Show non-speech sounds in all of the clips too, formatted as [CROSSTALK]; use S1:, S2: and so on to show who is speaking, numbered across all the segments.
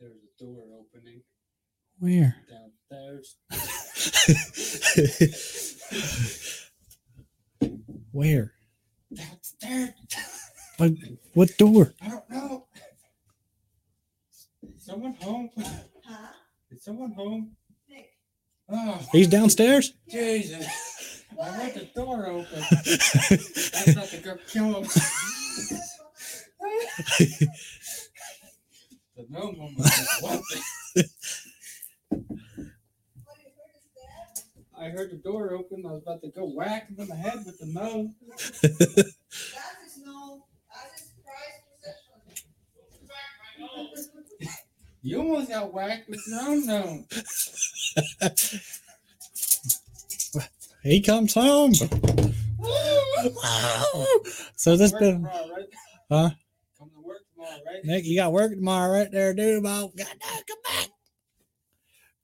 S1: there's a door opening
S2: Where?
S1: downstairs.
S2: [LAUGHS] Where?
S1: Downstairs.
S2: What door?
S1: I don't know. Is someone home?
S3: Huh?
S1: Is someone home?
S3: Nick.
S1: Oh,
S2: He's downstairs?
S1: Jesus. I
S3: Why?
S1: want the door open. I'm about to go kill him. the gnome woman. was like, "What the-"
S3: What is where is that?
S1: I heard the door open. I was about to go whack him in the head with the gnome.
S3: That is no. That is prize possession.
S1: You almost got whacked with your own gnome.
S2: [LAUGHS] He comes home. so this
S1: Work
S2: been
S1: tomorrow, right?
S2: Huh?
S1: Come to work tomorrow, right?
S2: Nick, you got work tomorrow right there, dude. Bob. God damn, come back.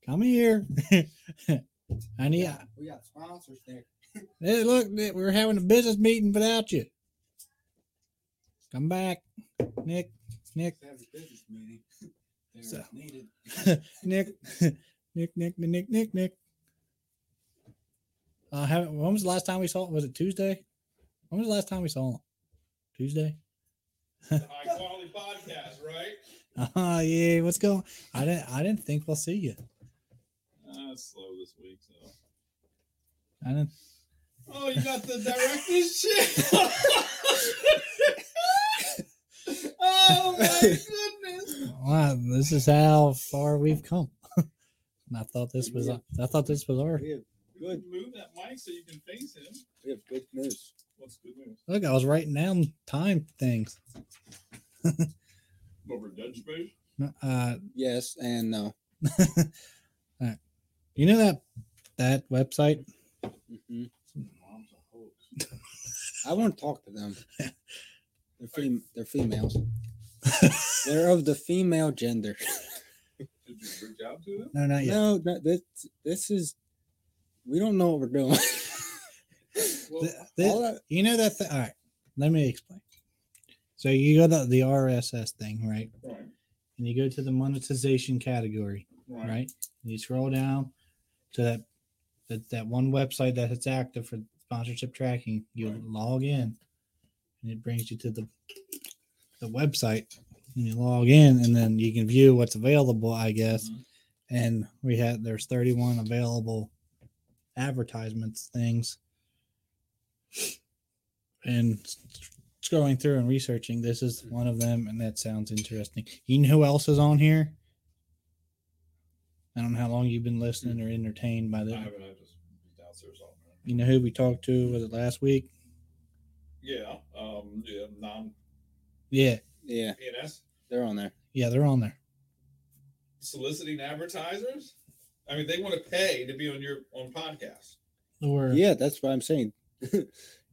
S2: Come [LAUGHS] here. I need
S1: We got sponsors there.
S2: Hey, look, Nick, we're having a business meeting without you. Come back, Nick, Nick,
S1: Let's have a business meeting. [LAUGHS] There
S2: So-
S1: is needed.
S2: Nick, [LAUGHS] Nick, Nick, Nick, Nick, Nick. Uh, haven't, when was the last time we saw him? Was it Tuesday? When was the last time we saw him? Tuesday? [LAUGHS]
S4: High quality podcast, right?
S2: Oh, yeah. What's going I didn't, I didn't think we'll see you.
S4: Uh, it's slow this week, so.
S2: I didn't,
S4: Oh, you got the director's [LAUGHS] shit. oh [LAUGHS] my goodness.
S2: wow, this is how far we've come. [LAUGHS] And I thought this was, I thought this was our,
S1: [LAUGHS] We have
S4: Good. Move that mic so you can face him.
S1: we have good news.
S4: What's good news?
S2: look, I was writing down time things.
S4: Over Dutch space?
S2: Uh,
S1: Yes and uh, no.
S2: You know that that website?
S1: Mhm.
S4: Hmm. Mom's a hoax.
S1: I won't talk to [LAUGHS] them. They're fem- they're [LAUGHS] females. they're of the female [LAUGHS] gender.
S4: Did you reach out to him?
S2: No, not yet.
S1: No, no, this this is we don't know what we're doing. [LAUGHS]
S4: Well,
S2: Th- th-
S1: all that-
S2: you know that. Th- all right, let me explain. So you go to the RSS thing, right?
S4: right,
S2: And you go to the monetization category,
S4: right.
S2: right? And you scroll down to that that, that one website that is active for sponsorship tracking. You
S4: Right.
S2: log in, and it brings you to the the website, and you log in, and then you can view what's available, I guess.
S4: Mhm.
S2: and we had there's 31 available advertisements things and s- scrolling through and researching this is one of them and that sounds interesting you know who else is on here i don't know how long you've been listening or entertained by
S4: I
S2: that
S4: haven't. I just was downstairs all night.
S2: you know who we talked to was it last week
S4: Yeah. Um. Yeah. Non
S2: yeah
S1: yeah,
S4: PNS
S1: they're on there.
S2: yeah they're on there
S4: soliciting advertisers. I mean, they want to pay to be on your on podcast.
S2: or
S1: Yeah, that's what I'm saying. [LAUGHS]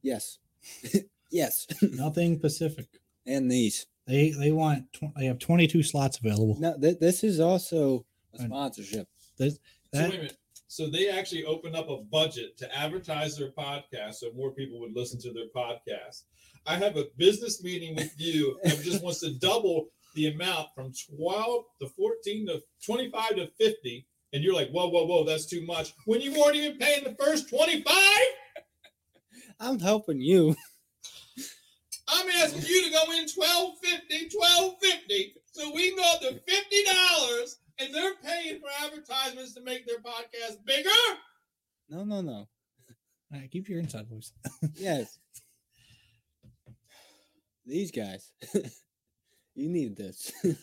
S1: yes, [LAUGHS] yes,
S2: nothing pacific
S1: and these.
S2: they they want tw- they have 22 slots available
S1: No, th- this is also a
S2: And-
S1: sponsorship.
S4: so
S2: That-
S4: wait a minute. So they actually opened up a budget to advertise their podcast so more people would listen to their podcast. I have a business meeting with you that just wants to double the amount from 12 to 14 to 25 to 50. And you're like, whoa, whoa, whoa, that's too much. When you weren't even paying the first 25,
S1: I'm helping you. [LAUGHS]
S4: I'm asking you to go in 1250, 1250. So we can go up to $50 and they're paying for advertisements to make their podcast bigger.
S1: No, no, no.
S2: All right, keep your inside voice
S1: Yes, these guys. [LAUGHS] you need this. [LAUGHS]
S4: I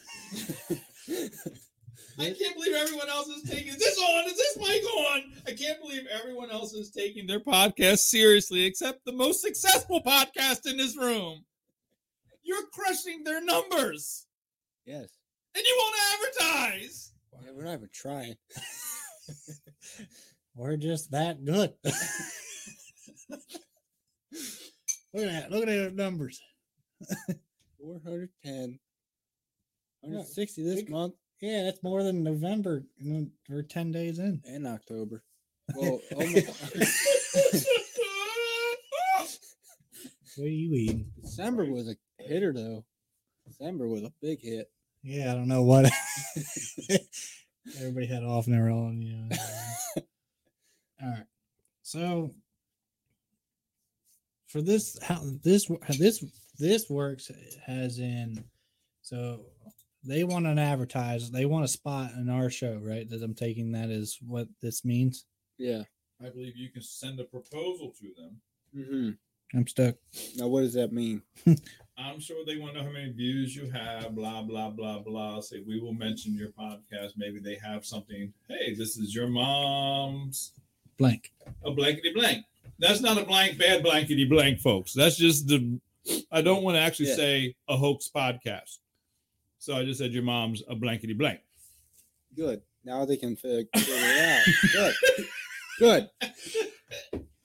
S4: can't believe everyone else is taking is this on. Is this mic on? I can't believe everyone else is taking their podcast seriously, except the most successful podcast in this room. You're crushing their numbers,
S1: yes.
S4: and you won't [LAUGHS] advertise.
S1: Yeah, we're not even trying.
S2: We're just that good. [LAUGHS] look at that. Look at their numbers.
S1: 410,
S2: Yeah,
S1: 160 this
S2: big-
S1: month
S2: Yeah, that's more than November. you know, We're 10 days in.
S1: and October. [LAUGHS] Well, almost,
S2: What are you eating?
S1: December was a hitter though. December was a big hit.
S2: Yeah, I don't know what. [LAUGHS] Everybody had off and they were on. You
S1: [LAUGHS]
S2: know. All right. So for this, how this how this this works has in so they want an advertise. They want a spot in our show, right? That I'm taking that is what this means.
S1: Yeah.
S4: I believe you can send a proposal to them.
S1: hmm
S2: I'm stuck.
S1: Now, what does that mean?
S4: I'm sure they want to know how many views you have, blah, blah, blah, blah. Say, we will mention your podcast. Maybe they have something. Hey, this is your mom's
S2: Blank.
S4: a blankety blank. That's not a blank, bad blankety blank, folks. That's just the. I don't want to actually
S1: Yeah.
S4: say a hoax podcast, so I just said your mom's a blankety
S1: [LAUGHS]
S4: blank.
S1: Good. Now they can fi- figure it out. Good. Good.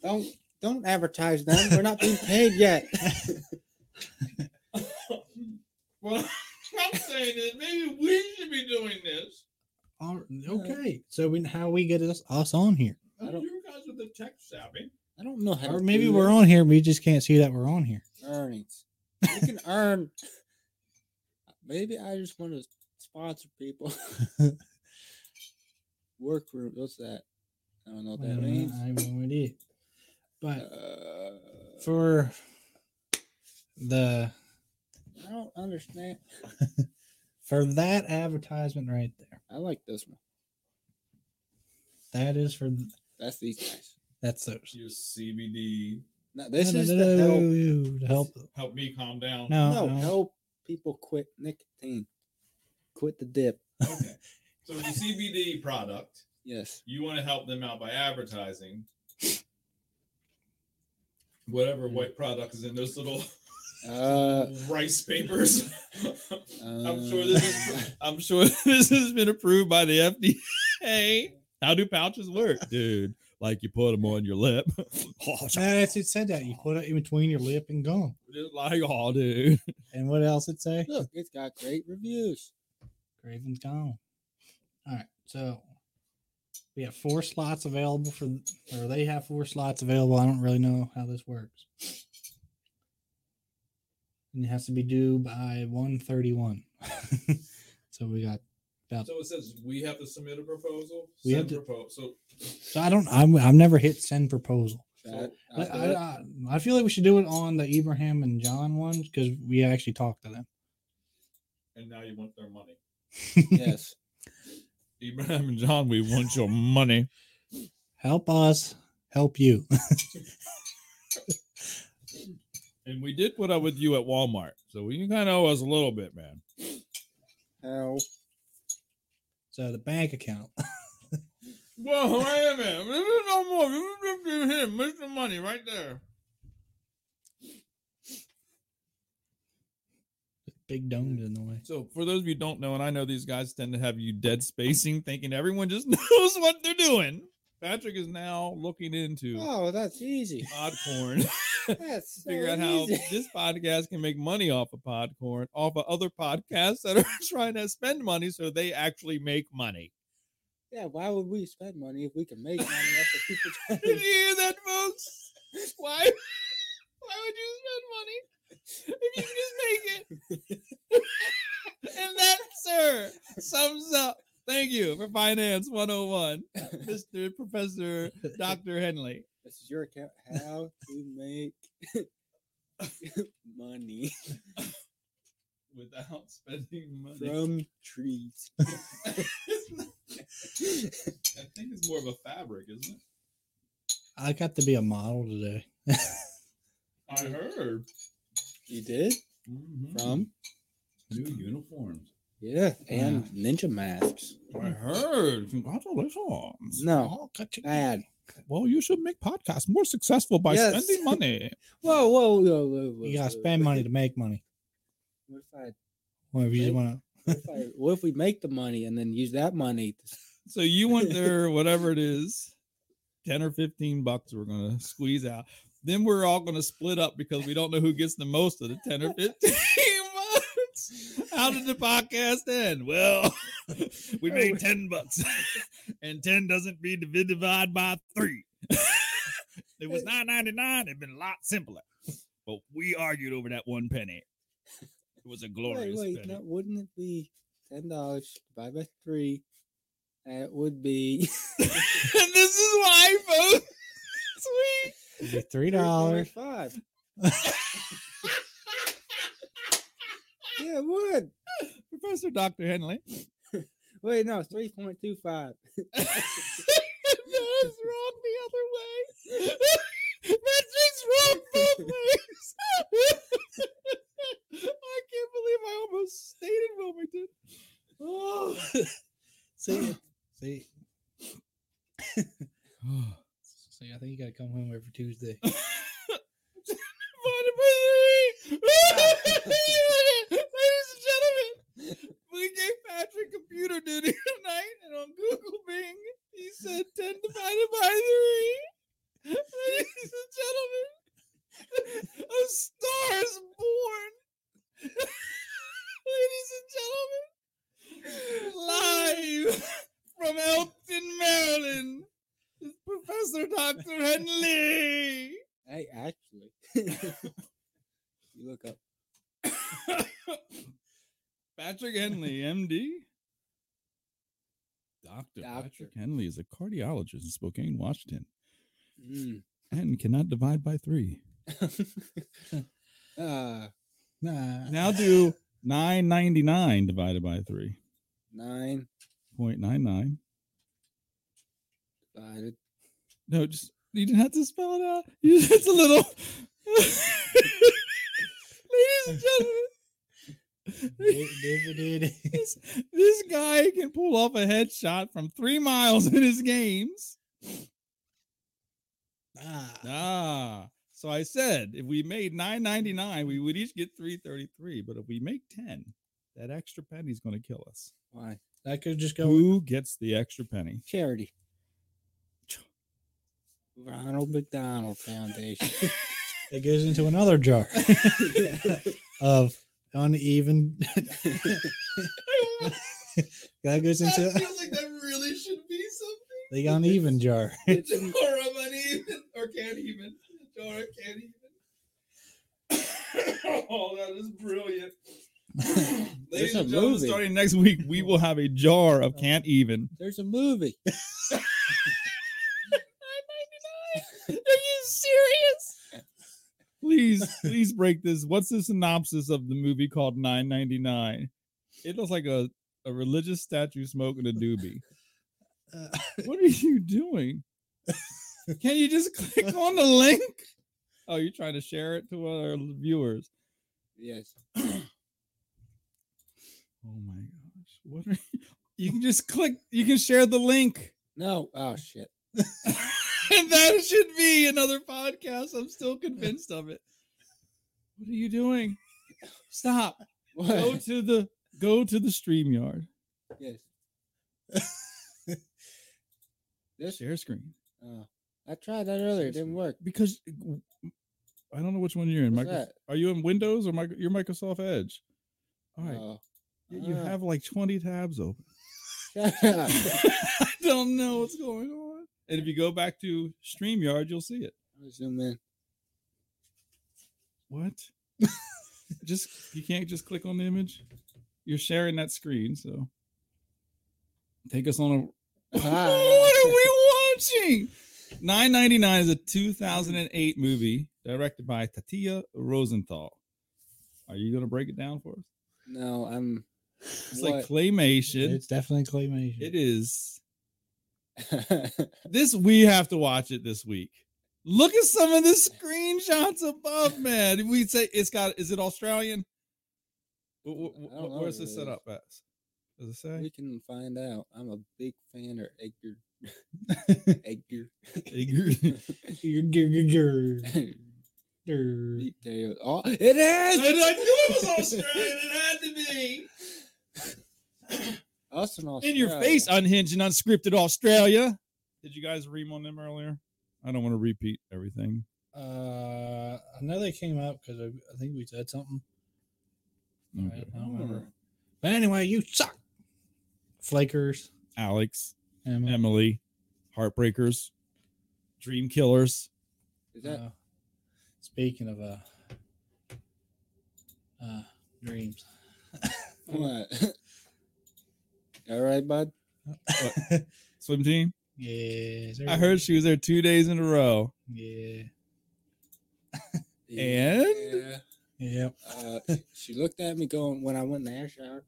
S1: Don't don't advertise them. We're not being paid yet.
S4: Well, [LAUGHS] I'm saying is maybe we should be doing this.
S2: All, okay. So we how we get us, us on here,
S1: I don't-
S4: You guys are the tech savvy.
S1: I don't know how.
S2: or
S1: to
S2: maybe
S1: do
S2: we're on here, we just can't see that we're on here.
S1: earnings. You can earn. Maybe I just want to sponsor people. [LAUGHS] Workroom. What's that? I don't know what
S2: I
S1: that
S2: don't know,
S1: means.
S2: I have no idea. But
S1: Uh,
S2: for the
S1: I don't understand.
S2: for that advertisement right there,
S1: I like this one.
S2: that is for
S1: That's these guys.
S2: that's those.
S4: Your CBD
S1: No, this is
S2: No,
S1: the
S2: no,
S1: help.
S2: no, to help.
S4: help me calm down.
S1: [LAUGHS]
S2: No,
S1: No,
S2: no.
S1: help people quit nicotine. Quit the dip.
S4: Okay. So the CBD product,
S1: Yes.
S4: you want to help them out by advertising whatever
S1: Hmm.
S4: white product is in those little
S1: Uh,
S4: rice papers. [LAUGHS] I'm sure
S1: uh,
S4: this is [LAUGHS] I'm sure this has been approved by the FDA. How do pouches work, [LAUGHS] dude? Like you put them on your lip. [LAUGHS] oh,
S2: That's it said that you put it in between your lip and gum.
S4: just like oh, dude.
S2: And what else it say?
S1: [LAUGHS] look, it's got great reviews.
S2: Craven's gone. All right, so we have four slots available for, or they have four slots available. I don't really know how this works. And it has to be due by one thirty-one. [LAUGHS] so we got about.
S4: So it says we have to submit a proposal.
S2: We have
S4: send
S2: to-
S4: propos- So
S2: So I don't. I'm. I've never hit send proposal.
S1: That-
S2: I,
S1: I'll do
S2: I,
S1: it.
S2: I, I feel like we should do it on the Ibrahim and John ones because we actually talked to them.
S4: and now you want their money.
S1: yes.
S4: Ibrahim and John, we want your money.
S2: Help us. Help you. [LAUGHS]
S4: And we did put up with you at Walmart. So you kind of owe us a little bit, man. [LAUGHS]
S1: How?
S2: so the bank account.
S4: Whoa, wait a minute. This is no more. This is just him. Mr. Money right there.
S2: Big domes in the way.
S4: So for those of you who don't know, and I know these guys tend to have you dead spacing, thinking everyone just [LAUGHS] knows what they're doing. Patrick is now looking into
S1: Oh,
S4: [LAUGHS]
S1: that's easy.
S4: Podcorn,
S1: That's so
S4: figure out how
S1: easy. [LAUGHS]
S4: this podcast can make money off of Podcorn, off of other podcasts that are [LAUGHS] trying to spend money so they actually make money.
S1: Yeah, why would we spend money if we can make money? That's what
S4: [LAUGHS]
S1: people try to
S4: Did
S1: do.
S4: you hear that, folks? Why? Why would you spend money if you can just make it? and that, sir, sums up. Thank you for Finance 101, Mr. Professor Dr. Henley.
S1: This is your account. How to make [LAUGHS] money
S4: Without spending money.
S1: from trees.
S4: [LAUGHS] I think it's more of a fabric, isn't it?
S2: I got to be a model today.
S4: I heard.
S1: You did?
S4: Mm-hmm.
S1: From?
S4: New uniforms.
S1: Yeah. And ninja masks.
S4: I heard. Congratulations.
S1: No. Bad.
S4: Well, you should make podcasts more successful by
S1: Yes.
S4: spending money.
S1: Whoa, whoa, whoa, whoa, whoa.
S2: You gotta
S1: whoa.
S2: spend [LAUGHS] money to make money.
S1: What if I
S2: Or if you just
S1: Right.
S2: wanna
S1: what if, I, what if we make the money and then use that money?
S2: [LAUGHS]
S1: To,
S4: [LAUGHS] So you want [LAUGHS] their whatever it is, 10 or 15 bucks we're going to squeeze out. Then we're all going to split up because we don't know who gets the most of the 10 or 15 [LAUGHS] bucks. How did the podcast end? Well, [LAUGHS] we made 10 bucks [LAUGHS] and 10 doesn't be divi- divided by three. [LAUGHS] it was 9.99. It'd been a lot simpler, but we argued over that one penny. It was a glorious
S1: wait, wait,
S4: penny.
S1: no, wouldn't it be ten dollars divided by three. And it would be [LAUGHS]
S4: [LAUGHS] this is why I vote. [LAUGHS] Sweet.
S2: It'd be three dollars.
S1: five.
S2: [LAUGHS]
S1: yeah, it would.
S4: Professor Dr. Henley.
S1: Wait, no, three point two five.
S4: [LAUGHS] no, it's wrong the other way. [LAUGHS] that thing's wrong both ways. [LAUGHS] I can't believe I almost stayed in Wilmington. Oh.
S2: See, see, [SIGHS] see. I think you gotta come home every Tuesday. [LAUGHS]
S4: Divided by three. [LAUGHS] Ladies and gentlemen, we gave Patrick computer duty tonight, and on Google Bing, he said 10 divided by three. Ladies and gentlemen, a star is born. Ladies and gentlemen, [LAUGHS] live from Elkton, Maryland, is Professor Dr. Henley.
S1: Hey, actually,
S2: [LAUGHS]
S1: [LAUGHS] you look up.
S4: Patrick Henley, MD. Dr. Patrick
S1: Doctor.
S4: Henley is a cardiologist in Spokane, Washington,
S1: Mm.
S4: and cannot divide by three.
S1: uh,
S2: Nah.
S4: Now do 999 divided by
S1: 9
S4: 3.99.
S1: divided.
S4: No, just you didn't have to spell it out. You [LAUGHS] just a little. Ladies and gentlemen,
S2: Di- dividend.
S4: this, this guy can pull off a headshot from three miles in his games.
S2: Ah.
S4: Ah, so I said if we made nine ninety nine, we would each get three thirty three. But if we make ten, that extra penny is going to kill us.
S1: Why?
S2: That could just [LAUGHS] go.
S4: Who gets the extra penny?
S1: Charity. Ronald McDonald
S4: [LAUGHS]
S1: Foundation.
S2: It goes into another [LAUGHS] jar of uneven. [LAUGHS] that
S5: [LAUGHS]
S2: goes [LAUGHS]
S5: That
S2: into
S5: feels like that really should be something.
S2: the uneven jar.
S1: It's in-
S5: Or I'm uneven, or can't even, or I can't
S4: [COUGHS]
S5: even. oh, that is
S1: [LAUGHS]
S5: brilliant.
S1: There's
S5: Ladies
S1: a
S5: and gentlemen,
S1: movie.
S4: Starting next week, we will have a jar of can't even.
S1: There's a movie.
S4: Are you serious? Please, please break this. What's the synopsis of the movie called 999? It looks like a, a religious statue smoking a doobie.
S2: Uh,
S4: What are you doing? Can you just click on the link? Oh, you're trying to share it to our viewers.
S1: Yes.
S4: Oh my gosh. What are you? You can just click, you can share the link.
S1: No. Oh shit. [LAUGHS]
S4: and [LAUGHS] that should be another podcast. I'm still convinced of it. What are you doing?
S1: [LAUGHS]
S4: Stop. Go
S1: What?
S4: to the go to the stream yard.
S1: Yes. [LAUGHS] This.
S4: Share screen.
S1: Oh, I tried that earlier. It didn't work.
S4: Because I don't know which one you're in.
S1: What's
S4: Microsoft. Are you in Windows or Micro- you're Microsoft Edge? All right.
S1: Oh, [LAUGHS]
S4: Y- You
S1: Ah.
S4: have like 20 tabs open. [LAUGHS]
S1: shut up.
S4: I don't know what's going on. And if you go back to StreamYard, you'll see it.
S1: I'll
S4: [LAUGHS]
S1: Zoom in.
S4: What? just you can't just click on the image. You're sharing that screen, so take us on a
S1: Ah.
S4: what are we watching? 999 is a 2008 movie directed by Tatia Rosenthal. Are you going to break it down for us?
S1: No, I'm.
S4: It's like
S1: What?
S4: claymation.
S2: it's definitely claymation.
S4: It is. This we have to watch it this week. Look at some of the screenshots above, man. We say it's got. Is it Australian? Wh- wh- wh-
S1: I don't know
S4: where's
S1: what
S4: this
S1: it
S4: set
S1: is.
S4: up at? Does it
S1: [LAUGHS] we
S4: say?
S1: can find out. I'm a big fan of Edgar.
S4: [LAUGHS]
S1: Edgar. [LAUGHS]
S2: Grr, grr, grr,
S1: Pete
S2: grr.
S1: Davis. Oh, it [LAUGHS] is.
S5: I knew it was Australian. It had to be.
S1: Us in,
S4: In your face,
S1: Australia.
S4: unhinged and unscripted Australia. Did you guys ream on them earlier? I don't want to repeat everything.
S2: Uh, I know they came up because I, I think we said something.
S4: Okay.
S2: I don't remember. But anyway, you suck. Flakers.
S4: Alex,
S2: Emma.
S4: Emily, Heartbreakers, Dream Killers.
S1: Is that
S2: Uh, speaking of uh, uh, dreams,
S1: what? [LAUGHS] All right, bud.
S6: Swim team.
S2: yeah.
S6: I heard she was there two days in a row.
S2: Yeah.
S6: And?
S1: Yeah.
S2: Yep.
S1: Uh, she looked at me going when I went in the air shower.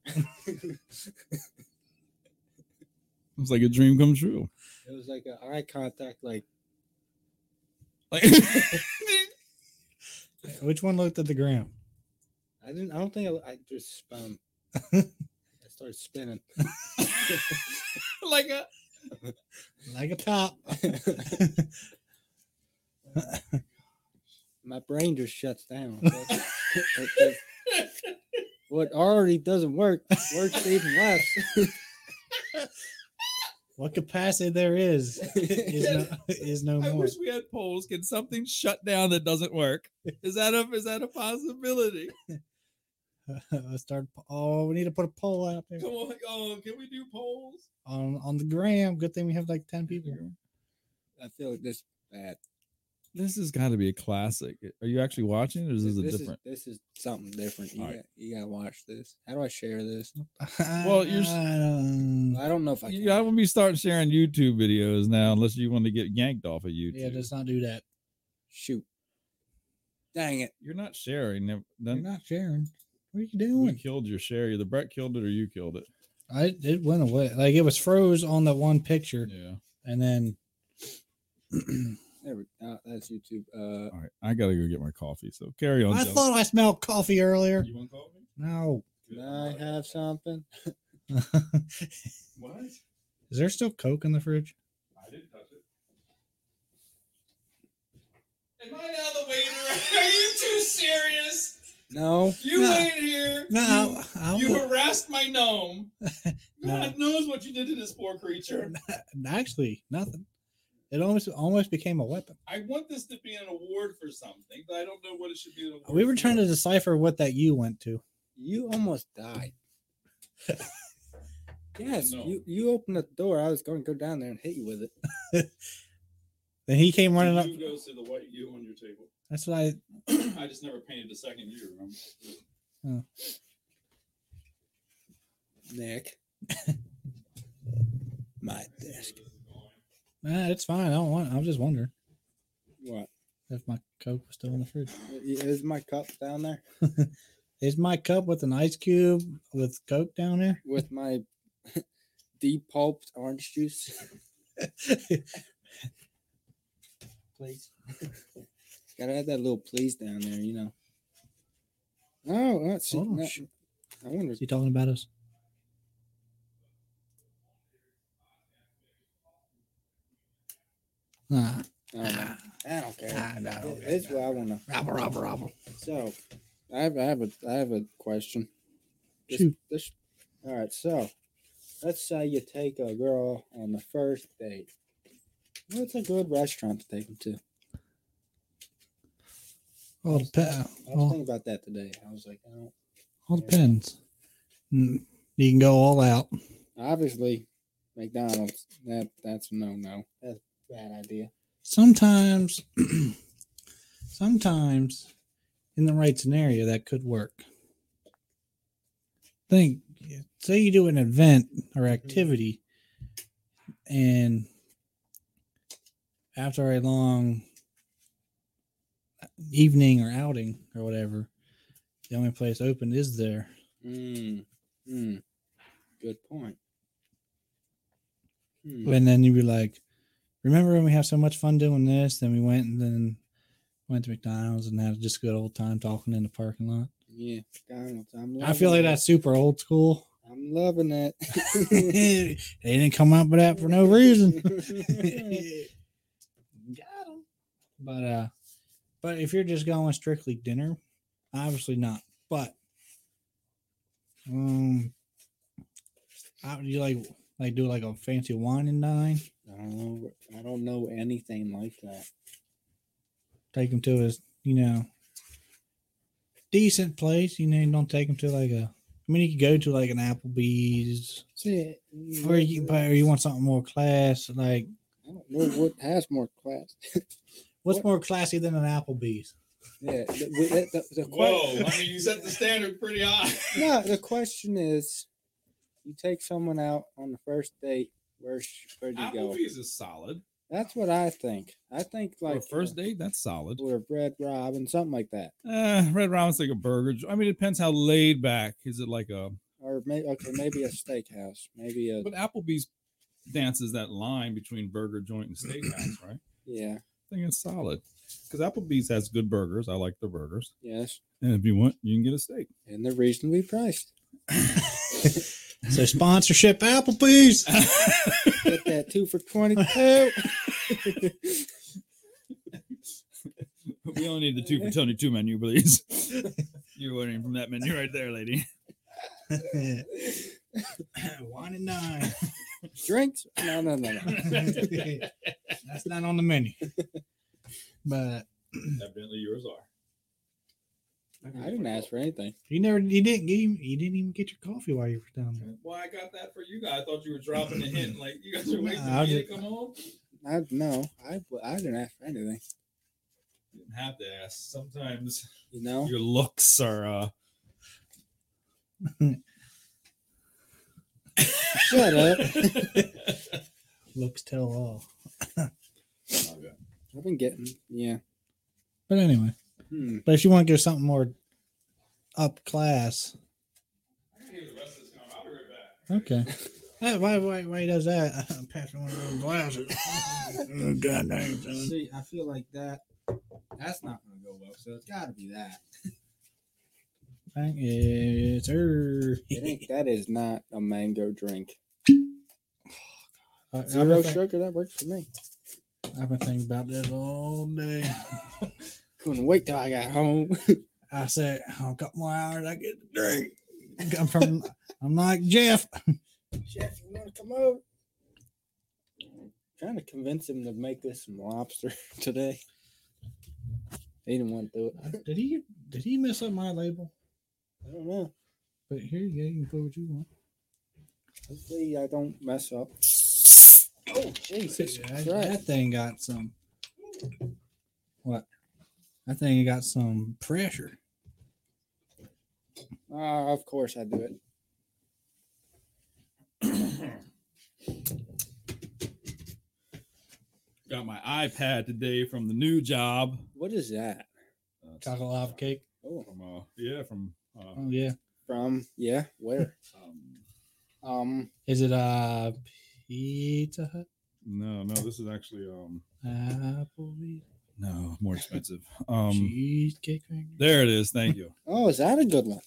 S6: It was like a dream come true.
S1: It was like a eye contact, like
S6: Like [LAUGHS]
S2: Which one looked at the ground?
S1: I didn't. I don't think I, I
S6: [LAUGHS]
S1: just spun. I started spinning.
S6: like uh, a
S2: Like a top.
S1: My brain just shuts
S6: [LAUGHS]
S1: down. It just- what already doesn't work works even less.
S2: What capacity
S6: [LAUGHS]
S2: there is is no, is no
S6: I
S2: more. [LAUGHS]
S6: wish we had polls. Can something shut down that doesn't work? Is that a is that a possibility?
S2: Let's start. Oh, we need to put a poll out there
S7: Come on, oh, can we do polls?
S2: on on the gram. Good thing we have like ten people. [LAUGHS]
S1: I feel like this is bad.
S6: This has got to be a classic. Are you actually watching, or is this a
S1: this
S6: different?
S1: Is, this is something different. You,
S6: All right.
S1: got, you gotta watch this. How do I share this?
S6: Well, you're s-
S2: Um,
S1: I don't know if I can.
S6: Yeah, I'm gonna be starting sharing YouTube videos now, unless you want to get yanked off of YouTube.
S2: yeah. Let's not do that.
S1: Shoot. Dang it.
S6: You're not sharing. Then
S2: You're not sharing. What are you
S6: we
S2: doing?
S6: killed your share. Either Brett killed it or you killed it.
S2: I it went away. Like it was froze on that one picture,
S6: Yeah.
S2: and then
S1: There we uh, That's YouTube. Uh,
S6: All right. I gotta go get my coffee. So carry on.
S2: I
S6: Joe.
S2: thought I smelled coffee earlier.
S7: You want coffee?
S2: No. [LAUGHS]
S1: can I have something?
S2: is
S7: What?
S2: there still Coke in the fridge?
S7: I didn't touch it. Am I now the waiter? [LAUGHS] Are you too serious?
S1: No.
S7: You
S2: No.
S7: wait here.
S2: No, I, I,
S7: You,
S2: don't
S7: you harassed my gnome.
S2: [LAUGHS] No.
S7: God knows what you did to this poor creature.
S2: believe- actually nothing. It almost almost became a weapon.
S7: I want this to be an award for something, but I don't know what it should be. An award
S2: We were
S7: for.
S2: trying to decipher what that you went to.
S1: You almost died. yes.
S7: No.
S1: You, you opened the door. I was going to go down there and hit you with it.
S2: Then he came running up.
S7: You goes to the white you on your table.
S2: That's what I
S4: [CLEARS THROAT]
S7: I just never painted the second year. Remember?
S1: Nick. My desk.
S2: Nah, it's fine. I don't want. I'm just wondering
S1: What?
S2: if my coke was still in the fridge.
S1: Is my cup down there
S2: Is my cup with an ice cube with coke down there?
S1: with my [LAUGHS] depulped orange
S2: [LAUGHS]
S1: juice? please. [LAUGHS] Gotta have that little please down there, you know. Oh, that's
S2: Oh,
S1: that-
S2: sh-
S1: I wonder.
S2: Is he talking about us? Ah,
S1: I don't, know. I don't care.
S2: ah, no.
S1: It- It's what I want to.
S2: Robble, robble, robble.
S1: So, I have, I have a, I have a question. This,
S2: Shoot.
S1: this, all right. So, let's say you take a girl on the first date. What's a good restaurant to take them to?
S2: All, dep-
S1: I was
S2: all,
S1: thinking about that today. I was like, I don't.
S2: all depends. Mm, You can go all out.
S1: Obviously, McDonald's. That that's a no no. That's a bad idea.
S2: Sometimes, [CLEARS THROAT] sometimes in the right scenario, that could work. Think, say you do an event or activity, and after a long evening or outing or whatever, the only place open is there.
S1: Mm. Mm. Good point. Hmm.
S2: And then you'd be like, remember when we have so much fun doing this? Then we went and then went to McDonald's and had just a good old time talking in the parking lot.
S1: Yeah, McDonald's. I'm
S2: I feel like
S1: loving it.
S2: that's super old school.
S1: I'm loving it.
S2: they didn't come up with that [LAUGHS] for no
S1: [LAUGHS]
S2: reason. Got 'em. But uh, but if you're just going strictly dinner, obviously not. But um, how do you like like do like a fancy wine and dine?
S1: I don't know. I don't know anything like that.
S2: take him to his, you know, decent place. You know, you don't take him to like a. I mean, you could go to like an Applebee's,
S1: See,
S2: or you, but or you want something more class. Like,
S1: Mm, I don't know what has more class.
S2: what's
S1: What?
S2: more classy than an Applebee's?
S1: yeah, the, we- that- the, the, que- [LAUGHS]
S7: Whoa! I mean, you set the standard pretty high.
S1: No, the question is, you take someone out on the first date, where's where'd you go?
S4: Applebee's is solid.
S1: That's what I think. I think
S4: For a
S1: like
S4: first
S1: uh,
S4: date, that's solid.
S1: or a Red Robin, something like that,
S4: Uh, Red Robin's like a burger. jo- I mean, it depends how laid back. Is it like a?
S1: or maybe okay, maybe a steakhouse, maybe a
S4: But Applebee's dances that line between burger joint and steakhouse, right?
S1: yeah,
S4: I think it's solid because Applebee's has good burgers. I like their burgers,
S1: yes,
S4: and if you want, you can get a steak.
S1: and they're reasonably priced.
S2: So sponsorship Applebee's. [LAUGHS]
S1: Get that two [LAUGHS] for twenty-two.
S4: we only need the two for Tony two menu, please. [LAUGHS] You're ordering from that menu right there, lady.
S2: One and nine.
S1: Drinks? No, no, no, no.
S2: [LAUGHS] That's not on the menu. But
S8: Evidently, yours are.
S1: I didn't ask for anything.
S2: you never, you didn't get, you didn't even get your coffee while you were down there.
S8: Well, I got that for you guys. I thought you were dropping a hint. Like, you guys are wasting
S2: I'll
S8: me to
S2: just-
S8: come home.
S1: I no, I I didn't ask for anything.
S8: You didn't have to ask. Sometimes
S1: You
S2: Oh.
S1: know,
S4: Your looks are. uh [LAUGHS]
S1: shut up.
S2: Looks tell all.
S8: Okay.
S1: I've been getting yeah.
S2: But anyway,
S1: Hmm.
S2: but if you want to go something more up class,
S8: I can hear the rest of this conversation. I'll be right back.
S2: okay. [LAUGHS] Hey, why, why, why he does that? [LAUGHS] I'm passing one of those glasses. oh, God dang, son.
S1: See, I feel like that. That's not gonna go well. So it's got to be that.
S2: Thank you, sir.
S1: It ain't, that is not a mango drink.
S2: I- I've
S1: Zero
S2: been, think-
S1: sugar. That works for me.
S2: I've been thinking about this all day. [LAUGHS]
S1: Couldn't wait till I got home. [LAUGHS]
S2: I said, "Oh, a couple more hours, I get to drink. I'm [LAUGHS] from, I'm like Jeff.
S1: Jeff, you want to come over? Trying to convince him to make us some lobster [LAUGHS] today. He didn't want to do it.
S2: Did he, did he mess up my label?
S1: I don't know.
S2: But here you go, you can put what you want.
S1: Hopefully, I don't mess up. Oh, Jesus
S2: that,
S1: Christ.
S2: that thing got some, what? That thing got some pressure.
S1: Ah, of course I do it.
S4: Got my iPad today from the new job.
S1: What is that?
S4: Uh, it's
S2: Chocolate lava cake.
S1: Oh,
S4: From uh, yeah, from uh,
S2: Oh yeah.
S1: from yeah, where?
S4: um,
S1: Um,
S2: Is it uh Pizza Hut?
S4: no, no, this is actually um,
S2: Applebee's?
S4: no,
S2: [LAUGHS]
S4: more expensive. Um,
S2: Cheesecake Factory?
S4: there it is. Thank
S2: [LAUGHS]
S4: you.
S1: oh, is that a good one?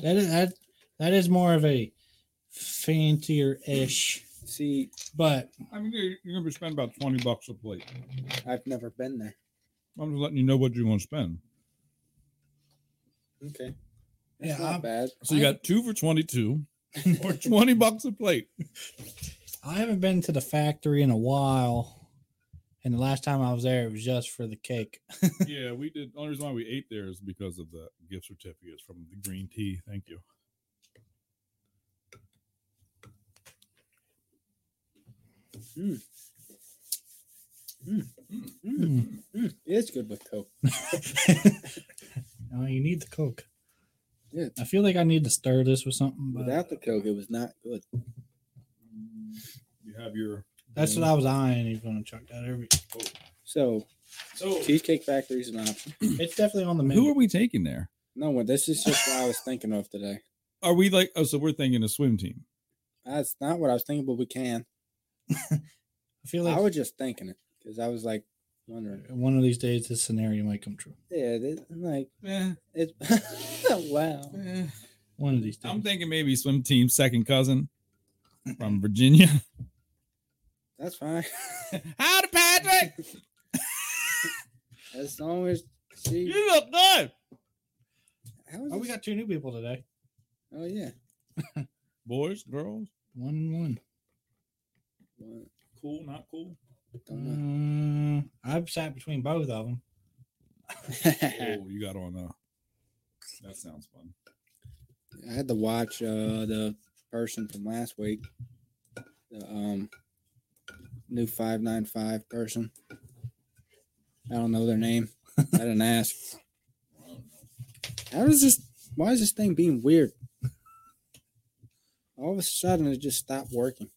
S2: That is that, that is more of a fancier ish,
S1: See,
S2: but
S4: I mean, you're, you're gonna be spending about twenty bucks a plate.
S1: I've never been there.
S4: I'm just letting you know what you're gonna spend.
S1: Okay,
S2: yeah,
S1: it's not
S2: I'm-
S1: bad.
S4: So you
S2: I-
S4: got two
S2: [LAUGHS]
S4: for twenty-two, or twenty bucks a plate.
S2: I haven't been to the factory in a while, and the last time I was there, it was just for the cake.
S4: yeah, we did. Only reason why we ate there is because of the gift certificates from the green tea. Thank you.
S1: Mm, mm, It's good with Coke.
S2: oh, you need the coke.
S1: Yeah.
S2: I feel like I need to stir this with something, but
S1: Without the Coke, it was not good.
S4: You have your.
S2: that's what I was eyeing. He's gonna chuck that over.
S1: So,
S8: So,
S1: Cheesecake Factory is an option.
S2: It's definitely on the menu.
S4: Who are we taking there?
S1: No one. This is just what I was thinking of today.
S4: Are we like? Oh, so we're thinking a swim team.
S1: That's not what I was thinking, but we can.
S2: I feel like
S1: I was just thinking it because I was like wondering.
S2: one of these days this scenario might come true.
S1: Yeah, it, like
S7: Eh,
S4: Yeah,
S1: it's [LAUGHS] wow.
S2: One of these days.
S4: I'm thinking maybe swim team second cousin
S7: [LAUGHS]
S4: from Virginia.
S1: That's fine. [LAUGHS]
S4: Howdy, Patrick.
S1: As long as she.
S4: You look good.
S1: How is
S2: oh, we
S1: this-
S2: got two new people today.
S1: Oh yeah.
S4: Boys,
S7: [LAUGHS]
S4: girls,
S2: One and one.
S1: Well,
S4: cool, not cool.
S1: don't know.
S2: Uh, I've sat between both of them.
S1: I
S2: Mm.
S4: Oh, you got on. Uh, that sounds fun.
S1: had to watch uh, the person from last week, the um, new five nine five person. I don't know their name. I didn't ask. How does this? Why is this thing being weird? All of a sudden, it just stopped working.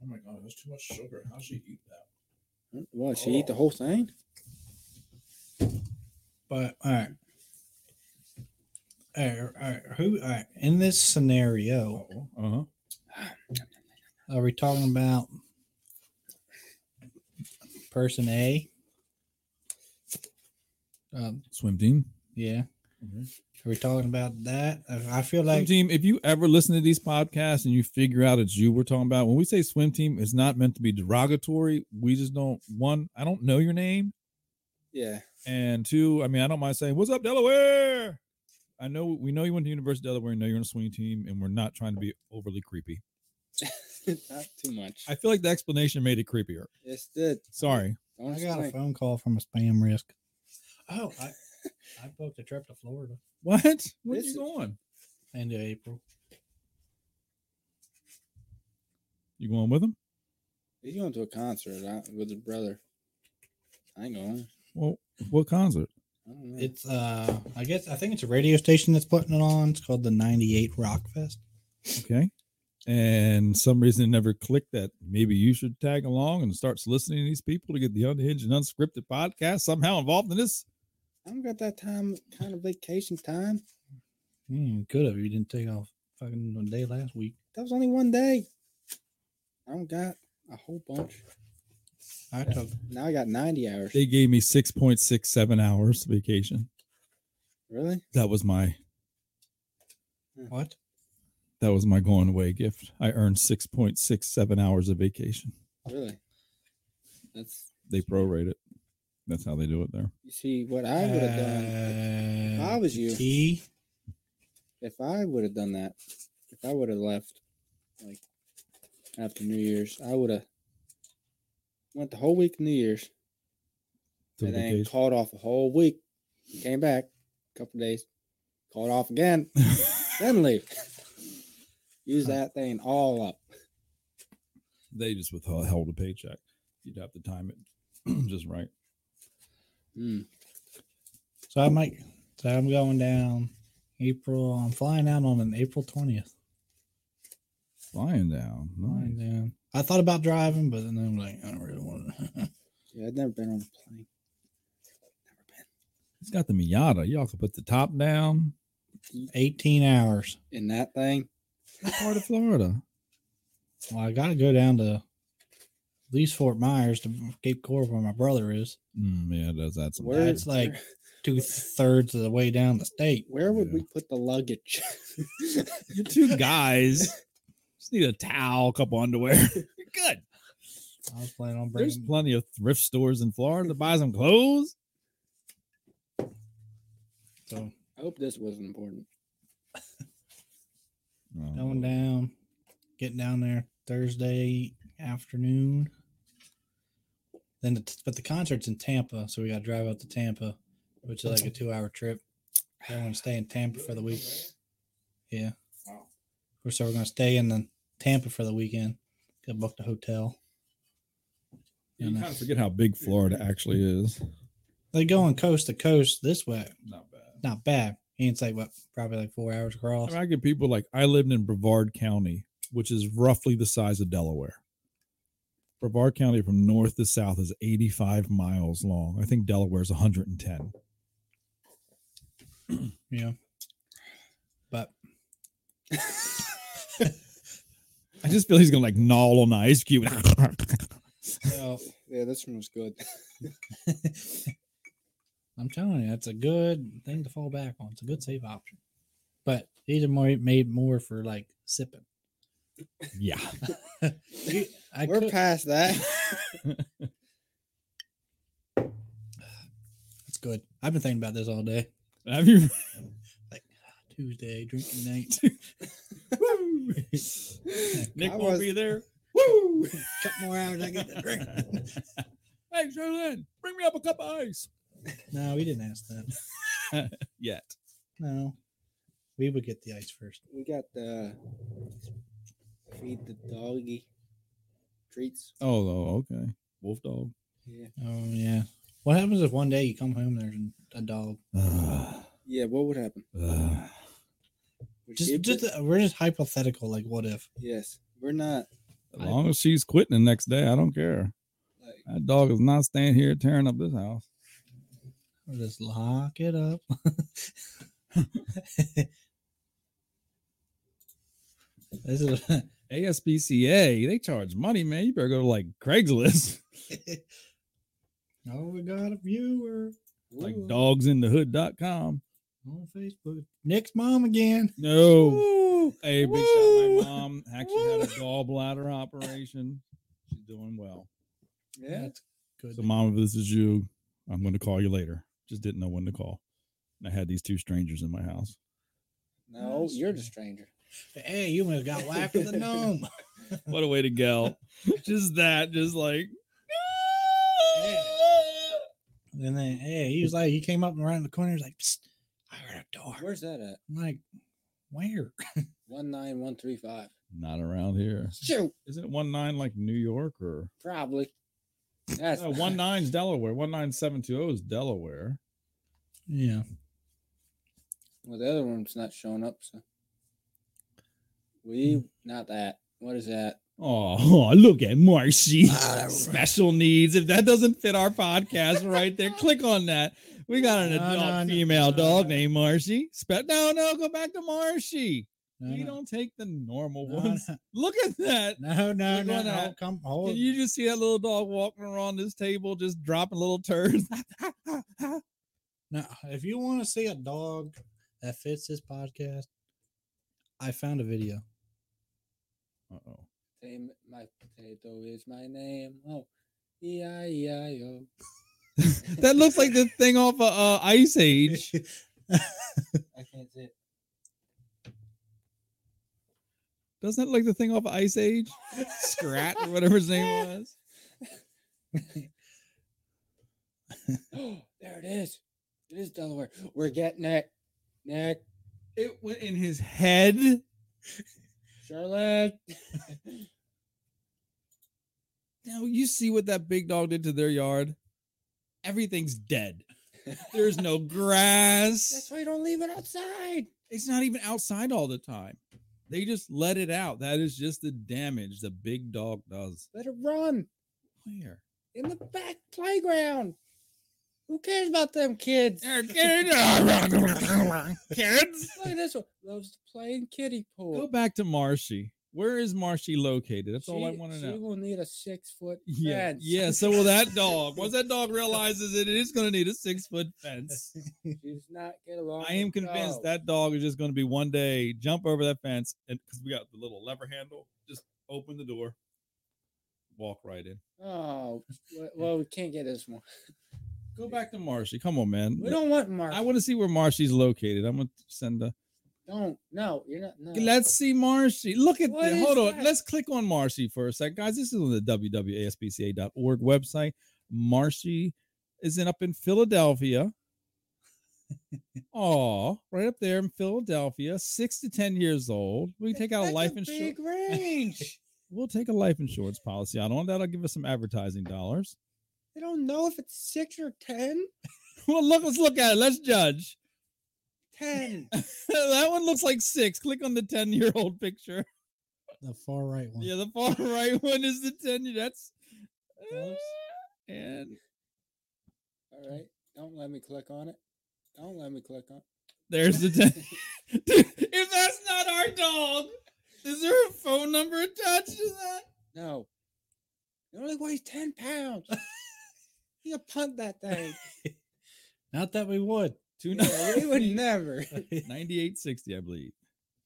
S7: Oh my god, that's too much sugar. How'd she eat that?
S1: What? She eat the whole thing?
S2: But all right. All right, all right. Who? All right. In this scenario,
S4: Uh huh.
S2: are we talking about person A? Um,
S4: Swim team.
S2: yeah.
S4: Mhm.
S2: Are we talking about that? I I feel
S4: Swim
S2: like
S4: team. If you ever listen to these podcasts and you figure out it's you we're talking about, when we say swim team, it's not meant to be derogatory. We just don't one. I don't know your name,
S1: Yeah. [LAUGHS]
S4: and two. I mean, I don't mind saying what's up, Delaware. I know we know you went to University of Delaware. We know you're on a swing team, and we're not trying to be overly creepy.
S1: Not too much.
S4: I feel like the explanation made it creepier.
S1: It's good.
S4: Sorry. [LAUGHS]
S1: Don't
S2: I got a
S1: explain.
S2: phone call from a spam risk. Oh, I, I booked a trip to Florida
S4: What? Where are
S1: This
S4: you
S1: is-
S4: going?
S2: end of April.
S4: You going with him?
S1: He's going to a concert uh, with his brother. I ain't going.
S4: Well, what concert?
S1: I don't know.
S2: It's uh, I guess I think it's a radio station that's putting it on. It's called the '98 Rock Fest.
S4: Okay. And some reason it never clicked that maybe you should tag along and starts listening to these people to get the unhinged and unscripted podcast somehow involved in this.
S1: I don't got that time, kind of vacation time.
S2: Hmm, could have you didn't take off fucking a day last week.
S1: That was only one day. I don't got a whole bunch.
S2: I took
S1: Now I got 90 hours.
S4: They gave me 6.67 hours vacation.
S1: Really?
S4: That was my
S2: what?
S4: that was my going away gift. I earned 6.67 hours of vacation.
S1: Really? That's
S4: They prorate it. That's how they do it there.
S1: you see what I would have done
S2: Uh,
S1: I was you.
S2: T.
S1: if I would have done that. If I would have left like after New Year's, I would have went the whole week of New Year's
S4: To
S1: and then
S4: vacation.
S1: called off a whole week. Came back a couple days, called off again, then leave. Use that thing all up.
S4: they just withheld a paycheck. You'd have to time it [CLEARS THROAT] just right.
S1: Mm.
S2: So I might. So I'm going down April. I'm flying out on an April 20th.
S4: Flying down.
S2: Flying
S4: Nice.
S2: down. I thought about driving, but then I'm like, I don't really want [LAUGHS] to.
S1: Yeah, I've never been on a plane.
S4: It's got the Miata. Y'all can put the top down.
S2: 18 hours.
S1: In that thing,
S4: What part of Florida?
S2: Well, I got to go down to at least Fort Myers to Cape Coral where my brother is.
S4: Mm, yeah, it does that
S1: Where-
S4: sometimes.
S2: That's like two thirds of the way down the state.
S1: where would
S4: Yeah.
S1: we put the luggage? [LAUGHS]
S4: You're two guys. just need a towel, couple underwear. [LAUGHS] You're good.
S2: I was planning on
S4: There's
S2: bringing.
S4: plenty of thrift stores in Florida to buy some clothes.
S2: so
S1: I hope this wasn't important.
S4: Oh,
S2: going down, getting down there Thursday afternoon. Then, the, but the concert's in Tampa, so we got to drive out to Tampa, which is like a two-hour trip. Then we're gonna stay in Tampa for the week. Yeah.
S7: Wow.
S2: Or so we're gonna stay in the Tampa for the weekend. Got booked a hotel.
S4: You
S2: And, uh,
S4: kind of forget how big Florida actually is.
S2: They going coast to coast this way.
S4: Not bad.
S2: Not bad. And it's like what, probably like four hours
S4: I,
S2: across.
S4: mean, I get people like I lived in Brevard County, which is roughly the size of Delaware. Brevard County from north to south is 85 miles long. I think Delaware is 110.
S2: Yeah. But
S4: I just feel he's gonna like gnaw on the ice cube. [LAUGHS]
S2: well,
S1: Yeah, this one was good.
S2: I'm telling you, that's a good thing to fall back on. It's a good save option. But these are more made more for like sipping.
S4: yeah.
S2: You- I
S1: We're
S2: could,
S1: past that. [LAUGHS]
S2: it's good. I've been thinking about this all day.
S4: Have
S2: [LAUGHS]
S4: you
S2: Tuesday drinking night. [LAUGHS]
S4: Nick
S1: I
S4: won't
S1: was-
S2: [LAUGHS]
S4: be there? Woo!
S2: Couple more hours, I get to drink.
S4: [LAUGHS] hey Charlene, bring me up a cup of ice.
S2: No, we didn't ask that.
S4: Yet.
S2: No, we would get the ice first.
S1: We got the feed the doggy treats.
S4: Oh, oh okay. Wolf [SIGHS] dog.
S1: Yeah.
S2: Oh yeah. What happens if one day you come home there's a dog?
S4: Uh,
S1: Yeah, what would happen?
S4: uh,
S1: We
S2: Just,
S1: should
S2: just
S1: put-
S2: uh, we're just hypothetical. Like, what if?
S1: yes, we're not
S4: As long as she's quitting the next day, I don't care.
S1: like
S4: That dog is not staying here tearing up this house.
S2: We'll just lock it up. [LAUGHS] This is-
S4: ASPCA, they charge money, man. You better go to like Craigslist,
S2: [LAUGHS]
S4: [LAUGHS]
S2: oh, we got a viewer
S4: like
S2: Ooh,
S4: dogsinthehood.com.
S2: on Facebook. Nick's mom again.
S4: No. Hey, big shout out. My mom actually had a gallbladder operation. She's doing well.
S1: yeah.
S2: That's good.
S4: So, mom, if this is you, I'm going to call you later. Just didn't know when to call. And I had these two strangers in my house.
S1: No, you're the stranger.
S2: hey, you must got whacked with a gnome.
S4: [LAUGHS] What a way
S2: [LAUGHS]
S4: to go. just that, just like,
S2: And then, hey, he was like, he came up and around the corner. He's like, Psst, I heard a door.
S1: Where's that at?
S2: I'm like, where? [LAUGHS]
S1: One nine one three five.
S4: not around here.
S1: Shoot,
S4: Isn't it one nine like New York or
S1: probably. That's
S4: no, Uh, one nine's Delaware? One nine seven two zero is Delaware.
S2: Yeah.
S1: Well, the other one's not showing up, so we not that. What is that?
S4: Oh, [LAUGHS] look at Marcy.
S2: Ah, that was-
S4: Special needs. If that doesn't fit our podcast right there, click on that. We got an
S2: No,
S4: adult
S2: no, no,
S4: female
S2: no,
S4: dog
S2: no.
S4: named Marcy. Spe- no, no, go back to Marcy.
S2: No,
S4: we
S2: no,
S4: don't take the normal
S2: no,
S4: ones. Look at
S2: [LAUGHS]
S4: that.
S2: no, no,
S4: Look
S2: no, no,
S4: on that.
S2: Come
S4: Can
S2: hold.
S4: you just see that little dog walking around this table, just dropping
S2: [LAUGHS]
S4: little turds? [LAUGHS]
S2: Now, if you want to see a dog that fits this podcast, I found a
S4: [LAUGHS]
S2: video.
S4: Uh-oh.
S1: Tame my potato is my name. Oh, E I E I O.
S4: that looks like the thing off of uh, Ice Age.
S1: I can't see it.
S4: Doesn't that look like the thing off of Ice Age? Scrat or whatever his name
S1: [LAUGHS]
S4: was.
S1: Oh, [GASPS] there it is. It is Delaware. We're getting it. Nick,
S4: It went in his head.
S1: Charlotte.
S4: Now you see what that big dog did to their yard. Everything's dead. There's
S1: [LAUGHS]
S4: no
S1: That's
S4: grass.
S1: why you don't leave it outside.
S4: It's not even outside all the time. They just let it out. That is just the damage the big dog does.
S1: Let it run
S4: Where?
S1: in the back playground. Who cares about them kids?
S4: There, get it- [LAUGHS] Kids.
S1: Look at this one. Loves to play in kiddie pool.
S4: Go back to Marshy. Where is Marshy located? That's all I
S1: She-
S4: want to
S1: she
S4: know.
S1: will need a six foot
S4: [LAUGHS] Yeah,
S1: fence.
S4: yeah. So will that dog. Once that dog realizes it, it is going to need a six foot [LAUGHS] fence.
S1: She does not get along.
S4: I am
S1: with
S4: convinced
S1: dogs.
S4: that dog is just going to be one day jump over that fence and because we got the little lever handle, just open the door, walk right in.
S1: Oh w- well, we can't get this one.
S4: Go back to Marshy. Come on, man.
S1: We don't want Mark.
S4: I want to see where Marshy's located. I'm going to send a.
S1: don't. No, you're not. No.
S4: Let's see Marshy. Look at
S1: Mm. What
S4: that.
S1: is
S4: Hold on.
S1: that?
S4: Let's click on Marshy for a sec, guys. This is on the wwaspca.org website. Marshy is in up in
S1: [LAUGHS]
S4: Philadelphia. Oh, right up there in Philadelphia, six to ten years old. We can take out
S1: That's
S4: a
S1: a
S4: life insurance.
S1: Big range.
S4: We'll take a life insurance policy out on that'll give us some advertising dollars.
S1: they don't know if it's six or ten.
S4: [LAUGHS] well, look, let's look at it. Let's judge.
S1: Ten.
S4: [LAUGHS] that one looks like six. Click on the 10 year old picture.
S2: The far right one.
S4: Yeah, the
S1: [LAUGHS]
S4: far right one is the 10 year. That's eh,
S1: Oops.
S4: and
S1: [LAUGHS] All right. Don't let me click on it. Don't let me click on.
S4: there's the 10. [LAUGHS] Dude,
S1: [LAUGHS]
S4: if that's not our dog, is there a phone number attached to that?
S1: No. It only weighs ten pounds. you can punt
S7: [LAUGHS]
S1: that thing.
S2: Not that we would.
S4: Two [LAUGHS]
S1: Yeah,
S7: [LAUGHS]
S1: we would never.
S4: 9860, I believe.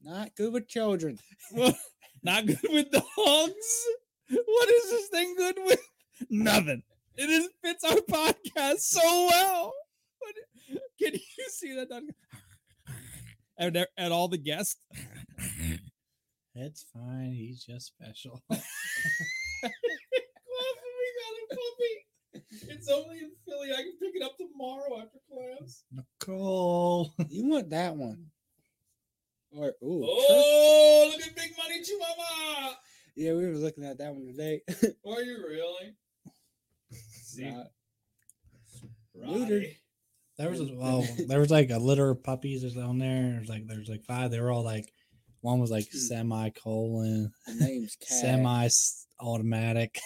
S1: Not good with children.
S4: Well, [LAUGHS] not good with dogs. What is this thing good with? Nothing. It is fits our podcast so well. What, can you see that dog? And, they're- and all
S7: [LAUGHS]
S4: the guests.
S2: It's fine. He's just special. [LAUGHS]
S7: we got a puppy. It's only in Philly. I can pick it up tomorrow after class.
S2: Nicole.
S1: You want that one. Or ooh.
S7: Oh, look at Big Money Chihuahua.
S1: Yeah, we were looking at that one today. [LAUGHS]
S7: Are you really? See,
S1: Uh,
S7: Roddy.
S2: There was a-
S4: [LAUGHS]
S2: well, there was like a litter of puppies that's on there. There's like there's like five. They were all like one was
S4: Hmm.
S2: like semicolon,
S1: The
S7: [LAUGHS]
S1: name's Cat.
S2: semi automatic,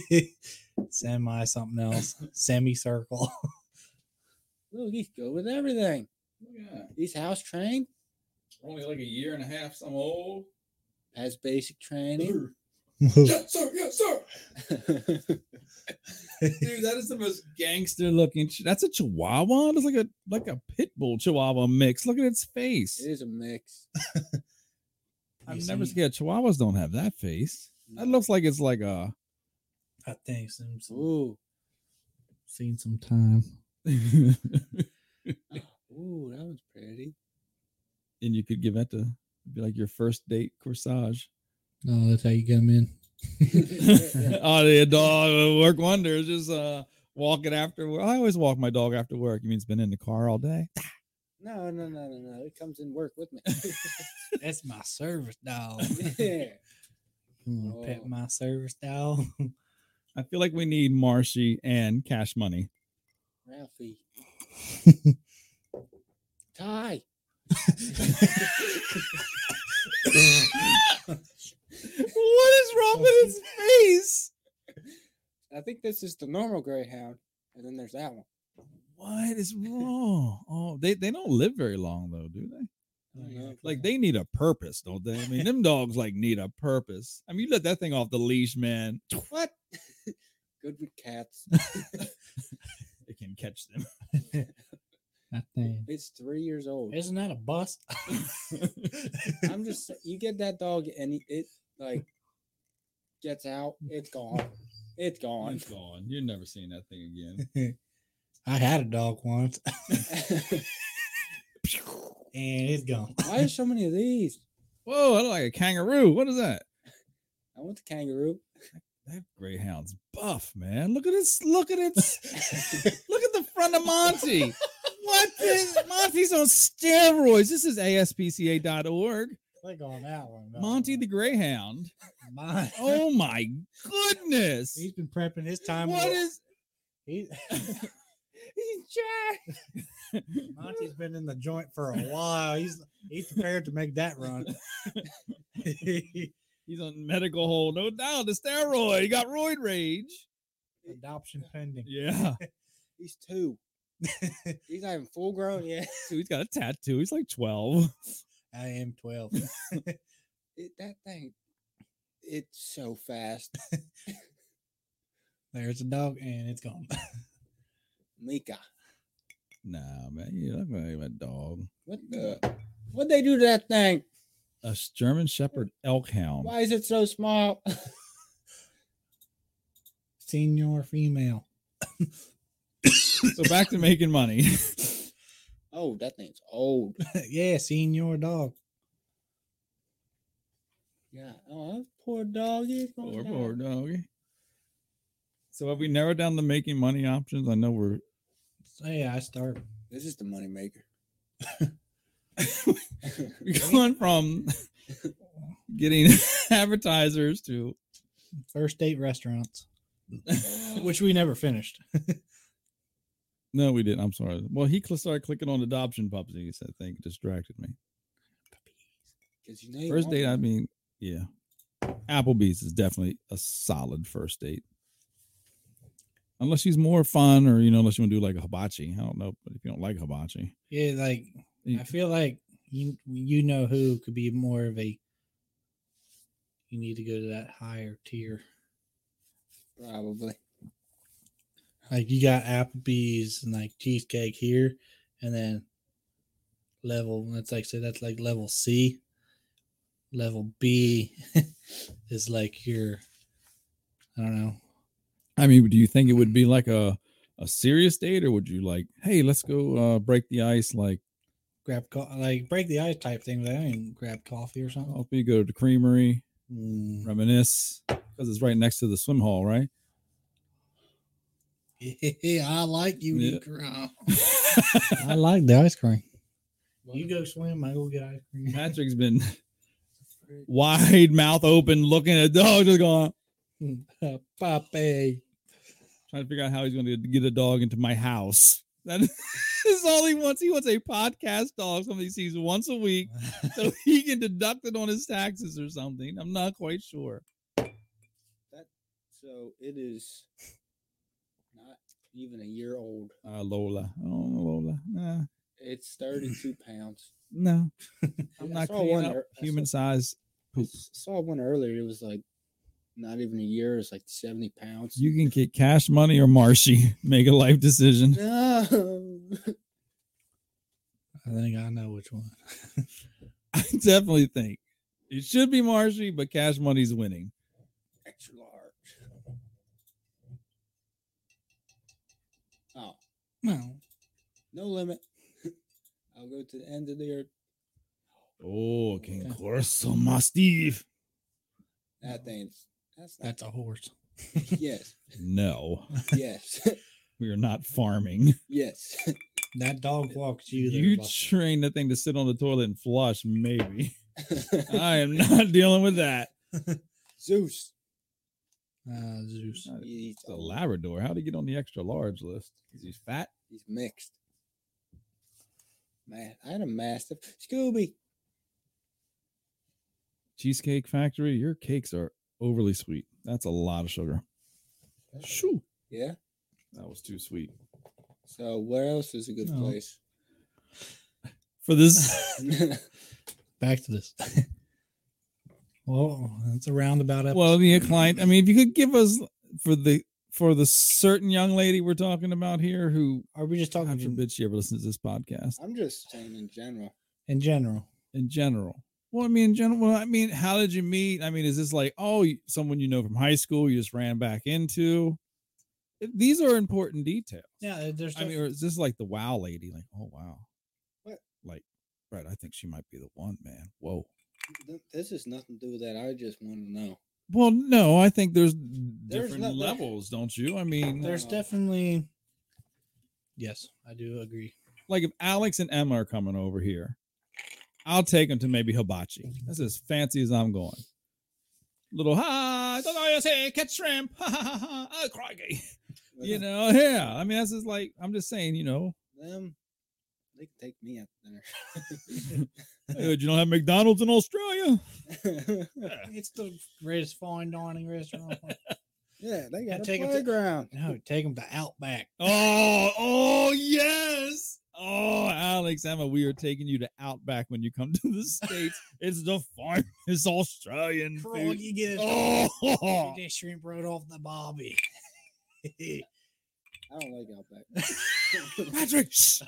S2: [LAUGHS] semi something
S4: [LAUGHS]
S2: else, semicircle.
S1: Look, he's good with everything.
S7: Yeah,
S1: He's house trained,
S7: only like a year and a half. Some old.
S1: has basic training.
S7: Yes, sir. Yes, sir.
S4: [LAUGHS]
S1: [LAUGHS]
S4: Dude, that is the most gangster looking. Ch- That's a Chihuahua. That's like a like a pit bull Chihuahua mix. Look at its face.
S1: It is a mix.
S4: I'm
S2: You
S4: never
S2: see?
S4: scared. Chihuahuas don't have that face. That looks like it's like a [LAUGHS]
S2: I think some, some
S1: Ooh,
S2: seen some time.
S4: and
S1: ooh, that was
S7: [LAUGHS]
S1: pretty. [LAUGHS]
S4: you could give that to it'd be like your first date corsage.
S2: No, that's how you get them in.
S4: oh, the dog it'll work wonders. Just uh walking after work. I always walk my dog after work. You mean it's been in the car all day?
S1: No, no, no, no, no. It comes and work with me.
S2: That's my service [LAUGHS] dog.
S1: yeah.
S2: You want to pet
S1: Oh.
S2: my service [LAUGHS] dog?
S4: I feel like we need Marshy and Cash Money. [LAUGHS]
S1: Ralphie. Ty.
S4: What is wrong with his face?
S1: I think this is the normal greyhound. And then there's that one.
S4: What is wrong? Oh, they, they don't live very long though, do they?
S1: I don't know.
S4: Like they need a purpose, don't they? I mean, them dogs like need a purpose. I mean, you let that thing off the leash, man.
S1: What? Good with cats.
S4: It can catch them.
S2: I think.
S1: It's three years old.
S2: Isn't that a bust?
S4: [LAUGHS]
S1: I'm just sa- you get that dog and it- it like gets out, it's gone. It's gone. [LAUGHS]
S4: It's gone. You're never seeing that thing again.
S2: [LAUGHS] I had a dog once and it's [LAUGHS] gone.
S1: Why are so many of these?
S4: Whoa, I look like a kangaroo. What is that?
S1: I want the kangaroo.
S4: That greyhound's buff, man. Look at its look at [LAUGHS] its look at the front of Monty. What is Monty's on steroids? This is ASPCA.org.
S2: Click on that one. though. [LAUGHS]
S4: Monty the Greyhound.
S2: Mon-
S4: Oh my goodness.
S2: He's been prepping his time.
S4: What
S2: to-
S4: is
S2: he, [LAUGHS]
S4: he's jacked?
S2: Monty's been in the joint for a while. He's he's prepared to make that [LAUGHS] run.
S4: He's on medical hold, no doubt. The steroid. He got roid rage.
S2: Adoption pending.
S4: Yeah.
S1: He's two. He's not even full grown yet.
S4: Dude, he's got a tattoo. He's like 12.
S2: I am twelve.
S1: It, that thing, it's so fast.
S2: There's a dog and it's gone.
S1: Mika,
S4: [LAUGHS] Nah, man. You're not gonna have a dog.
S1: what the? What they do to that thing?
S4: A German Shepherd elk hound.
S1: Why is it so small? [LAUGHS]
S2: Senior female. [LAUGHS]
S4: So back to making money. [LAUGHS]
S1: Oh, that thing's old.
S2: yeah, senior dog.
S1: Yeah. Oh, that poor dog. He's gonna
S4: Poor,
S1: die.
S4: poor doggy. So have we narrowed down the making money options? I know we're [LAUGHS]
S2: So yeah, I start.
S1: This is the moneymaker.
S4: we're going from [LAUGHS] getting [LAUGHS] advertisers to
S2: First date restaurants, which we never finished.
S4: no, we didn't. I'm sorry. Well, he cl- started clicking on adoption puppies. I think distracted me.
S1: Because you know you
S4: First
S1: want
S4: date, I
S1: one.
S4: mean, yeah, Applebee's is definitely a solid first date. Unless she's more fun, or you know, unless you want to do like a hibachi. I don't know, but if you don't like hibachi,
S2: Yeah, like I feel like you you know who could be more of a. You need to go to that higher tier.
S1: probably.
S2: Like you got Applebee's and like cheesecake here, and then level that's like so that's like level C. Level B [LAUGHS] is like your I don't know.
S4: I mean, do you think it would be like a a serious date, or would you like, hey, let's go uh, break the ice? Like,
S2: Grab co- like break the ice type thing, but I mean grab coffee or something.
S4: off we "Oh, go to the creamery,
S2: Mm.
S4: reminisce, because it's right next to the swim hall, right? [LAUGHS]
S2: Yeah, [LAUGHS] I like you. [LAUGHS]
S4: Yeah.
S2: Negro. I like the ice cream. You
S1: Well,
S2: go swim, I go get ice cream. [LAUGHS]
S4: Patrick's been wide mouth open, looking at the dog, just going
S2: Pape. Uh,
S4: [LAUGHS] trying to figure out how he's going to get a dog into my house. That [LAUGHS] is all he wants. He wants a podcast dog, something he sees once a week, so [LAUGHS] he can deduct it on his taxes or something. I'm not quite sure.
S1: So it is not even a year old.
S4: Uh, Lola. Oh, Lola. Nah,
S1: It's
S4: [LAUGHS]
S1: 32 pounds.
S4: no, I'm
S1: I
S4: not
S1: saw one
S4: cleaning up
S1: ear- I
S4: human size.
S1: I s- saw one earlier. It was like not even a year. It was like 70 pounds.
S4: You can get cash money or Marshy. [LAUGHS] Make a life decision.
S1: [LAUGHS]
S4: [LAUGHS]
S1: no.
S2: I think I know which one. [LAUGHS]
S4: I definitely think it should be Marshy, but cash money's winning.
S1: Extra large. Oh,
S2: Well,
S1: no limit. [LAUGHS] I'll go to the end of the earth.
S4: Oh, King
S2: Okay.
S4: Corso Mastiff.
S1: That thing's. That's not.
S2: that's a horse.
S4: [LAUGHS]
S1: yes.
S4: No, [LAUGHS]
S1: Yes.
S4: we are not [LAUGHS] farming.
S1: yes. [LAUGHS]
S2: That dog walks you. There,
S4: You
S2: Buck.
S4: train the thing to sit on the toilet and flush, [LAUGHS] maybe. I am not dealing with that.
S1: Zeus.
S2: Ah, Zeus.
S1: He's,
S4: It's a Labrador. How'd he get on the extra large list? Is he fat?
S1: he's mixed. Man, I had a mastiff. Scooby.
S4: Cheesecake Factory, your cakes are overly sweet. That's a lot of sugar. Shoo.
S1: Yeah.
S4: That was too sweet.
S1: So where else is a good
S2: No.
S1: place? [LAUGHS]
S4: For [LAUGHS] this,
S2: Back to this. [LAUGHS] well, that's a roundabout episode.
S4: well, the client. I mean, if you could give us for the for the certain young lady we're talking about here, who
S2: Are we just talking
S4: God
S2: in,
S4: forbid she ever listens to this podcast.
S1: I'm just saying in general.
S2: in general?
S4: in general? Well, I mean, in general, well, I mean, how did you meet? I mean, is this like, oh, you- someone you know from high school you just ran back into? Th- These are important details.
S2: Yeah, uh, there's.
S4: I mean, or is this like the wow lady? Like, oh, wow.
S1: What?
S4: Like, Brett, I think she might be the one, man. Whoa.
S1: Th- This has nothing to do with that. I just want to know.
S4: Well, no, I think there's different
S1: not- there-
S4: levels, don't you? I mean,
S2: there's
S1: No.
S2: definitely. Yes, I do agree.
S4: like if Alex and Emma are coming over here, I'll take them to maybe hibachi. That's as fancy as I'm going. Little ha, don't know you say catch shrimp, [LAUGHS] ha ha ha, ha, ah, crikey. You know, yeah. I mean, that's just like I'm just saying, you know,
S1: them. They can take me out to
S4: "Hey, you don't have McDonald's in Australia.
S1: dinner.
S2: It's the greatest fine dining restaurant.
S1: [LAUGHS]
S2: [LAUGHS]
S1: yeah, they got a
S2: take 'em to-
S1: playground.
S2: no, take them to Outback.
S4: Oh, oh yes. Oh, Alex, Emma, we are taking you to Outback when you come to the states. it's the finest Australian
S2: Crawl,
S4: food.
S2: you get it.
S4: Oh,
S2: Get shrimp right off the bobby. [LAUGHS]
S1: I don't like Outback.
S4: Patrick. shh.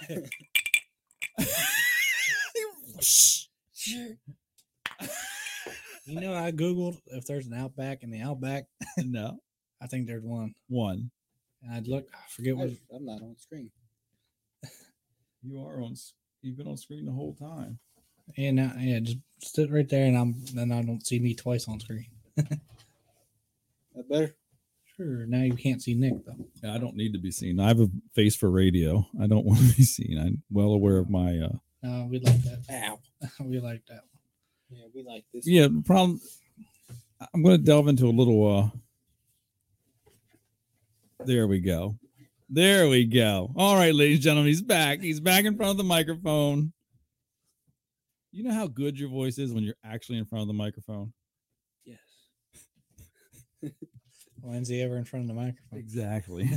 S4: Shh.
S2: you know, I googled if there's an Outback in the Outback.
S4: no,
S2: I think there's one.
S4: one.
S2: And I'd look. I forget what.
S1: I- I'm not on screen.
S4: You are on. s- You've been on screen the whole time.
S2: And I, yeah, just sit right there, and I'm. Then I don't see me twice on screen.
S1: That better?
S2: Sure. Now you can't see Nick though.
S4: I don't need to be seen. I have a face for radio. I don't want to be seen. I'm well aware of my. uh
S2: No, we like that.
S1: Ow.
S2: [LAUGHS] we like that.
S1: Yeah, we like this.
S4: Yeah, the problem. I'm going to delve into a little. uh There we go. There we go. All right, ladies and gentlemen, he's back. He's back in front of the microphone. You know how good your voice is when you're actually in front of the microphone.
S1: Yes.
S2: When's he ever in front of the microphone?
S4: Exactly.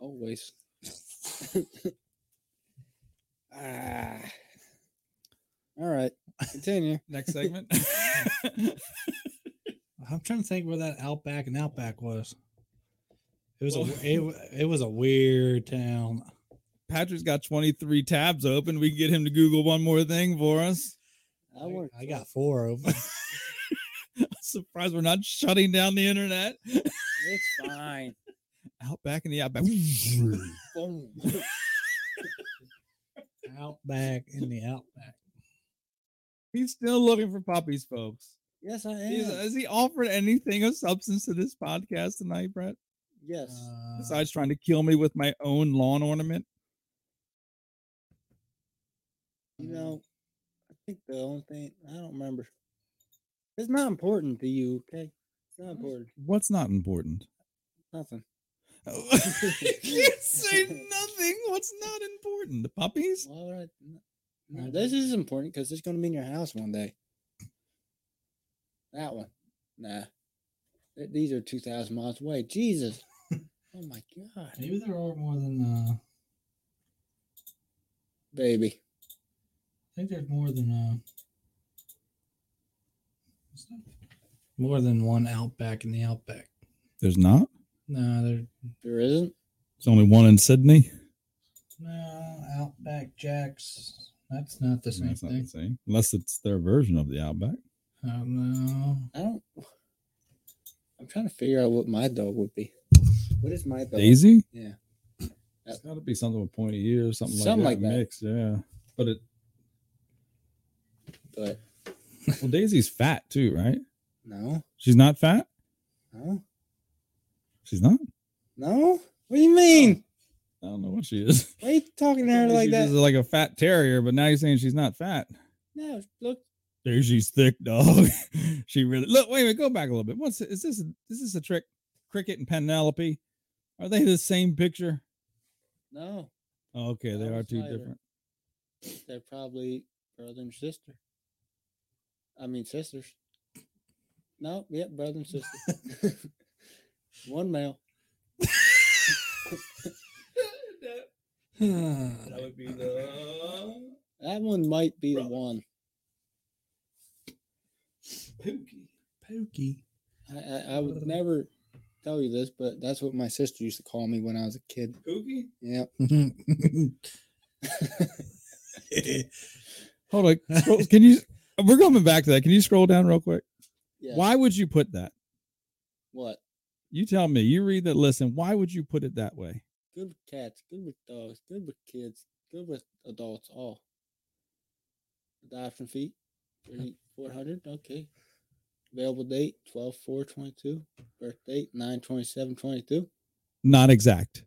S1: Always. [LAUGHS] ah. All right. Continue.
S4: [LAUGHS] Next segment. [LAUGHS]
S2: I'm trying to think where that Outback and Outback was. It was
S4: Well-
S2: a it, wa- it was a weird town.
S4: Patrick's got 23 tabs open. We can get him to Google one more thing for us. [LAUGHS]
S1: I want.
S2: I got four of them.
S4: I'm surprised we're not shutting down the internet. [LAUGHS]
S1: It's fine.
S4: Out back in the outback.
S1: Boom.
S2: Outback in the Outback.
S4: [LAUGHS] He's still looking for puppies, folks.
S1: yes, I am.
S4: He's- has he offered anything of substance to this podcast tonight, Brett?
S1: yes.
S2: Uh,
S4: Besides trying to kill me with my own lawn ornament?
S1: You know, I think the only thing I don't remember. It's not important to you, okay? It's not important.
S4: [LAUGHS] What's not important?
S1: Nothing.
S9: you can't say nothing. What's not important? The puppies?
S1: Why would I? No, this is important because it's going to be in your house one day. That one. Nah. Th- These are 2,000 miles away. [LAUGHS] Jesus. Oh my God.
S2: Maybe there are more than. Uh, I
S1: Baby.
S2: think there's more than. Uh, what's that? more than one outback in the outback.
S4: There's not.
S2: No, there.
S1: There isn't?
S4: There's only one in Sydney.
S2: No, outback jacks. That's not the same
S4: That's not the
S2: thing.
S4: same. Unless it's their version of the Outback.
S2: Oh no.
S1: I don't. I'm trying to figure out what my dog would be. What is my dog?
S4: Daisy?
S1: Yeah.
S4: It's got to be something with pointy ears, something like
S1: Something
S4: that.
S1: like that.
S4: Mixed, yeah. But it,
S1: But
S4: well, Daisy's fat too, right?
S1: no.
S4: She's not fat.
S1: No.
S4: She's not.
S1: No. What do you mean?
S4: I don't know what she is.
S1: Why are you talking to her like
S4: She's
S1: that?
S4: Oh. just like a fat terrier, but now you're saying she's not fat.
S1: No. Look.
S4: There she's thick, dog. [LAUGHS] she really look. Wait a minute, go back a little bit. What's is this? Is this a trick? Cricket and Penelope, are they the same picture?
S1: No.
S4: Oh, okay,
S1: That
S4: they are
S1: was
S4: two
S1: neither.
S4: different.
S1: They're probably brother and sister. I mean sisters. No, yep, brother
S4: [LAUGHS]
S1: and sister. One male.
S7: That would be the
S1: That one might be the one.
S7: Pookie.
S2: [SIGHS] Pokey.
S1: I, I, I would never tell you this, but that's what my sister used to call me when I was a kid.
S7: Pookie?
S1: Yeah.
S4: Hold on, scroll- can
S1: [LAUGHS]
S4: you? We're coming back to that. Can you scroll down real quick?
S1: Yeah.
S4: Why would you put that?
S1: What?
S4: You tell me. You read that. Listen, why would you put it that way?
S1: Good with cats, good with dogs, good with kids, good with adults, all. Adoption fee,
S4: [LAUGHS]
S1: 3400 okay. Available date, 12 4 22. Birth date, 9 27 22.
S4: Not exact.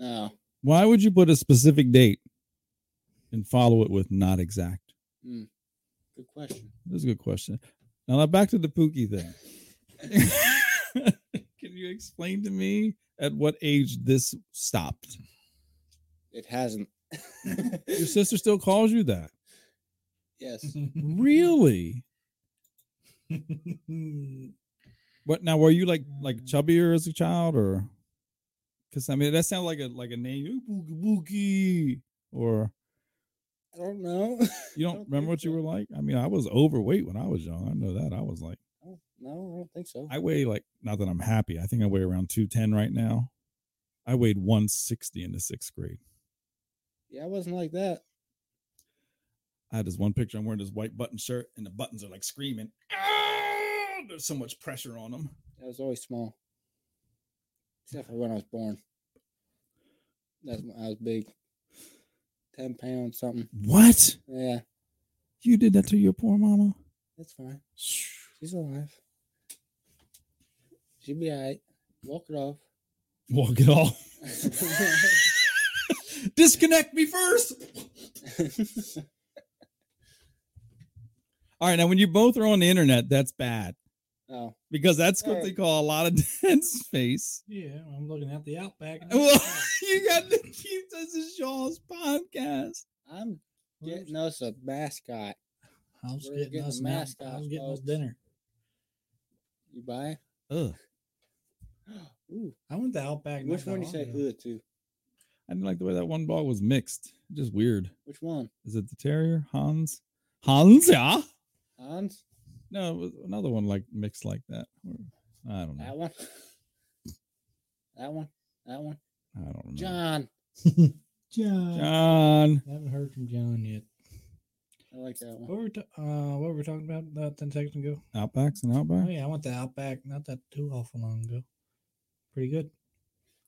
S1: Oh,
S4: Why would you put a specific date and follow it with not exact?
S1: good question.
S4: That's a good question. Now now back to the Pookie thing. [LAUGHS] Can you explain to me at what age this stopped?
S1: It hasn't. [LAUGHS]
S4: Your Mm-hmm. sister still calls you that.
S1: yes.
S4: Really? What now were you like like chubbier as a child or because I mean that sounds like a like a name "Ooh, Pookie Pookie," or
S1: I don't know. [LAUGHS]
S4: you
S1: I
S4: don't,
S1: don't
S4: remember
S1: think
S4: what you
S1: so.
S4: were like? I mean, I was overweight when I was young. I know that. I was like
S1: I don't- No, I don't think so.
S4: I weigh like not that I'm happy. I think I weigh around 210 right now. I weighed 160 in the sixth grade.
S1: yeah, I wasn't like that.
S4: I had this one picture. I'm wearing this white button shirt, and the buttons are like screaming. "Ah!" There's so much pressure on them.
S1: I was always small. Except for when I was born. That's when I was big. 10 pounds something.
S4: What?
S1: Yeah,
S4: You did that to your poor mama?
S1: that's fine. She's alive. She'll be all right. Walk it off.
S4: [LAUGHS]
S1: [LAUGHS]
S4: Walk it off. Disconnect me first. All right. Now, when you both are on the internet, that's bad
S1: oh,
S4: because that's what
S1: Hey.
S4: they call a lot of [LAUGHS] dead space.
S2: yeah, I'm looking at the outback.
S4: [LAUGHS] Well, you got the Keith Does It Shaw's podcast.
S1: I'm getting us a mascot.
S2: I was
S1: We're
S2: getting
S1: getting
S2: us
S1: a
S2: an out-
S1: mascot,
S2: I was getting us
S1: folks.
S2: dinner.
S1: You buy?
S4: Ugh.
S1: [GASPS] Ooh,
S2: I went to Outback. not
S1: which
S2: that
S1: one you
S2: long
S1: say
S2: ago.
S1: ugh to?
S4: I didn't like the way that one ball was mixed. Just weird.
S1: Which one?
S4: Is it the terrier? Hans? Hans, yeah.
S1: Hans?
S4: No, it was another one like mixed like that. I don't
S1: That
S4: know.
S1: one? [LAUGHS] That one? That one?
S4: I don't remember.
S1: John.
S2: John.
S4: John.
S2: I haven't heard from John yet.
S1: I like that one.
S2: What were we ta- uh, what were we talking about about ten seconds ago?
S4: Outbacks and
S2: Oh [LAUGHS]
S4: Outback.
S2: yeah, I went to Outback not that too awful long ago. Pretty good.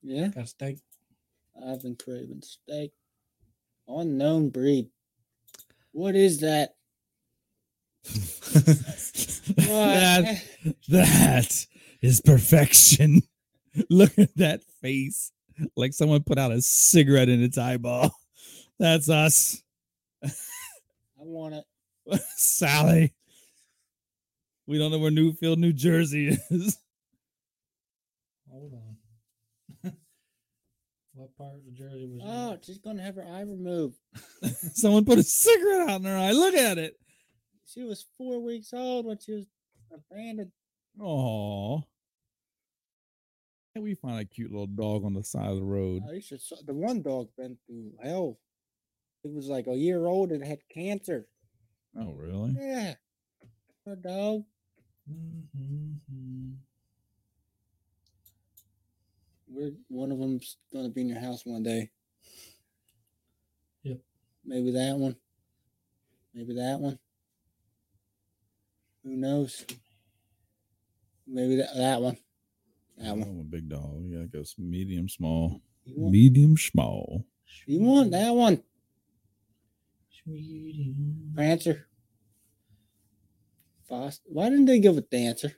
S1: Yeah,
S2: Got a steak.
S1: I've been craving steak. Unknown breed. What is that? [LAUGHS]
S4: that, that is perfection. [LAUGHS] Look at that face. Like someone put out a cigarette in its eyeball. That's us.
S1: I want it.
S4: [LAUGHS] Sally. We don't know where Newfield, New Jersey is.
S2: Hold on. [LAUGHS] What part of the jersey was?
S1: Oh, she's gonna have her eye removed.
S4: [LAUGHS] Someone put a cigarette out in her eye. Look at it.
S1: She was four weeks old when she was abandoned.
S4: Oh. And we find a cute little dog on the side of the road.
S1: Oh, you should. saw- The one dog been through hell. It was like a year old and had cancer.
S4: Oh, really?
S1: Yeah, her dog. Mm-hmm.
S2: Mhm.
S1: We're one of them's gonna be in your house one day.
S2: Yep.
S1: Maybe that one. Maybe that one. Who knows? Maybe that that one. That one.
S4: I'm Oh, a big dog. Yeah, I guess medium, small.
S1: You want,
S4: Medium, small.
S1: you want that one,
S2: Schmedium.
S1: Prancer? Foster. Why didn't they give a dancer?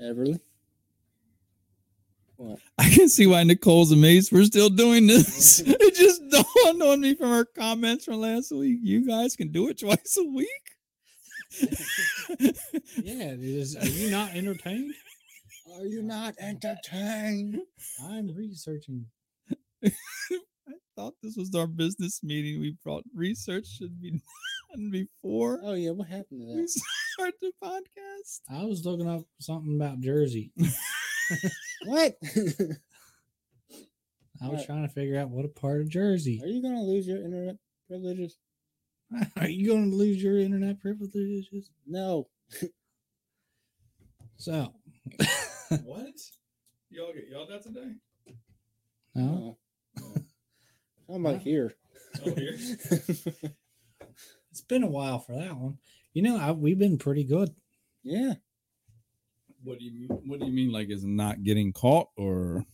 S1: Everly. What?
S4: I can see why Nicole's amazed we're still doing this. it just [LAUGHS] dawned on me from her comments from last week. You guys can do it twice a week.
S2: Yeah, it is. Are you not entertained?
S1: [LAUGHS] Are you not entertained?
S2: I'm researching.
S4: Thought this was our business meeting. We brought research should be [LAUGHS] done before
S1: Oh yeah, what happened to
S4: we
S1: that?
S4: start the podcast.
S2: I was looking up something about Jersey.
S1: What? [LAUGHS]
S2: I was
S1: Right.
S2: trying to figure out what a part of Jersey.
S1: Are you gonna lose your internet privileges?
S2: [LAUGHS] Are you going to lose your internet privileges?
S1: No.
S2: So,
S7: what? Y'all get yelled at today?
S2: no,
S1: no. How about here? [LAUGHS]
S7: Oh,
S2: [LAUGHS]
S7: here.
S2: it's been a while for that one. You know, I, we've been pretty good.
S1: yeah.
S7: What do you mean?
S4: What do you mean, like, is not getting caught or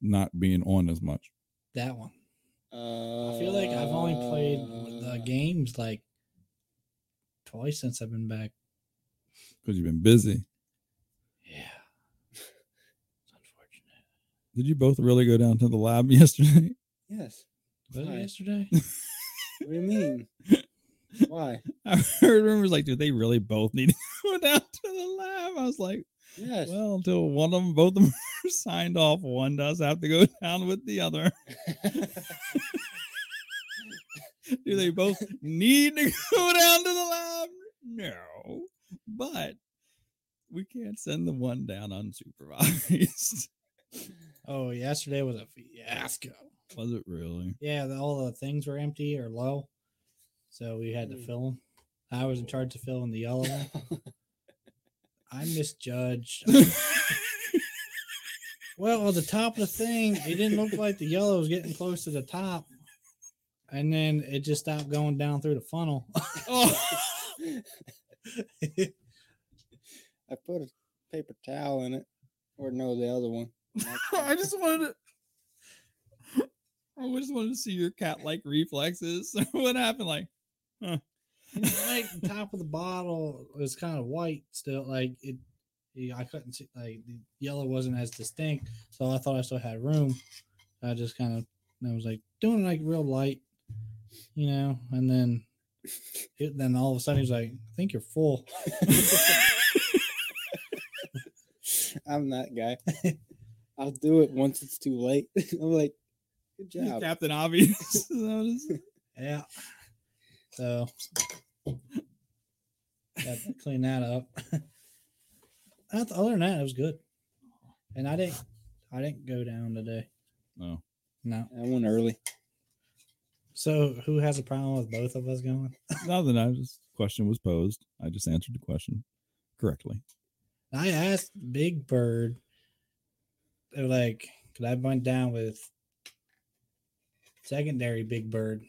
S4: not being on as much?
S2: That one.
S1: Uh,
S2: I feel like I've only played with the games like twice since I've been back.
S4: Because you've been busy.
S2: Yeah. [LAUGHS] It's unfortunate.
S4: Did you both really go down to the lab [LAUGHS] yesterday?
S1: Yes.
S2: Was
S1: Why?
S2: it yesterday?
S1: What do
S2: [LAUGHS]
S1: you mean? Why?
S4: I heard rumors like, do they really both need to [LAUGHS] go down to the lab? I was like,
S1: Yes.
S4: well, until one of them, both of them [LAUGHS] are signed off, one does have to go [LAUGHS] down with the other. Do they both need to [LAUGHS] go down to the lab? No, but we can't send the one down unsupervised. [LAUGHS]
S2: oh, yesterday was a fiasco.
S4: Was it really?
S2: [LAUGHS] Yeah, the, all the things were empty or low. So we had to
S1: Mm.
S2: fill them. I was in charge of filling the yellow one. I misjudged. Well, on the top of the thing, it didn't look like the yellow was getting close to the top. And then it just stopped going down through the funnel.
S4: oh,
S1: I put a paper towel in it. Or no, the other one. [LAUGHS]
S4: I just wanted to. I just wanted to see your cat-like reflexes. [LAUGHS] what happened? Like,
S2: like the top of the bottle was kind of white still. Like it, yeah, I couldn't see, like the yellow wasn't as distinct. So I thought I still had room. I just kind of, I was like doing it like real light, you know. And then, it, then all of a sudden he's like, I think you're full.
S1: I'm that guy.
S2: [LAUGHS]
S1: I'll do it once it's too late. [LAUGHS] I'm like, good job.
S4: Captain Obvious. [LAUGHS] That was-
S2: Yeah. So got to clean that up. [LAUGHS] Uh, Other than that, it was good. And I didn't I didn't go down today.
S4: No.
S2: No.
S1: I went early.
S2: So who has a problem with both of us going?
S4: Nothing. I just question was posed. I just answered the question correctly.
S2: I asked Big Bird they were like, could I went down with secondary Big Bird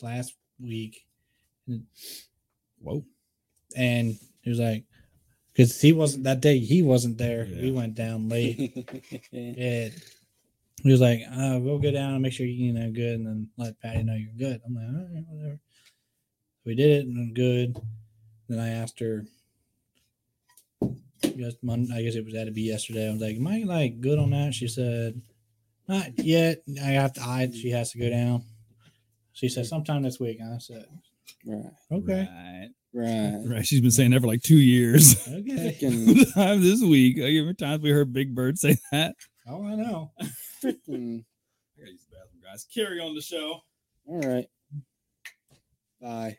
S2: last week?
S4: Whoa.
S2: And he was like, because he wasn't that day, he wasn't there. We
S4: Yeah.
S2: went down late.
S1: yeah.
S2: it he was like, uh, we'll go down and make sure you know good and then let Patty know you're good. I'm like, all right, whatever. We did it and I'm good. Then I asked her I guess Monday, I guess it was had to be yesterday. I was like, Am I like good on that? She said, Not yet. I have to I she has to go down. She said sometime this week. And I said,
S1: [LAUGHS] Right.
S2: Okay.
S4: Right.
S2: [LAUGHS]
S1: Right.
S4: Right. She's been saying that for like two years. [LAUGHS]
S2: Okay. [LAUGHS]
S1: Fucking-
S4: Oh, Time this week. Every time we heard Big Bird say that,
S2: Oh, I know.
S1: Freaking.
S10: I gotta use the bathroom, guys. Carry on the show.
S1: All right. Bye.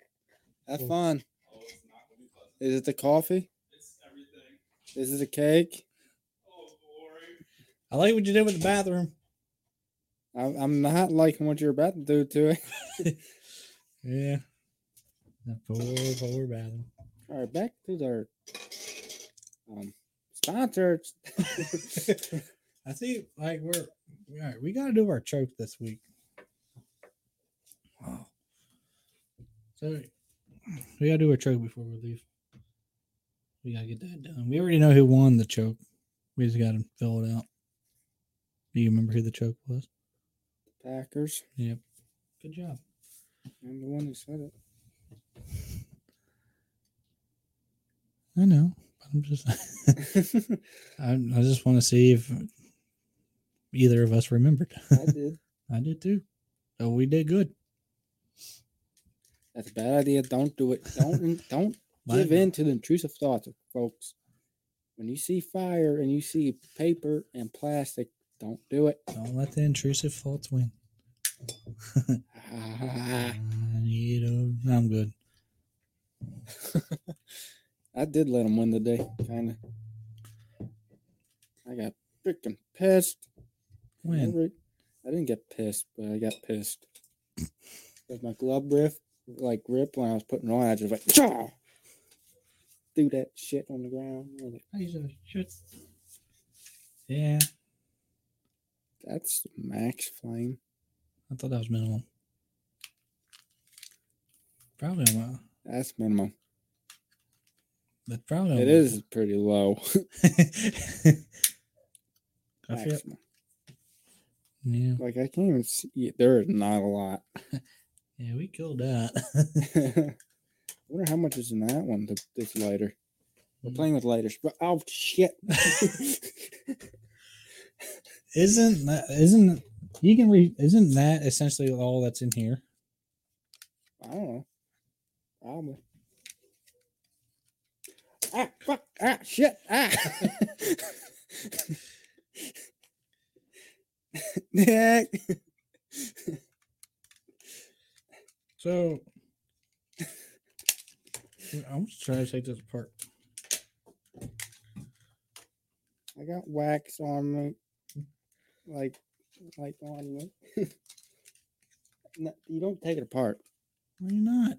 S1: Have
S2: Cool.
S1: fun.
S10: Oh, it's not gonna be pleasant.
S1: Is it the coffee?
S10: It's everything.
S1: Is it the cake?
S10: Oh, boring.
S2: I like what you did with the bathroom.
S1: I'm, I'm not liking what you're about to do to it. [LAUGHS]
S2: Yeah. That poor, poor bathroom.
S1: All right, back to their um, sponsors.
S2: [LAUGHS] I think like we're all right. We gotta do our choke this week. Wow. So we gotta do our choke before we leave. We gotta get that done. We already know who won the choke. We just gotta fill it out. Do you remember who the choke was?
S1: Packers.
S2: Good job.
S1: I'm the one who said it.
S2: I know. But I'm just [LAUGHS] I, I just want to see if either of us remembered.
S1: I did.
S2: I did too. So we did good.
S1: That's a bad idea. Don't do it. Don't don't give in to the intrusive thoughts, folks. When you see fire and you see paper and plastic, don't do it. [LAUGHS]
S2: Don't let the intrusive thoughts win. I need a. I'm good.
S1: I did let him win the day, kind of. I got freaking pissed.
S2: When?
S1: Every- I didn't get pissed, but I got pissed. 'Cause my glove rip, like rip when I was putting it on, I just like Chaw! threw that shit on the ground. I was like,
S2: Yeah,
S1: That's max flame.
S2: I thought that was minimum. Probably uh, a lot.
S1: That's minimum.
S2: That's probably
S1: It is pretty low.
S2: is. [LAUGHS] I feel,
S1: Maximum.
S2: yeah,
S1: Like I can't even see. There is not a lot.
S2: yeah, we killed that. [LAUGHS]
S1: I [LAUGHS] wonder how much is in that one. th- This lighter. We're
S2: Mm.
S1: playing with lighters. But oh shit! [LAUGHS]
S2: isn't that? Isn't you can read? Isn't that essentially all that's in here?
S1: I don't know. Probably. Ah, fuck, ah, shit, ah. [LAUGHS] Nick.
S2: So [LAUGHS] I'm just trying to take this apart.
S1: I got wax on me. Like, like on me. [LAUGHS] No, you don't take it apart.
S2: Why not?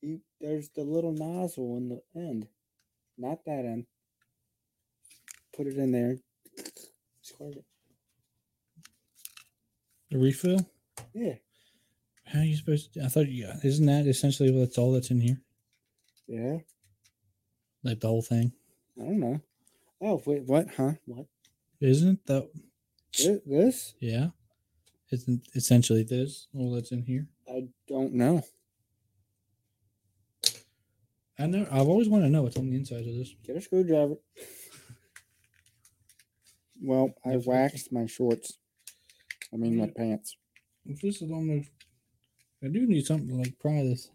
S1: You, there's the little nozzle in the end. Not that end. Put it in there. Squirt it.
S2: The refill?
S1: Yeah.
S2: How are you supposed to? I thought, yeah, isn't that essentially that's all that's in here?
S1: Yeah.
S2: Like the whole thing,
S1: I don't know. Oh, wait, what? Huh? What?
S2: isn't it that?
S1: Thi- This?
S2: Yeah, isn't essentially this all that's in here?
S1: I don't know.
S2: I know. I've always wanted to know what's on the inside of this.
S1: Get a screwdriver. Well, I
S2: Definitely.
S1: waxed my shorts. I mean, my
S2: Yeah.
S1: pants.
S2: If this is almost, I do need something to like pry this.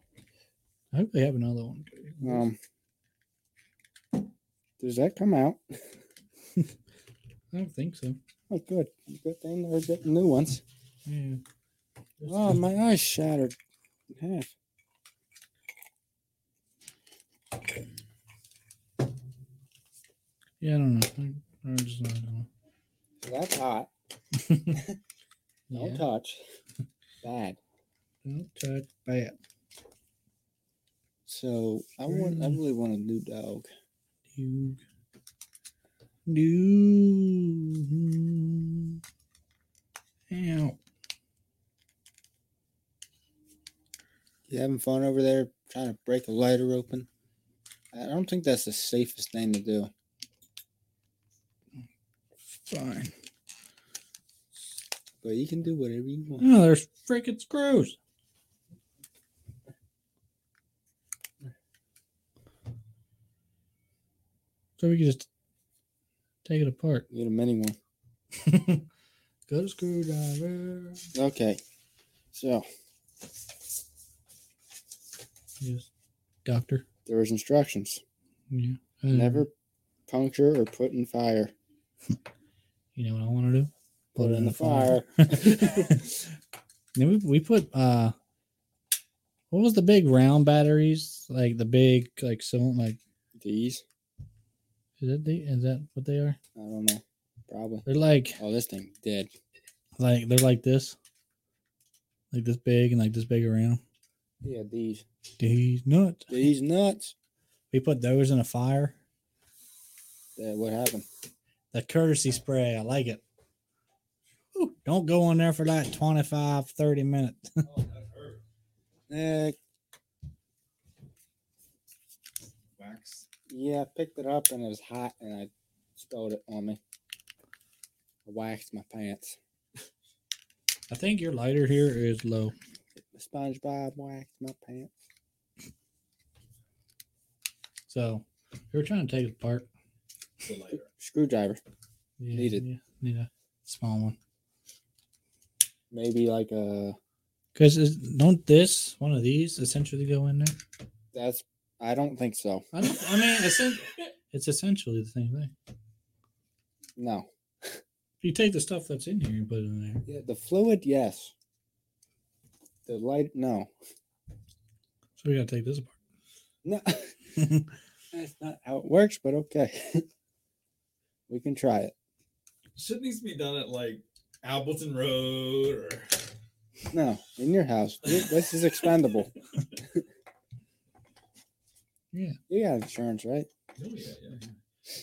S2: I hope they have another one.
S1: Um, does that come out?
S2: I don't think so.
S1: Oh, good. Good thing they're getting new ones.
S2: Yeah.
S1: Oh, my eyes shattered in half.
S2: Yeah, I don't know. I, I just not know.
S1: That's hot. Don't
S2: Yeah.
S1: touch. Bad.
S2: Don't touch that.
S1: So I want. I
S2: Mm.
S1: really want a new dog.
S2: Dude. Dude. Ow.
S1: You having fun over there trying to break a lighter open? I don't think that's the safest thing to do.
S2: Fine.
S1: But you can do whatever you want.
S2: Oh, there's freaking screws. So we can just take it apart.
S1: Need a mini one.
S2: Got a screwdriver.
S1: Okay. So
S2: Yes. Doctor.
S1: there was instructions.
S2: Yeah. Uh,
S1: Never puncture or put in fire.
S2: You know what I want to do?
S1: Put it in the fire.
S2: [LAUGHS] then we, we put uh what was the big round batteries? Like the big like so like
S1: These?
S2: is that the is that what they are?
S1: I don't know. Probably.
S2: They're like
S1: Oh, this thing dead.
S2: like they're like this. Like this big and like this big around.
S1: Yeah, these.
S2: These nuts.
S1: These nuts.
S2: We put those in a fire.
S1: That what happened?
S2: The courtesy spray, I like it. Ooh, don't go on there for like 25, 30 minutes.
S4: Oh, that hurt.
S1: Eh,
S4: Wax.
S1: yeah, I picked it up and it was hot and I spilled it on me. I waxed my pants.
S2: [LAUGHS] I think your lighter here is low.
S1: SpongeBob waxed my pants.
S2: So we were trying to take it apart.
S4: The lighter.
S1: Screwdriver.
S2: Yeah,
S1: Need it.
S2: Yeah, need a small one.
S1: Maybe like a
S2: Because don't this, one of these, essentially go in there?
S1: that's I don't think so.
S2: I, don't, I mean, it's, it's essentially the same thing.
S1: No.
S2: You take the stuff that's in here and put it in there.
S1: Yeah, the fluid, yes. The light no.
S2: So we got to take this apart.
S1: No [LAUGHS] that's not how it works, but okay. [LAUGHS] we can try it.
S4: Shouldn't these be done at like Appleton Road or
S2: Oh,
S1: No, in your house. Th- This is expendable. [LAUGHS]
S2: Yeah.
S1: You got insurance, right?
S4: Oh, yeah, yeah, yeah.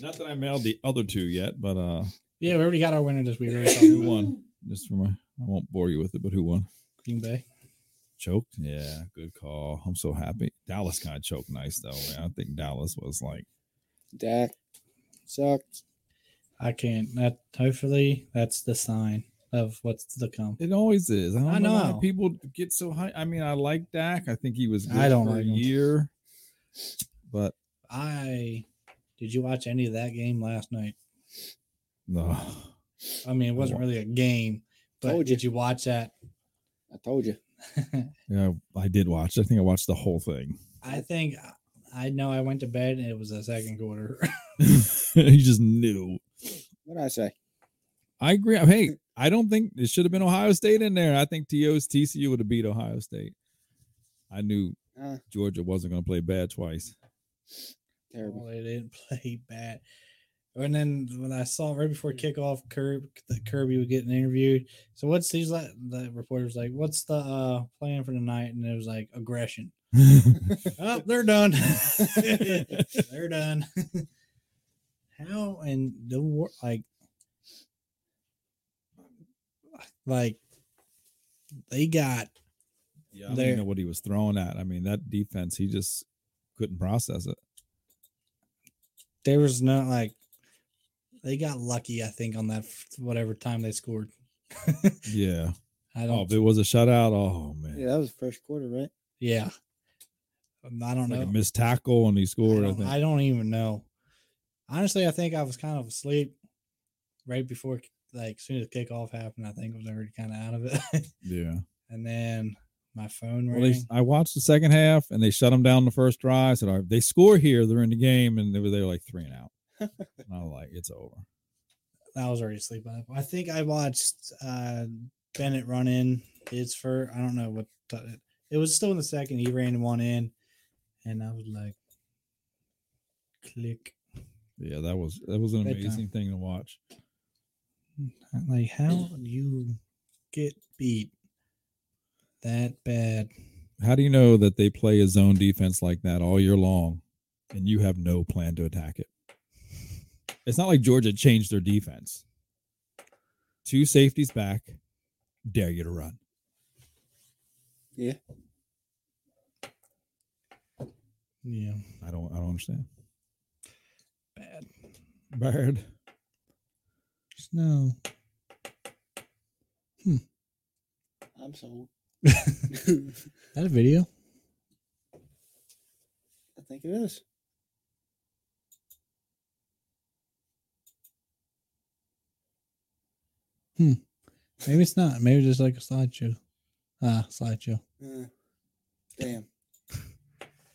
S4: Not that I mailed the other two yet, but uh,
S2: Yeah, we already got our winner this week. We already talked
S4: who
S2: about
S4: won? Just for my, I won't bore you with it, but who won?
S2: Green Bay.
S4: Choked? Yeah, good call. I'm so happy. Dallas kind of choked nice though. Man. I think Dallas was like,
S1: Dak sucked.
S2: I can't. That hopefully that's the sign of what's to come.
S4: it always is. I don't
S2: I
S4: know. why
S2: know.
S4: people get so high. I mean, I like Dak. I think he was. Good
S2: I don't
S4: for
S2: like
S4: a
S2: him.
S4: year, but
S2: I did you watch any of that game last night?
S4: no.
S2: I mean, it wasn't really a game, but
S1: Told you.
S2: did you watch that? [LAUGHS]
S1: I told you.
S4: Yeah, I did watch. I think I watched the whole thing.
S2: I think I know. I went to bed and it was the second quarter. [LAUGHS]
S4: [LAUGHS] you just knew.
S1: What did I say?
S4: I agree. Hey, I don't think it should have been Ohio State in there. I think TO's TCU would have beat Ohio State. I knew
S1: Uh,
S4: Georgia wasn't going to play
S2: [LAUGHS]
S4: bad twice.
S1: terrible.
S2: Well, they didn't [LAUGHS] play bad. And then when I saw right before kickoff, Kirby, Kirby was getting interviewed. So what's these? Like, the reporter's like, "What's the uh, plan for tonight?" And it was like aggression. oh, they're done. [LAUGHS] they're done. [LAUGHS] How in the world, like, like they got
S4: yeah, I don't
S2: There-
S4: even know what he was throwing at. I mean, that defense, he just couldn't process it.
S2: there was not like they got lucky. I think on that f- whatever time they scored.
S4: Yeah.
S2: I
S4: Oh,
S2: don't.
S4: if it was a shutout, oh man,
S1: Yeah, that was the first quarter, right?
S2: yeah, Um, I don't
S4: like a
S2: know.
S4: missed tackle and he
S2: I
S4: scored. I,
S2: don't,
S4: think.
S2: I don't even know. Honestly, I think I was kind of asleep right before, like, as soon as kickoff happened. I think I was already kind of out of it. [LAUGHS]
S4: yeah.
S2: and then my phone
S4: Well,
S2: rang.
S4: they, I watched the second half and they shut them down the first drive. I Said, "All right, if they score here, they're in the game, and they were they were like three and out. and I was like, it's over.
S2: I was already asleep. by that point. I think I watched uh, Bennett run in his for I don't know what t- it was still in the second. He ran one in, and I was like, click.
S4: Yeah, that was that was an
S2: Bedtime.
S4: amazing thing to watch.
S2: I'm like, how do you get beat that bad?
S4: How do you know that they play a zone defense like that all year long, and you have no plan to attack it? It's not like Georgia changed their defense. Two safeties back, dare you to run.
S2: Yeah,
S4: I don't I don't understand.
S2: bad.
S4: Bird.
S2: No,
S1: I'm [LAUGHS] sold.
S2: that a video?
S1: I think it is.
S2: Maybe it's not. Maybe just like a slideshow. Ah, slideshow.
S1: Uh, damn.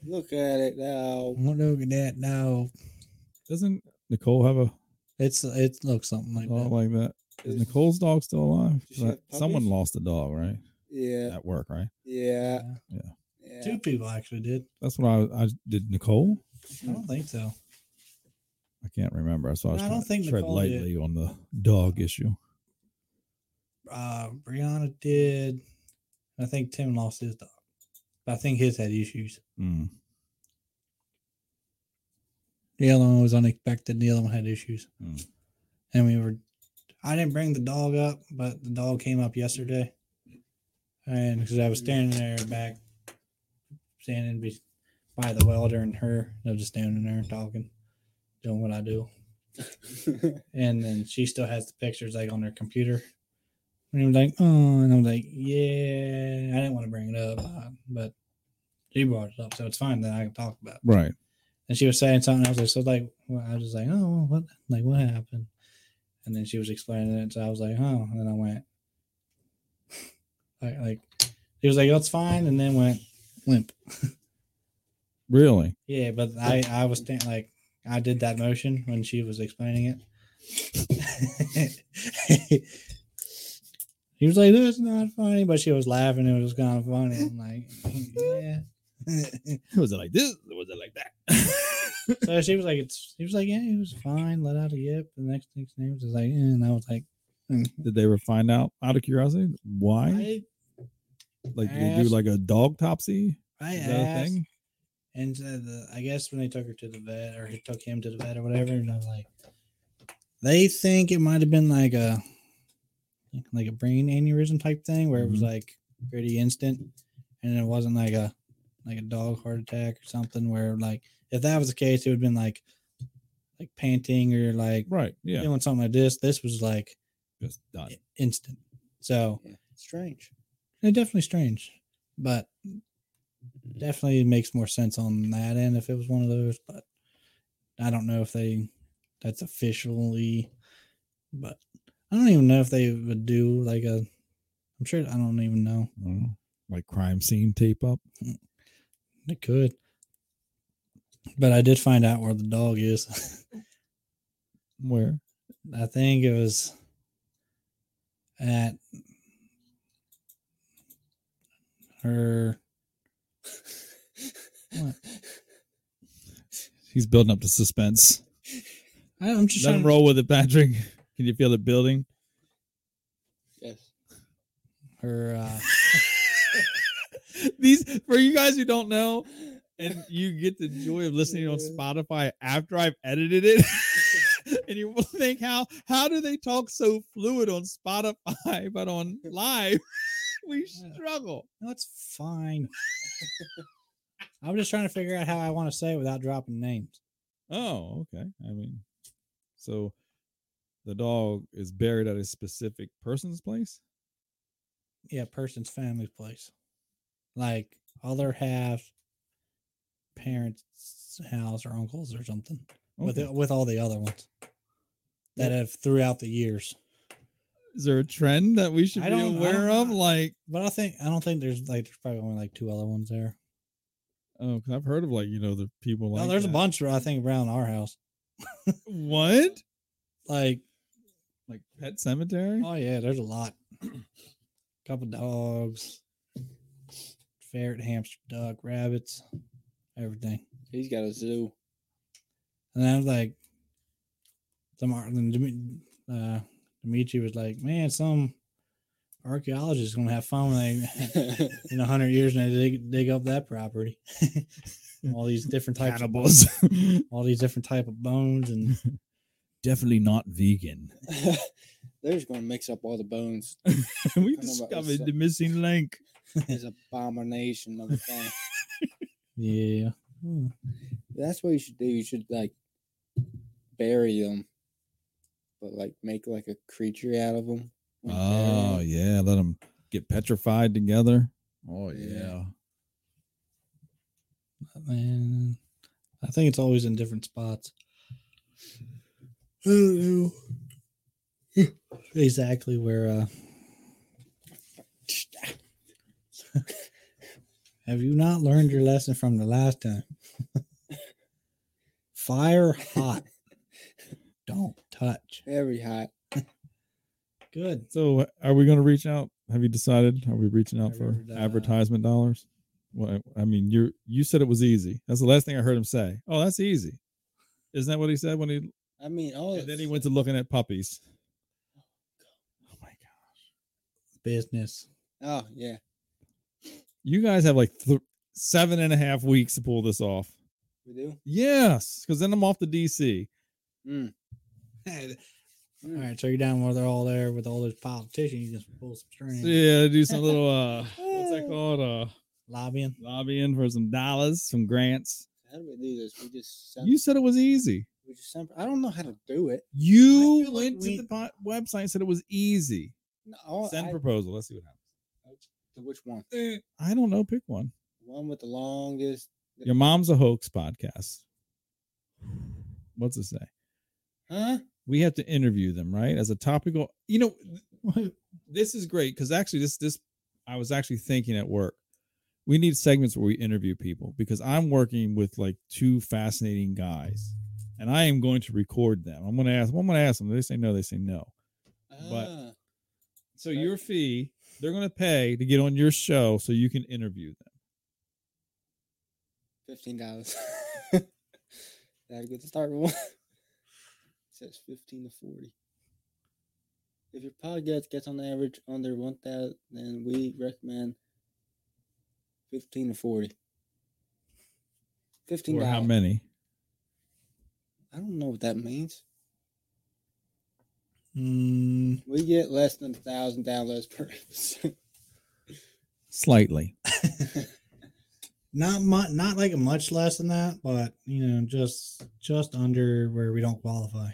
S1: Look at it now.
S2: Look at that now.
S4: Doesn't Nicole have a
S2: It's it looks something like
S4: Thought
S2: that.
S4: like that. Is
S1: Is-
S4: Nicole's dog still alive?
S1: Does she have
S4: That- Someone
S1: puppies?
S4: lost a dog, right?
S1: Yeah,
S4: At work, right?
S1: yeah,
S4: Yeah.
S1: yeah.
S2: Two people actually did.
S4: That's what I was- I did. Nicole.
S2: I don't think so.
S4: I can't remember. That's why I was
S2: No, I
S4: trying
S2: don't
S4: to
S2: think
S4: tread
S2: Nicole did.
S4: lightly on the dog issue.
S2: Uh, Brianna did. I think Tim lost his dog. But I think his had issues.
S4: Mm.
S2: The other one was unexpected. The other one had issues.
S4: Hmm.
S2: And we were, I didn't bring the dog up, but the dog came up yesterday. And because I was standing there back, standing be, by the welder and her, I was just standing there talking, doing what I do. And then she still has the pictures like on her computer. And he was like, oh, and I'm like, yeah, I didn't want to bring it up, uh, but she brought it up, so it's fine that I can talk about. it.
S4: Right.
S2: And she was saying something. I was like, so like, well, I was just like, oh, what, like, what happened? And then she was explaining it. So I was like, oh, and then I went, like, like, he was like, oh, it's fine, and then went limp.
S4: Really.
S2: Yeah, but I, I was stand, like, I did that motion when she was explaining it. [LAUGHS] he was like, that's not funny, but she was laughing. It was kind of funny. I'm like, [LAUGHS] yeah. [LAUGHS]
S4: Was it like this? Or was it like [LAUGHS] that?
S2: so she was like, it's, he was like, yeah, it was fine. Let out a yip. The next thing she was like, yeah. and I was like,
S4: did they ever find out out of curiosity why?
S2: I,
S4: Like did they do
S2: asked-
S4: like a dog topsy?
S2: I
S4: Is that a
S2: asked,
S4: thing?
S2: and uh, the, I guess when they took her to the vet or he took him to the vet or whatever, and I was like, they think it might have been like a like a brain aneurysm type thing where it was
S4: Mhm.
S2: like pretty instant, and it wasn't like a like a dog heart attack or something where like if that was the case, it would have been like like panting or like
S4: Right. Yeah.
S2: doing something like this. This was like
S4: Just done.
S2: i- instant, so
S1: Yeah, Strange.
S2: it's definitely strange, but
S1: Mm-hmm.
S2: definitely makes more sense on that end if it was one of those. But I don't know if they that's officially, but I don't even know if they would do like a. I'm sure I don't even know.
S4: I don't know. Like crime scene tape up.
S2: They could, but I did find out where the dog is. [LAUGHS]
S4: Where?
S2: I think it was at her. What?
S4: He's building up the suspense.
S2: I- I'm just
S4: Let
S2: trying
S4: him
S2: to-
S4: roll with it, Patrick. Can you feel it building?
S1: Yes.
S2: her uh
S6: These for you guys who don't know, and you get the joy of listening on Spotify after I've edited it. [LAUGHS] and you will think how how do they talk so fluid on Spotify, [LAUGHS] but
S2: [LAUGHS]
S6: on live [LAUGHS] we struggle.
S2: no, it's fine i'm just trying to figure out how i want to say it without dropping names
S4: Oh, okay. I mean, so the dog is buried at a specific person's place.
S2: yeah person's family place like other half parents house or uncles or something with
S4: Okay.
S2: the, with all the other ones that have throughout the years
S6: Is there a trend that we should
S2: I
S6: be
S2: don't- I
S6: aware
S2: don't
S6: of?
S2: know.
S6: Like
S2: but i think i don't think there's like there's probably only like two other ones there
S4: Oh, because I've heard of like you know the people like
S2: no there's a
S4: that.
S2: bunch i think around our house
S6: what?
S2: like
S4: like pet cemetery.
S2: Oh yeah, there's a lot. [CLEARS THROAT] Couple dogs, ferret, hamster, duck, rabbits, everything.
S1: He's got a zoo. [LAUGHS]
S2: And I was like, some ar- and Dimi- uh, Dimitri was like, man, some archaeologists gonna have fun when they in a hundred years and they dig, dig up that property. [LAUGHS] all these different types of bones,
S1: [LAUGHS]
S4: Cannibals.
S2: all these different type of bones and
S4: [LAUGHS]
S2: [LAUGHS]
S4: Definitely not vegan. [LAUGHS]
S1: They're just gonna mix up all the bones.
S4: we
S1: don't know about
S4: discovered
S1: this.
S4: the missing
S1: [LAUGHS]
S4: link.
S1: It's abomination of a thing.
S2: yeah. Hmm.
S1: That's what you should do. You should like bury them, but like make like a creature out of them.
S4: Oh yeah, let them get petrified together. Oh
S1: Yeah.
S4: yeah.
S2: Man, I think it's always in different spots. I don't know exactly where. uh [LAUGHS] Have you not learned your lesson from the last [LAUGHS] time? Fire hot. Don't Hutch.
S1: Every hot.
S2: Good.
S4: So uh, are we going to reach out? Have you decided? Are we reaching out
S2: I
S4: for
S2: read, uh,
S4: advertisement dollars? Well, I- I mean, you you said it was easy. That's the last thing I heard him say. Oh, that's easy. Isn't that what he said when he?
S1: I mean, all
S4: And then he went to looking at puppies. Oh my god!
S2: Business.
S1: Oh yeah.
S4: You guys have like th- seven and a half weeks to pull this off.
S1: We do.
S4: Yes, because then I'm off to DC.
S2: All right, so you're down where they're all there with all those politicians. You just pull some strings,
S4: So, yeah, do some little uh, what's that called? Uh,
S2: lobbying.
S4: lobbying for some dollars, some grants.
S1: How do we do this? We just sem-
S4: You said it was easy.
S1: we just sem- I don't know how to do it.
S4: You
S2: feel like
S4: went
S2: we-
S4: to the po- website and said it was easy.
S1: No, all
S4: Send
S1: I-
S4: proposal. Let's see what happens.
S1: to which one?
S2: Eh.
S4: I don't know. Pick one.
S1: One with the longest.
S4: Your mom's a hoax podcast. What's it say?
S1: Huh?
S4: We have to interview them, right? As a topical, you know, th- this is great because actually, this this I was actually thinking at work. We need segments where we interview people because I'm working with like two fascinating guys, and I am going to record them. I'm going to ask. I'm going to ask them. They say no. They say no. But-
S1: Ah,
S4: So
S1: Okay.
S4: your fee, they're going to pay to get on your show so you can interview them.
S1: fifteen dollars. [LAUGHS] That'd get to start with one. [LAUGHS] says fifteen to forty. If your podcast gets on average under one thousand, then we recommend fifteen to forty. Fifteen
S4: Or how
S1: dollars.
S4: many?
S1: I don't know what that means.
S2: Mm,
S1: We get less than a thousand downloads per episode.
S4: Slightly.
S2: not much, not like much less than that, but you know, just just under where we don't qualify.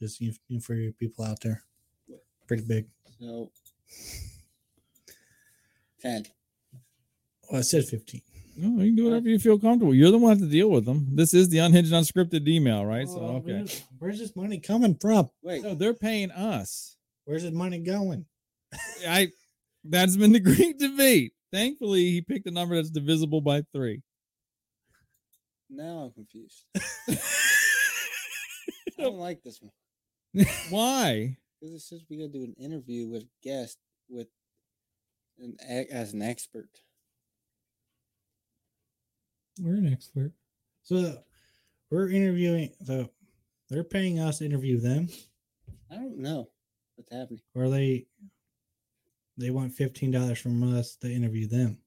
S2: Just you you- for you people out there, pretty big.
S1: So ten.
S2: Well, I said fifteen.
S4: No, you can do whatever you feel comfortable. You're the one who have to deal with them. This is the unhinged, unscripted email, right? So
S2: Oh,
S4: okay.
S2: where's- Where's this money coming from?
S1: Wait,
S4: No, they're paying us.
S2: Where's this money
S4: [LAUGHS]
S2: going?
S4: I. That's been the [LAUGHS] great debate. Thankfully, he picked a number that's divisible by three.
S1: now I'm confused. I
S7: [LAUGHS]
S1: don't like this one
S4: Why?
S1: because it says we gotta do an interview with guest with an e- as an expert.
S2: We're an expert. So we're interviewing. So they're paying us to interview them,
S1: I don't know what's happening.
S2: or they they want fifteen dollars from us to interview them.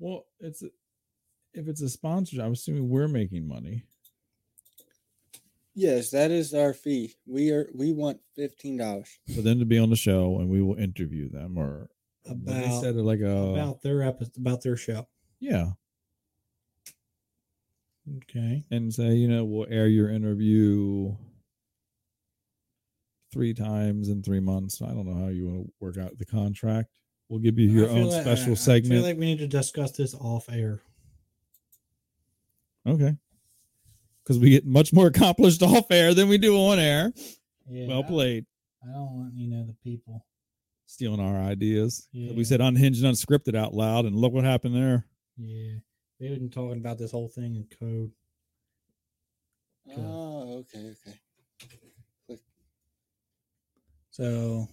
S4: Well, it's if it's a sponsor, I'm assuming we're making money.
S1: Yes, that is our fee. We are we want fifteen dollars.
S4: for them to be on the show and we will interview them or what they
S2: About-
S4: said uh, it like a
S2: about their episode, about their show.
S4: yeah
S2: Okay.
S4: and say you know we'll air your interview three times in three months i don't know how you want to work out the contract we'll give you your
S2: I feel
S4: own
S2: like- I-
S4: special
S2: I
S4: segment
S2: feel like we need to discuss this off air.
S4: okay because we get much more accomplished [LAUGHS] off air than we do on air
S2: Yeah.
S4: well played
S2: I don't want you know the people.
S4: stealing our ideas
S2: Yeah.
S4: we said unhinged and unscripted out loud and look what happened there
S2: Yeah. They've been talking about this whole thing in code. Okay.
S1: Oh, okay, okay.
S2: So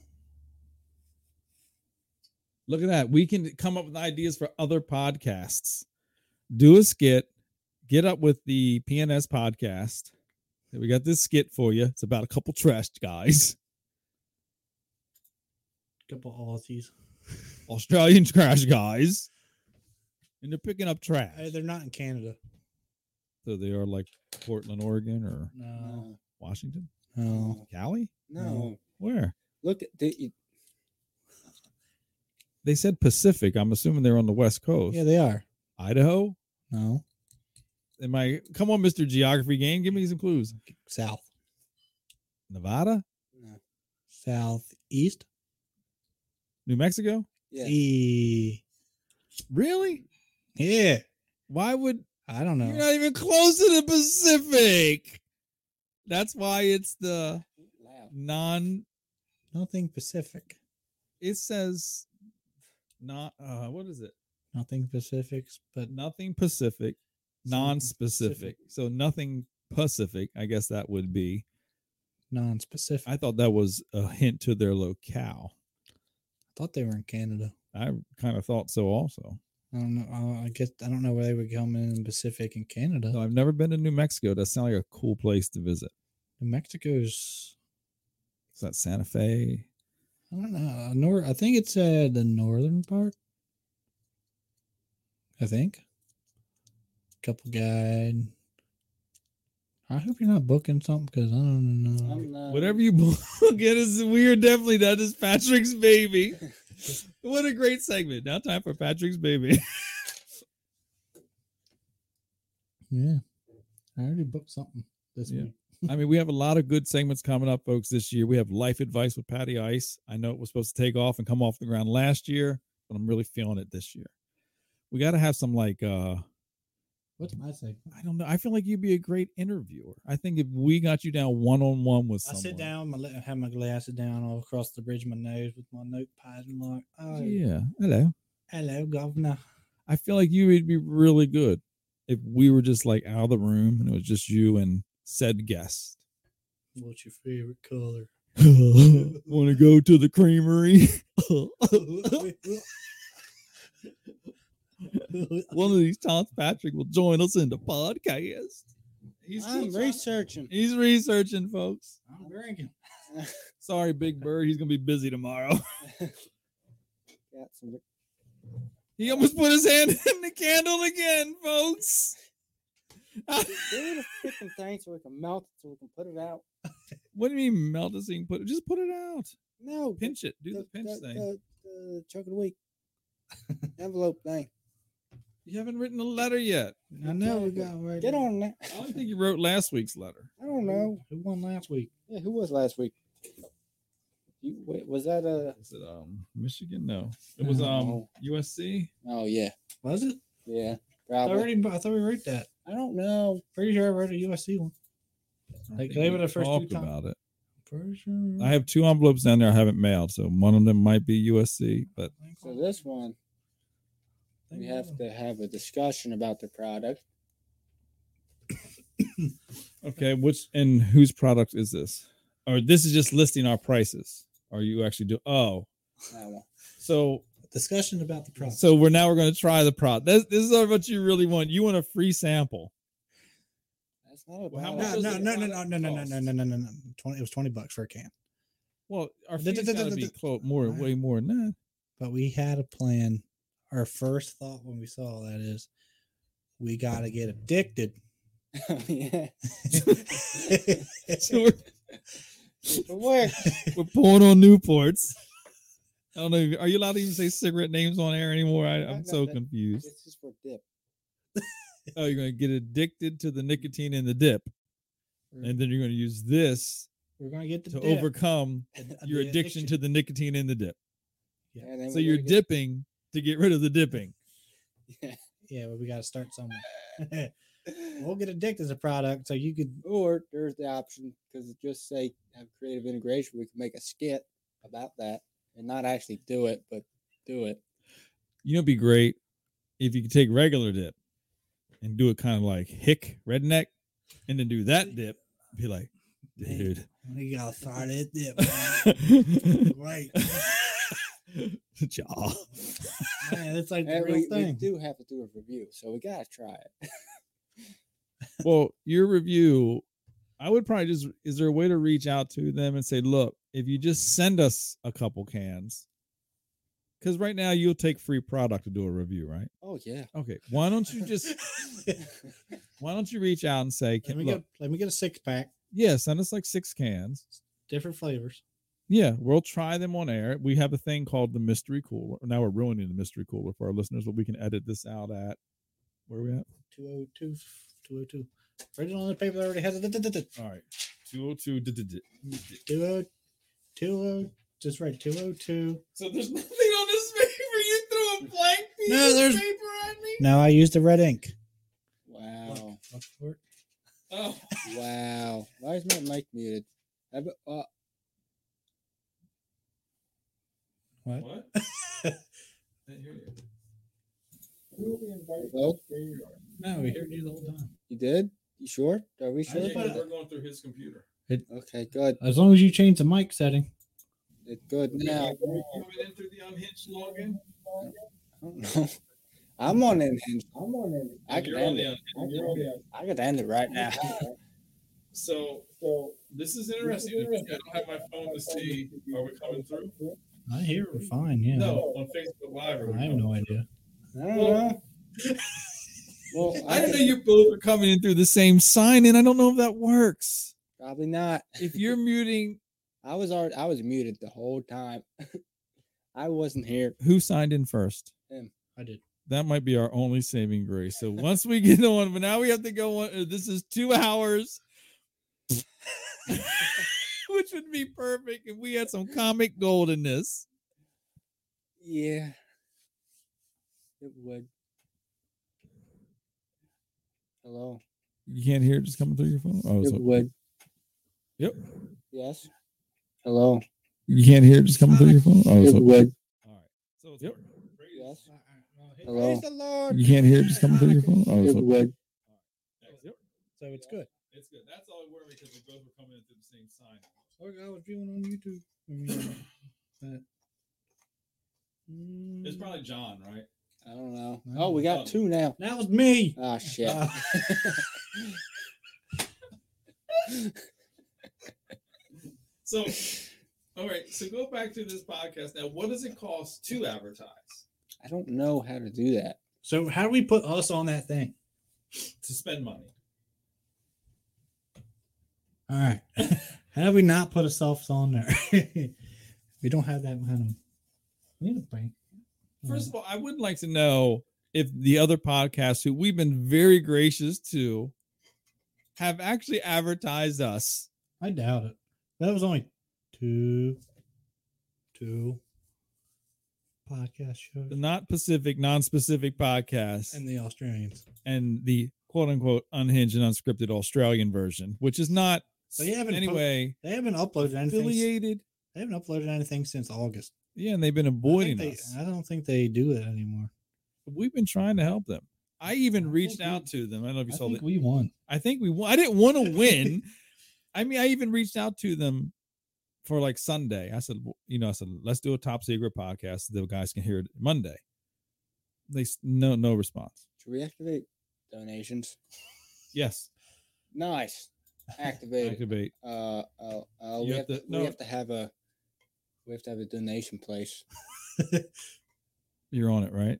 S4: Look at that. We can come up with ideas for other podcasts. Do a skit. Get up with the PNS podcast. We got this skit for you. It's about a couple trash guys, [LAUGHS]
S2: couple Aussies.
S4: Australian trash guys, and they're picking up trash.
S2: Hey, Uh, they're not in Canada.
S4: so they are like Portland, Oregon, or
S2: No.
S1: No,
S4: Washington,
S2: No.
S1: no,
S4: Cali.
S1: no.
S4: Where
S1: Look at the,
S4: they said Pacific. I'm assuming they're on the West Coast.
S2: Yeah, they are.
S4: Idaho.
S2: No.
S4: Am I? Come on, Mister Geography game. Give me some clues.
S2: South.
S4: Nevada,
S2: Southeast.
S4: New Mexico.
S1: yeah.
S2: E.
S4: Really?
S2: Yeah.
S4: Why would
S2: I don't know.
S4: You're not even close to the Pacific. That's why it's the
S1: Loud.
S4: non.
S2: Nothing Pacific.
S4: It says not. Uh, what is it?
S2: Nothing Pacifics, but
S4: Nothing Pacific, non-specific. So nothing Pacific. I guess that would be
S2: non-specific. I
S4: I thought that was a hint to their locale.
S2: thought they were in Canada.
S4: I kind of thought so also.
S2: I don't know. I- I guess I don't know where they would come in Pacific and Canada.
S4: No, I've never been to New Mexico. That sounds like a cool place to visit.
S2: New Mexico's.
S4: Is that Santa Fe?
S2: I don't know. Nor I think it's uh, the northern part. I think. Couple guide. I hope you're not booking something because I don't know.
S1: I'm
S7: Uh,
S1: not,
S4: Whatever you [LAUGHS] book it is, we are definitely that is Patrick's baby. what a great segment! Now time for Patrick's baby. [LAUGHS]
S2: Yeah. I already booked something this
S4: Yeah.
S2: week.
S4: I mean, we have a lot of good segments coming up, folks. This year we have life advice with Patty Ice. I know it was supposed to take off and come off the ground last year, but I'm really feeling it this year. We got to have some like uh
S2: What's my segment?
S4: I don't know. I feel like you'd be a great interviewer. I think if we got you down one on one with
S2: I
S4: someone,
S2: sit down, my, I have my glasses down all across the bridge of my nose with my notepad and like, oh,
S4: Yeah, hello.
S2: hello, governor.
S4: I feel like you would be really good if we were just like out of the room and it was just you and said guest.
S2: What's your favorite [LAUGHS] color?
S4: Want to go to the creamery? [LAUGHS] One of these times, Patrick will join us in the podcast.
S7: He's still
S1: I'm
S7: trying-
S1: researching.
S4: He's researching, folks.
S2: I'm drinking.
S4: Sorry, Big Bird. He's gonna be busy tomorrow. [LAUGHS]
S1: Got some-
S4: He almost put his hand [LAUGHS] in the candle again, folks.
S1: Do the freaking thing so we can melt it so we can put it out.
S4: What do you mean melt this thing? Put it, just put it out.
S1: No, but
S4: Pinch it. Do the pinch thing.
S1: The, the choke uh, of the
S4: [LAUGHS]
S1: week. Envelope thing.
S4: You haven't written a letter yet.
S2: I know we got right.
S1: Get on that.
S4: I don't think you wrote last week's letter.
S1: I don't know.
S2: Who won last week?
S1: Yeah, who was last week? You, wait, was that uh, a?
S4: Is it um Michigan? No. It was um
S1: No.
S4: USC.
S1: Oh yeah,
S2: Was it?
S1: yeah.
S2: I
S1: Probably.
S2: already. I thought we wrote that.
S1: I don't know.
S2: Pretty sure I wrote a USC one.
S4: I
S2: Like,
S4: think
S2: they were
S4: we
S2: the first two
S4: talked
S2: time-
S4: about it.
S2: Pretty sure.
S4: I have two envelopes down there I haven't mailed, so one of them might be USC, but
S1: So this one, we have to have a discussion about the product.
S4: okay, which and whose product is this? Or this is just listing our prices. Are you actually do oh
S1: That one.
S4: so
S2: discussion about the process.
S4: so we're now we're gonna try the product. This, this is what you really want. You want a free sample.
S1: That's not a
S4: Well, how
S1: bad
S4: much
S2: no,
S4: does
S1: idea.
S2: no,
S4: it
S2: no, no, no,
S4: cost?
S2: no, no, no, no, no, no, no, no. Twenty. It was twenty bucks for a can.
S4: Well, our
S2: Th- th-
S4: fees
S2: th- th-
S4: gotta be
S2: th-
S4: close, more,
S2: Alright.
S4: way more than that.
S2: But we had a plan. Our first thought when we saw that is, we got to get addicted.
S1: [LAUGHS]
S2: [LAUGHS]
S1: yeah.
S4: So we're,
S1: But where?
S4: we're pouring on Newports. I don't know. if- Are you allowed to even say cigarette names on air anymore? I, I'm
S1: not
S4: so
S1: that-
S4: confused.
S1: This is for dip.
S4: [LAUGHS] Oh, you're gonna get addicted to the nicotine in the dip, and then you're gonna use this
S2: We're gonna get the
S4: to
S2: dip.
S4: overcome
S2: Ad-
S4: your
S2: the
S4: addiction, to the nicotine in the dip.
S2: Yeah.
S1: And then
S4: So
S1: we
S4: you're
S1: gotta
S4: dipping to get rid of the dipping.
S2: Yeah, but we got to start [LAUGHS] somewhere. we'll get addicted to the product, so you could.
S1: get- Or there's the option because just say have creative integration. We can make a skit about that and not actually do it, but do it.
S4: You know, it'd be great if you could take regular dip and do it kind of like hick redneck, and then do that dip. Be like,
S2: Man.
S4: dude.
S2: We got to start that dip. [LAUGHS] man.
S4: [LAUGHS]
S1: [LAUGHS]
S2: Right. [LAUGHS]
S4: Jaw.
S2: Man, it's like the
S1: And
S2: real
S1: we, we
S2: thing.
S1: do have to do a review, so we gotta try it.
S4: Well, your review, I would probably just is there a way to reach out to them and say, look, if you just send us a couple cans, because right now you'll take free product to do a review, right?
S1: Oh yeah.
S4: Okay. Why don't you just why don't you reach out and say,
S2: [LAUGHS] let
S4: can,
S2: me
S4: look,
S2: get let me get a six pack,
S4: yeah, send us like six cans.
S2: different flavors.
S4: Yeah, we'll try them on air. We have a thing called the mystery cooler. Now we're ruining the mystery cooler for our listeners, but we can edit this out at where are we at?
S2: 202, 202. Original on the paper that already has it.
S4: All right. 202. duh, duh, duh.
S2: 20, 20, oh, just right, 202.
S7: So there's [LAUGHS] nothing on this paper. You threw a blank piece
S2: No,
S7: of
S2: there's-
S7: paper at me.
S2: Now I used the red ink.
S1: Wow.
S2: Look for it.
S7: Oh,
S1: Wow. Why is my mic muted? I be- uh,
S2: What?
S7: [LAUGHS] what? Didn't hear you.
S1: well,
S2: No, we heard you the whole time.
S1: you did? You sure? Are we
S7: I
S1: sure?
S7: think
S2: but-
S7: we're going through his computer.
S1: Okay, good.
S2: As long as you change the mic setting.
S1: It's good now.
S7: enter the unhinged login.
S1: I don't know. [LAUGHS] I'm on Unhinged. I'm on Unhinged. I could
S7: You're on
S1: end
S7: the
S1: it.
S7: Unhinged. You're on the
S1: I could end it right now.
S7: So, so this is interesting. I don't have my phone to see. Are we coming through?
S2: I hear we're fine. Yeah.
S7: No, on Facebook Live. are we
S2: I have
S7: coming?
S2: no idea.
S1: I don't know. Well,
S4: I didn't know you both were coming in through the same sign in. I don't know if that works.
S1: Probably not.
S4: If
S7: [LAUGHS]
S4: you're muting,
S1: I was already. I was muted the whole time. [LAUGHS] I wasn't here.
S4: who signed in first?
S2: I did.
S4: That might be our only saving grace. So once we get [LAUGHS] on, but now we have to go on. uh, This is two hours, [LAUGHS] which would be perfect if we had some comic gold in this.
S1: Yeah, it would. Hello.
S4: You can't hear it just coming through your phone. Oh,
S1: It
S4: so
S1: would.
S4: Yep.
S1: Yes. Hello.
S4: you can't hear it just coming through your phone. Oh,
S1: It
S4: so
S1: would.
S4: all right. So it's yep.
S1: Yes. Hello.
S4: You can't hear it just coming through your phone. Oh,
S1: It
S4: so
S1: would.
S7: Yep.
S2: So it's good.
S7: It's good. That's all we worry because we both were coming in through the same sign.
S2: Okay, I was viewing on YouTube. I mean, uh, but-
S7: It's
S2: Mm,
S7: probably John, right?
S1: I don't know.
S2: I
S1: Oh, we
S7: know.
S1: got two now.
S2: that was me.
S1: Oh shit.
S2: Ah.
S7: So, all right. So go back to this podcast now. What does it cost to advertise?
S1: I don't know how to do that.
S2: So how do we put us on that thing?
S7: To spend money.
S2: All right. [LAUGHS] how do we not put ourselves on there? [LAUGHS] we don't have that kind of. We need a bank. Uh,
S4: First of
S2: Mm-hmm.
S4: all, I would like to know if the other podcasts who we've been very gracious to have actually advertised us.
S2: I doubt it. That was only two, two podcast shows
S4: The not Pacific, non-specific podcasts
S2: and
S4: and,
S2: the Australians.
S4: the quote unquote unhinged and unscripted Australian version, which is not
S2: So you haven't po-
S4: anyway
S2: They haven't uploaded anything. s-
S4: affiliated.
S2: They haven't uploaded anything since August.
S4: Yeah, and they've been
S2: I think
S4: avoiding
S2: they-
S4: us.
S2: I don't think they do it anymore.
S4: We've been trying to help them. I even
S2: I
S4: reached
S2: think we-
S4: out to them. I don't know if you
S2: I
S4: saw
S2: think
S4: that.
S2: we won.
S4: I think we won. I didn't want to win. I mean, I even reached out to them for like Sunday. I said, "Well," you know, I said, let's do a top secret podcast. so The guys can hear it Monday. They s- no no response.
S1: Should we activate donations?
S4: Yes,
S1: Nice. Activated.
S4: activate.
S1: Uh, uh, uh, we
S4: You
S1: have
S4: have
S1: to,
S4: to- no.
S1: we have to have a we have to have a
S4: [LAUGHS]
S1: donation place.
S4: You're on it, right?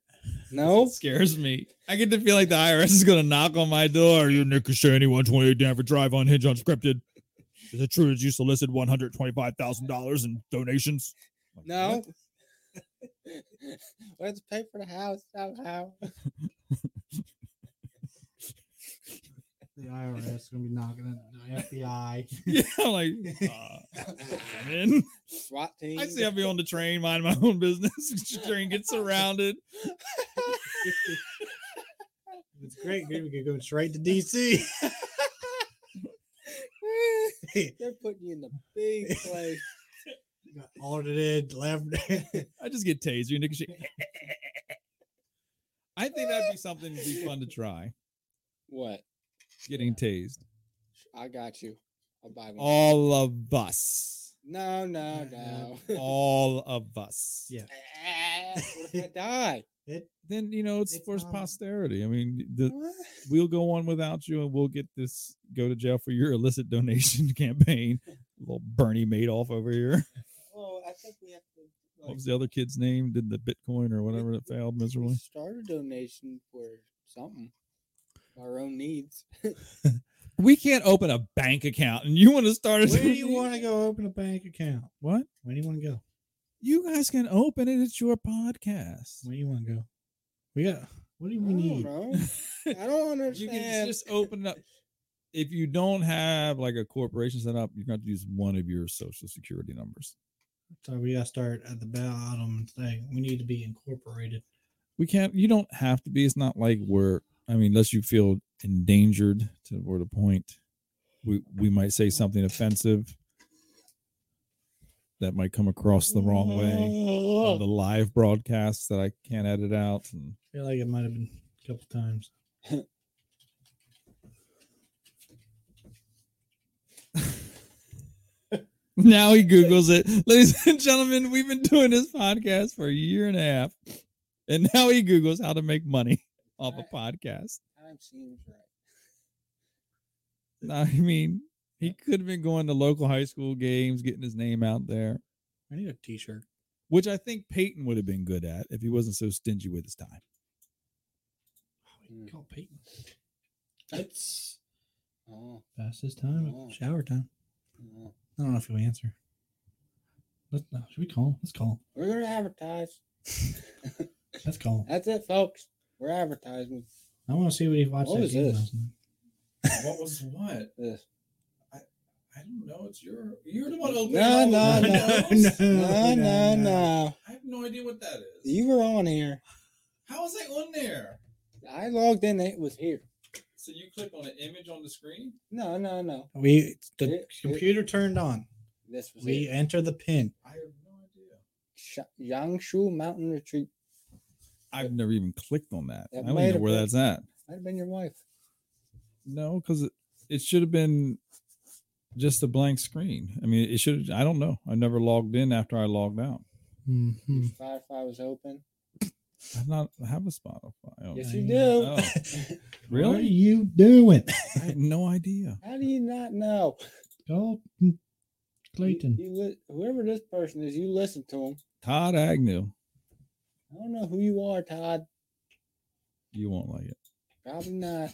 S1: No,
S4: It scares me. I get to feel like the IRS is going to knock on my door. You Nick Cashani, 128 Danford Drive, unhinged, unscripted. Is it true that you solicit $125,000 in donations? Like,
S1: no.
S4: what? [LAUGHS]
S1: [LAUGHS] we have to pay for the house somehow.
S2: The IRS is gonna be knocking at Uh, the FBI.
S4: Yeah, I'm like, uh, I'm in.
S1: SWAT
S4: [LAUGHS]
S1: team.
S4: I see I'll be on the train, mind my own business. [LAUGHS] train gets surrounded.
S2: [LAUGHS] It's great. Maybe we could go straight to DC.
S1: They're putting you in the big
S4: [LAUGHS]
S1: place.
S2: [LAUGHS] Got audited, [LAUGHS] left.
S4: I just get tasered. and Nick Cashani- I think that'd be something that'd be fun to try.
S1: what?
S4: Getting tased.
S1: I got you. I'll buy one.
S4: All of us.
S1: no, no,
S2: Yeah.
S1: no. [LAUGHS]
S4: All of us.
S2: Yeah.
S1: what if I
S4: [LAUGHS]
S1: die?
S4: Then you know it's,
S2: It's
S4: for
S1: um,
S2: not-
S4: posterity. I mean, the,
S1: What?
S4: we'll go on without you and we'll get this go to jail for your illicit donation [LAUGHS] campaign. Little Bernie Madoff over here.
S1: Well, I think we have to.
S4: What
S1: Like,
S4: was the other kid's name? Did the Bitcoin or whatever that failed
S1: we
S4: miserably?
S1: start a donation for something. Our own needs.
S4: We can't open a bank account and you want to start a
S2: Where do you want to go open a bank account?
S4: what?
S2: Where do you want to go?
S4: You guys can open it. It's your podcast.
S2: Where do you want to go? We got. What do
S1: I
S2: we
S1: don't
S2: need?
S1: know. I don't understand.
S4: You can just open it up. If you don't have like a corporation set up, you're going to have to use one of your social security numbers.
S2: So we gotta start at the bottom and say we need to be incorporated.
S4: We can't, you don't have to be. It's not like we're, I mean, unless you feel endangered to where the point we, we might say something offensive that might come across the wrong way
S2: Mm-hmm.
S4: on the live broadcast that I can't edit out. And
S2: I feel like it might have been a couple times.
S4: Now he Googles it. Ladies [LAUGHS] and gentlemen, we've been doing this podcast for a year and a half. And now he Googles how to make money [LAUGHS] off a podcast.
S1: I'm seeing right.
S4: I mean, he could have been going to local high school games, getting his name out there,
S2: I need a T-shirt.
S4: which I think Peyton would have been good at if he wasn't so stingy with his time. [LAUGHS]
S1: Hmm.
S2: Call Peyton. It's
S1: Oh,
S2: fastest time.
S1: Oh.
S2: Shower time.
S1: oh.
S2: I don't know if he'll answer. Let's, no, should we call? him? Let's call.
S1: We're gonna advertise.
S2: him. Let's call. him.
S1: That's it, folks. We're advertising
S2: I want to see what he watched.
S1: What
S2: that
S1: was
S2: game
S1: this?
S2: last night.
S7: What was what?
S1: this.
S7: I don't know. It's your you're the one opening.
S1: No,
S7: all the
S1: no,
S7: [LAUGHS]
S2: [LAUGHS]
S7: windows.
S1: No, no, no.
S7: I have no idea what that is.
S1: You were on here.
S7: How is that on there?
S1: I logged in. It was here.
S7: So you click on an image on the screen.
S1: No, no, no.
S2: We the
S1: It- it-
S2: computer turned on.
S1: This was
S2: We
S1: we,
S2: enter the pin.
S7: I have no idea.
S1: Yangshu Mountain Retreat.
S4: I've never even clicked on that.
S1: That
S4: I don't
S1: might
S4: even know
S1: have
S4: where
S1: been-
S4: that's at.
S1: Might have been your wife.
S4: No, because it, it should have been just a blank screen. I mean, it should. I don't know. I never logged in after I logged out.
S2: Mhm.
S1: Your Firefly was open.
S4: I've not I have a Spotify. Oh,
S1: [LAUGHS] Yes,
S2: I
S1: you do.
S2: know.
S4: oh,
S2: What are
S4: really?
S2: you doing? [LAUGHS]
S4: I had no idea.
S1: How do you not know?
S2: Call
S1: You-
S2: mm, Clayton.
S1: You, li- whoever this person is, you listen to him.
S4: Todd Agnew.
S1: I don't know who you are, Todd.
S4: You won't like it.
S1: Probably not.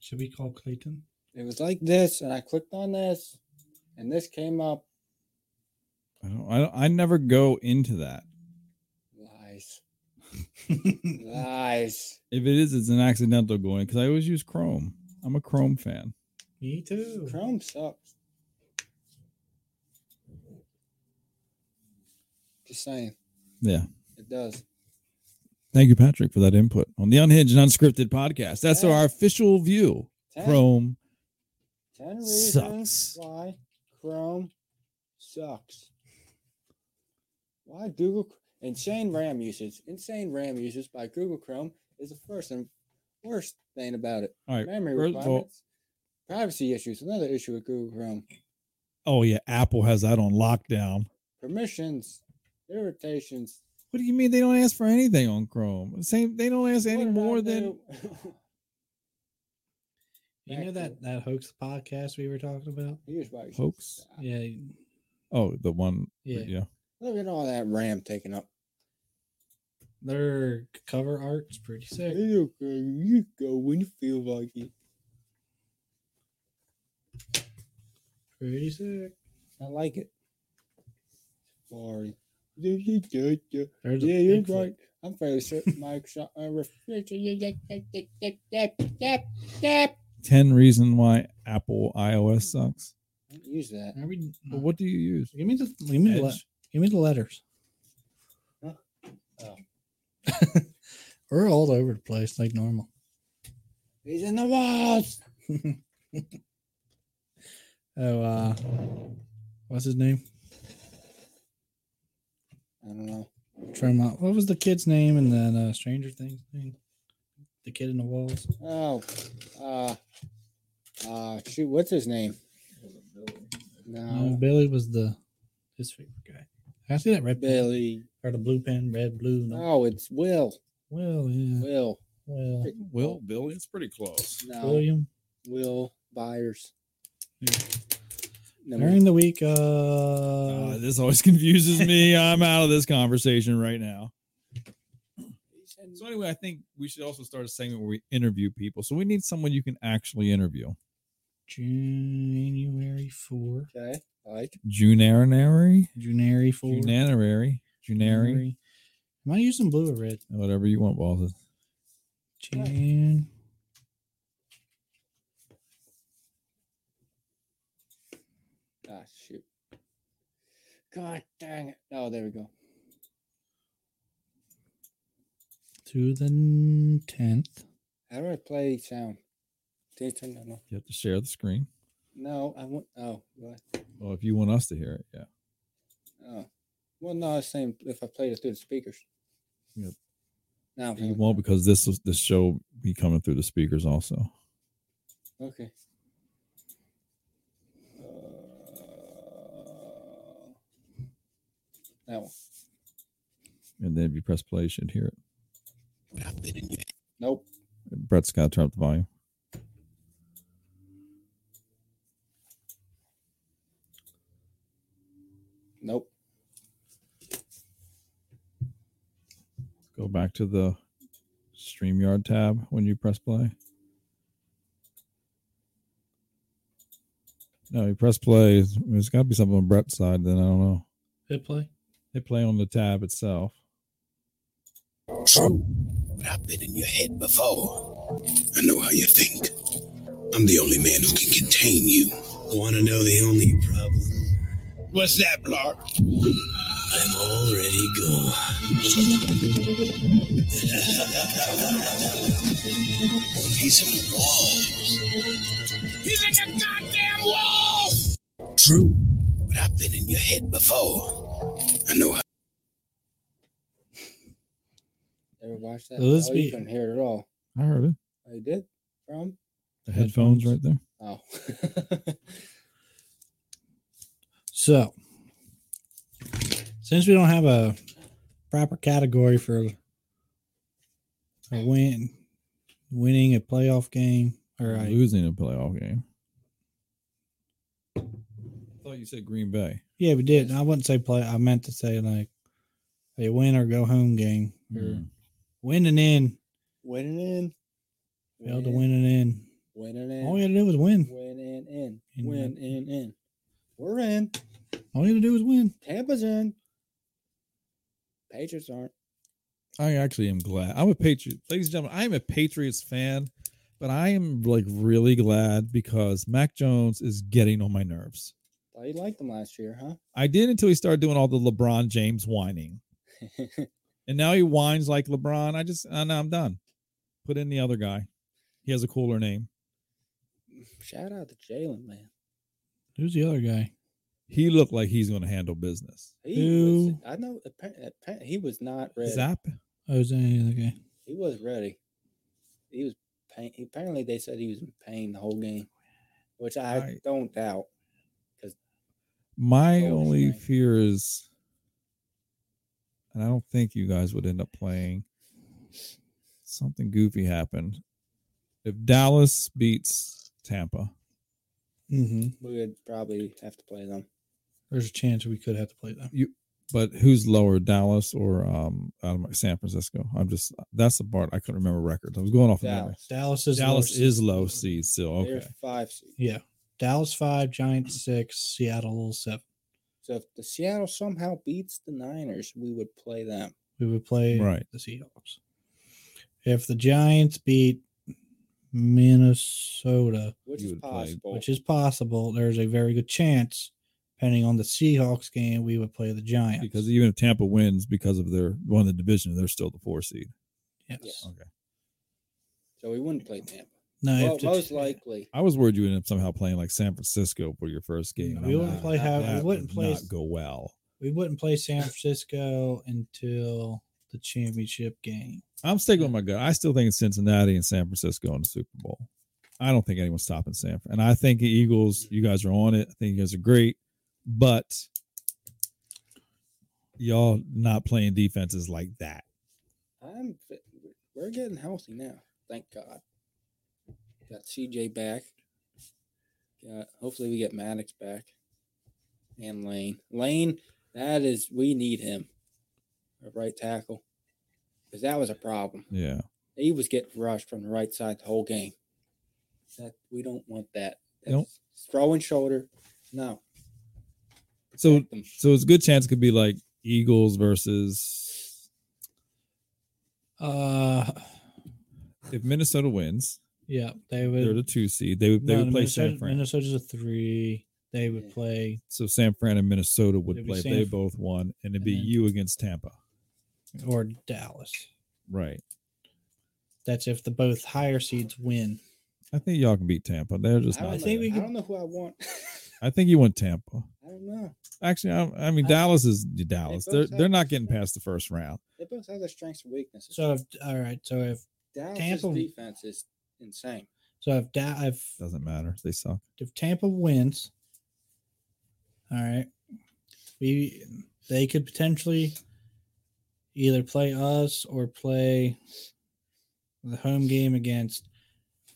S2: Should we call Clayton? [LAUGHS]
S1: It was like this, and I clicked on this, and this came up.
S4: I don't. I, don't, I never go into that.
S1: Lies. Lies.
S4: If it is, it's an accidental going because I always use Chrome. I'm a Chrome fan.
S2: Me too.
S1: Chrome sucks. Just saying.
S4: Yeah.
S1: It does.
S4: Thank you, Patrick, for that input on the Unhinged and Unscripted podcast. That's
S1: Yeah.
S4: our official view.
S1: Ten-
S4: Chrome.
S1: 10 reasons
S4: sucks.
S1: why Chrome sucks. Why Google Chr- insane RAM usage? Insane RAM usage by Google Chrome is the first and worst thing about it.
S4: All right.
S1: Memory
S4: first of all-
S1: requirements, privacy issues, another issue with Google Chrome.
S4: Oh yeah, Apple has that on lockdown.
S1: Permissions, irritations.
S4: What do you mean they don't ask for anything on Chrome? Same, they don't ask any
S1: What did I
S4: more
S1: [LAUGHS]
S4: than
S1: do?
S2: You know that that hoax podcast we were talking about?
S1: Here's why you should
S4: hoax.
S1: stop.
S2: Yeah,
S4: Oh, the one. Yeah.
S2: yeah.
S1: Look at all that RAM taken up.
S2: Their c- cover art's pretty sick.
S1: Video game, uh, you go when you feel like it.
S2: Pretty sick.
S1: I like it. Sorry. Yeah,
S2: There's a
S1: you're
S2: Bigfoot.
S1: right. I'm fairly certain my shot uh, refrigerator. Don't
S4: Ten reason why Apple iOS sucks.
S1: use that.
S2: Are we,
S4: But what do you use?
S2: give me the give me the, le-
S4: Edge?
S2: give me the letters. [LAUGHS]
S1: Huh? Oh.
S2: we're all over the place like normal.
S1: He's in the walls.
S2: Oh, uh, what's his name?
S1: I don't know.
S2: Tremont. What was the kid's name in that uh, Stranger Things thing? The kid in the walls.
S1: Oh, uh, uh, shoot, what's his name?
S2: No,
S1: No,
S2: Billy was the his favorite guy. I see that red pen
S1: Billy. Uh,
S2: or the blue pen, red, blue. No.
S1: No, it's Will.
S2: Well, yeah.
S1: Will.
S2: Well,
S4: Well, Billy, it's pretty close.
S1: No,
S2: William.
S1: Will Byers. No,
S2: During the week, uh,
S4: this always [LAUGHS] confuses
S2: [LAUGHS]
S4: me. I'm out of this conversation right now. So anyway, I think we should also start a segment where we interview people. So we need someone you can actually interview.
S2: January four,
S1: okay, like
S4: Junary,
S2: January four,
S4: Junary, Junary,
S2: January. Am I using blue or red?
S4: whatever you want, Walter.
S2: Jan.
S1: Ah, shoot. God dang it. Oh, there we go.
S2: to the tenth.
S1: How do I play sound? Can you turn that off?
S4: You have to share the screen.
S1: No, I want. Oh, what?
S4: Well, if you want us to hear it, yeah.
S1: Oh. Well, no, I was saying if I played it through the speakers.
S4: Yep.
S1: Now,
S4: You won't because this was this show be coming through the speakers also.
S1: okay. Uh, That one.
S4: And then if you press play, you should hear it.
S1: Nope.
S4: Brett's got to turn up the volume.
S1: Nope.
S4: Go back to the StreamYard tab when you press play. No, you press play. There's got to be something on Brett's side. Then I don't know.
S2: Hit play.
S4: They play on the tab itself.
S11: True, but I've been in your head before. I know how you think. I'm the only man who can contain you. Want to know the only problem? What's that, Blark? I'm already gone. [LAUGHS] He's in walls. He's like a goddamn wall. True, but I've been in your head before. I know how.
S1: Ever watch that?
S2: Well, this
S1: oh, you
S2: be-
S1: couldn't hear it at all.
S4: I heard it.
S1: Oh, you did? From?
S4: The headphones,
S2: Headphones.
S4: right there.
S1: Oh. [LAUGHS]
S2: So, since we don't have a proper category for a win, winning a playoff game, or a,
S4: Losing a playoff game. I thought you said Green Bay.
S2: yeah, we did. I wouldn't say play. I meant to say like a win or go home game, or
S4: Hmm.
S2: winning in,
S1: Winning in.
S2: failed to win and in.
S1: Winning in.
S2: All we had to do was win.
S1: Winning in.
S2: In
S1: Win in in. We're in.
S2: All you had to do was win.
S1: Tampa's in. Patriots aren't.
S4: I actually am glad. I'm a Patriot, ladies and gentlemen. I am a Patriots fan, but I am like really glad because Mac Jones is getting on my nerves.
S1: Thought you liked them last year, huh?
S4: I did until he started doing all the LeBron James whining, and now he whines like LeBron. I just, I know I'm done. Put in the other guy. He has a cooler name.
S1: [LAUGHS] Shout out to Jalen, man.
S2: Who's the other guy?
S4: He looked like he's going to handle business.
S1: He was,
S2: Who-
S1: I know appa- appa- he was not ready.
S4: Zap.
S2: Oh, is that the other guy?
S1: He was ready. He was pain. Apparently, they said he was in pain the whole game, which I
S4: Right.
S1: don't doubt.
S4: My
S1: Always
S4: only
S1: right.
S4: fear is, and I don't think you guys would end up playing. Something goofy happened. If Dallas beats Tampa,
S2: Mm-hmm.
S1: We would probably have to play them.
S2: There's a chance we could have to play them.
S4: but who's lower, Dallas or um out of my- San Francisco? I'm just that's the part I couldn't remember records. I was going off of memory.
S1: Dallas.
S2: Dallas is
S4: Dallas
S2: lower-
S4: is low seed still.
S1: They're
S4: Okay,
S1: five seed.
S2: Yeah. Dallas five, Giants six, Seattle seven.
S1: So if the Seattle somehow beats the Niners, we would play them.
S2: We would play
S4: Right.
S2: the Seahawks. If the Giants beat Minnesota,
S1: Which
S4: You
S1: is
S4: would play-
S1: possible.
S2: which is possible, there's a very good chance, depending on the Seahawks game, we would play the Giants.
S4: because even if Tampa wins because of their won the division, they're still the four seed.
S2: yes.
S1: Yeah.
S4: Okay,
S1: so we wouldn't play Tampa.
S2: No,
S1: Well,
S2: if the-
S1: most likely.
S4: I was worried you ended up somehow playing like San Francisco for your first game. and
S2: we
S4: I'm
S2: wouldn't
S4: like,
S2: play how
S4: that
S2: we wouldn't
S4: would
S2: play
S4: not go well.
S2: we wouldn't play San Francisco until the championship game.
S4: I'm sticking with my gut. I still think it's Cincinnati and San Francisco in the Super Bowl. I don't think anyone's stopping San Fran. And I think the Eagles, you guys are on it. I think you guys are great. But y'all not playing defenses like that.
S1: I'm. fit- We're getting healthy now. Thank God. Got CJ back. Got, hopefully we get Maddox back. And Lane. Lane, that is we need him. A right tackle. Because that was a problem.
S4: Yeah.
S1: He was getting rushed from the right side the whole game. That we don't want that.
S4: Nope.
S1: That's Throw and shoulder. No.
S4: So
S1: Protect them.
S4: so it's a good chance it could be like Eagles versus
S2: Uh
S4: if Minnesota wins,
S2: yeah, they
S4: they're
S2: would
S4: the two seed. They would they
S2: no,
S4: would play
S2: Minnesota,
S4: San Fran.
S2: Minnesota's a three. They would
S1: Yeah.
S2: play
S4: So San Fran and Minnesota would
S2: It'd be
S4: play if
S2: San
S4: they
S2: Fr-
S4: both won, and it'd be
S2: and then-
S4: you against Tampa.
S2: or Dallas.
S4: Right.
S2: That's if the both higher seeds win.
S4: I think y'all can beat Tampa. They're just
S1: I, don't
S4: not.
S1: know.
S2: think we
S1: I
S2: could-
S1: don't know who I want.
S4: I think you want Tampa.
S1: I don't know.
S4: Actually, I, I mean
S2: I-
S4: Dallas is Dallas.
S1: both
S4: They're
S1: have
S4: they're not
S1: their
S4: getting
S1: strengths.
S4: past the first round.
S1: They both have their strengths and weaknesses.
S2: So if all right, so if
S1: Dallas'
S2: Tampa-
S1: defense is insane.
S2: so if da- if
S4: Doesn't matter. They suck.
S2: if Tampa wins, all right, we they could potentially either play us or play the home game against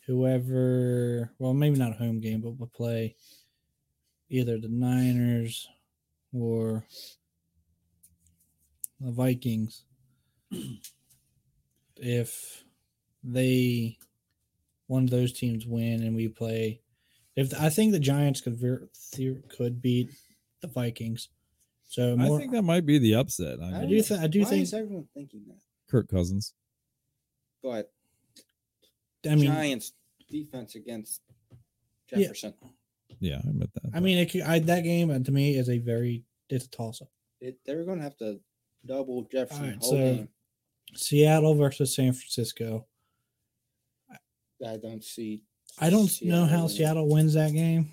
S2: whoever. Well, maybe not a home game, but we'll play either the Niners or the
S4: [CLEARS THROAT]
S2: Vikings if they one of those teams win and we play if I think the Giants could ver, the, could beat the Vikings. So
S4: I
S2: more, I,
S4: think that might be the upset. I
S2: do
S4: mean,
S2: think I do
S1: Why
S2: think
S1: is everyone thinking that?
S4: Kirk Cousins.
S1: But
S2: I mean
S1: Giants defense against Jefferson.
S4: Yeah, I admit that.
S2: I mean it could, I, that game uh, to me is a very it's a toss up.
S1: It, they're going to have to double Jefferson
S2: Alright,
S1: the whole
S2: so-
S1: game.
S2: Seattle versus San Francisco.
S1: I don't see.
S2: I don't know
S1: Seattle
S2: how
S1: winning.
S2: Seattle wins that game,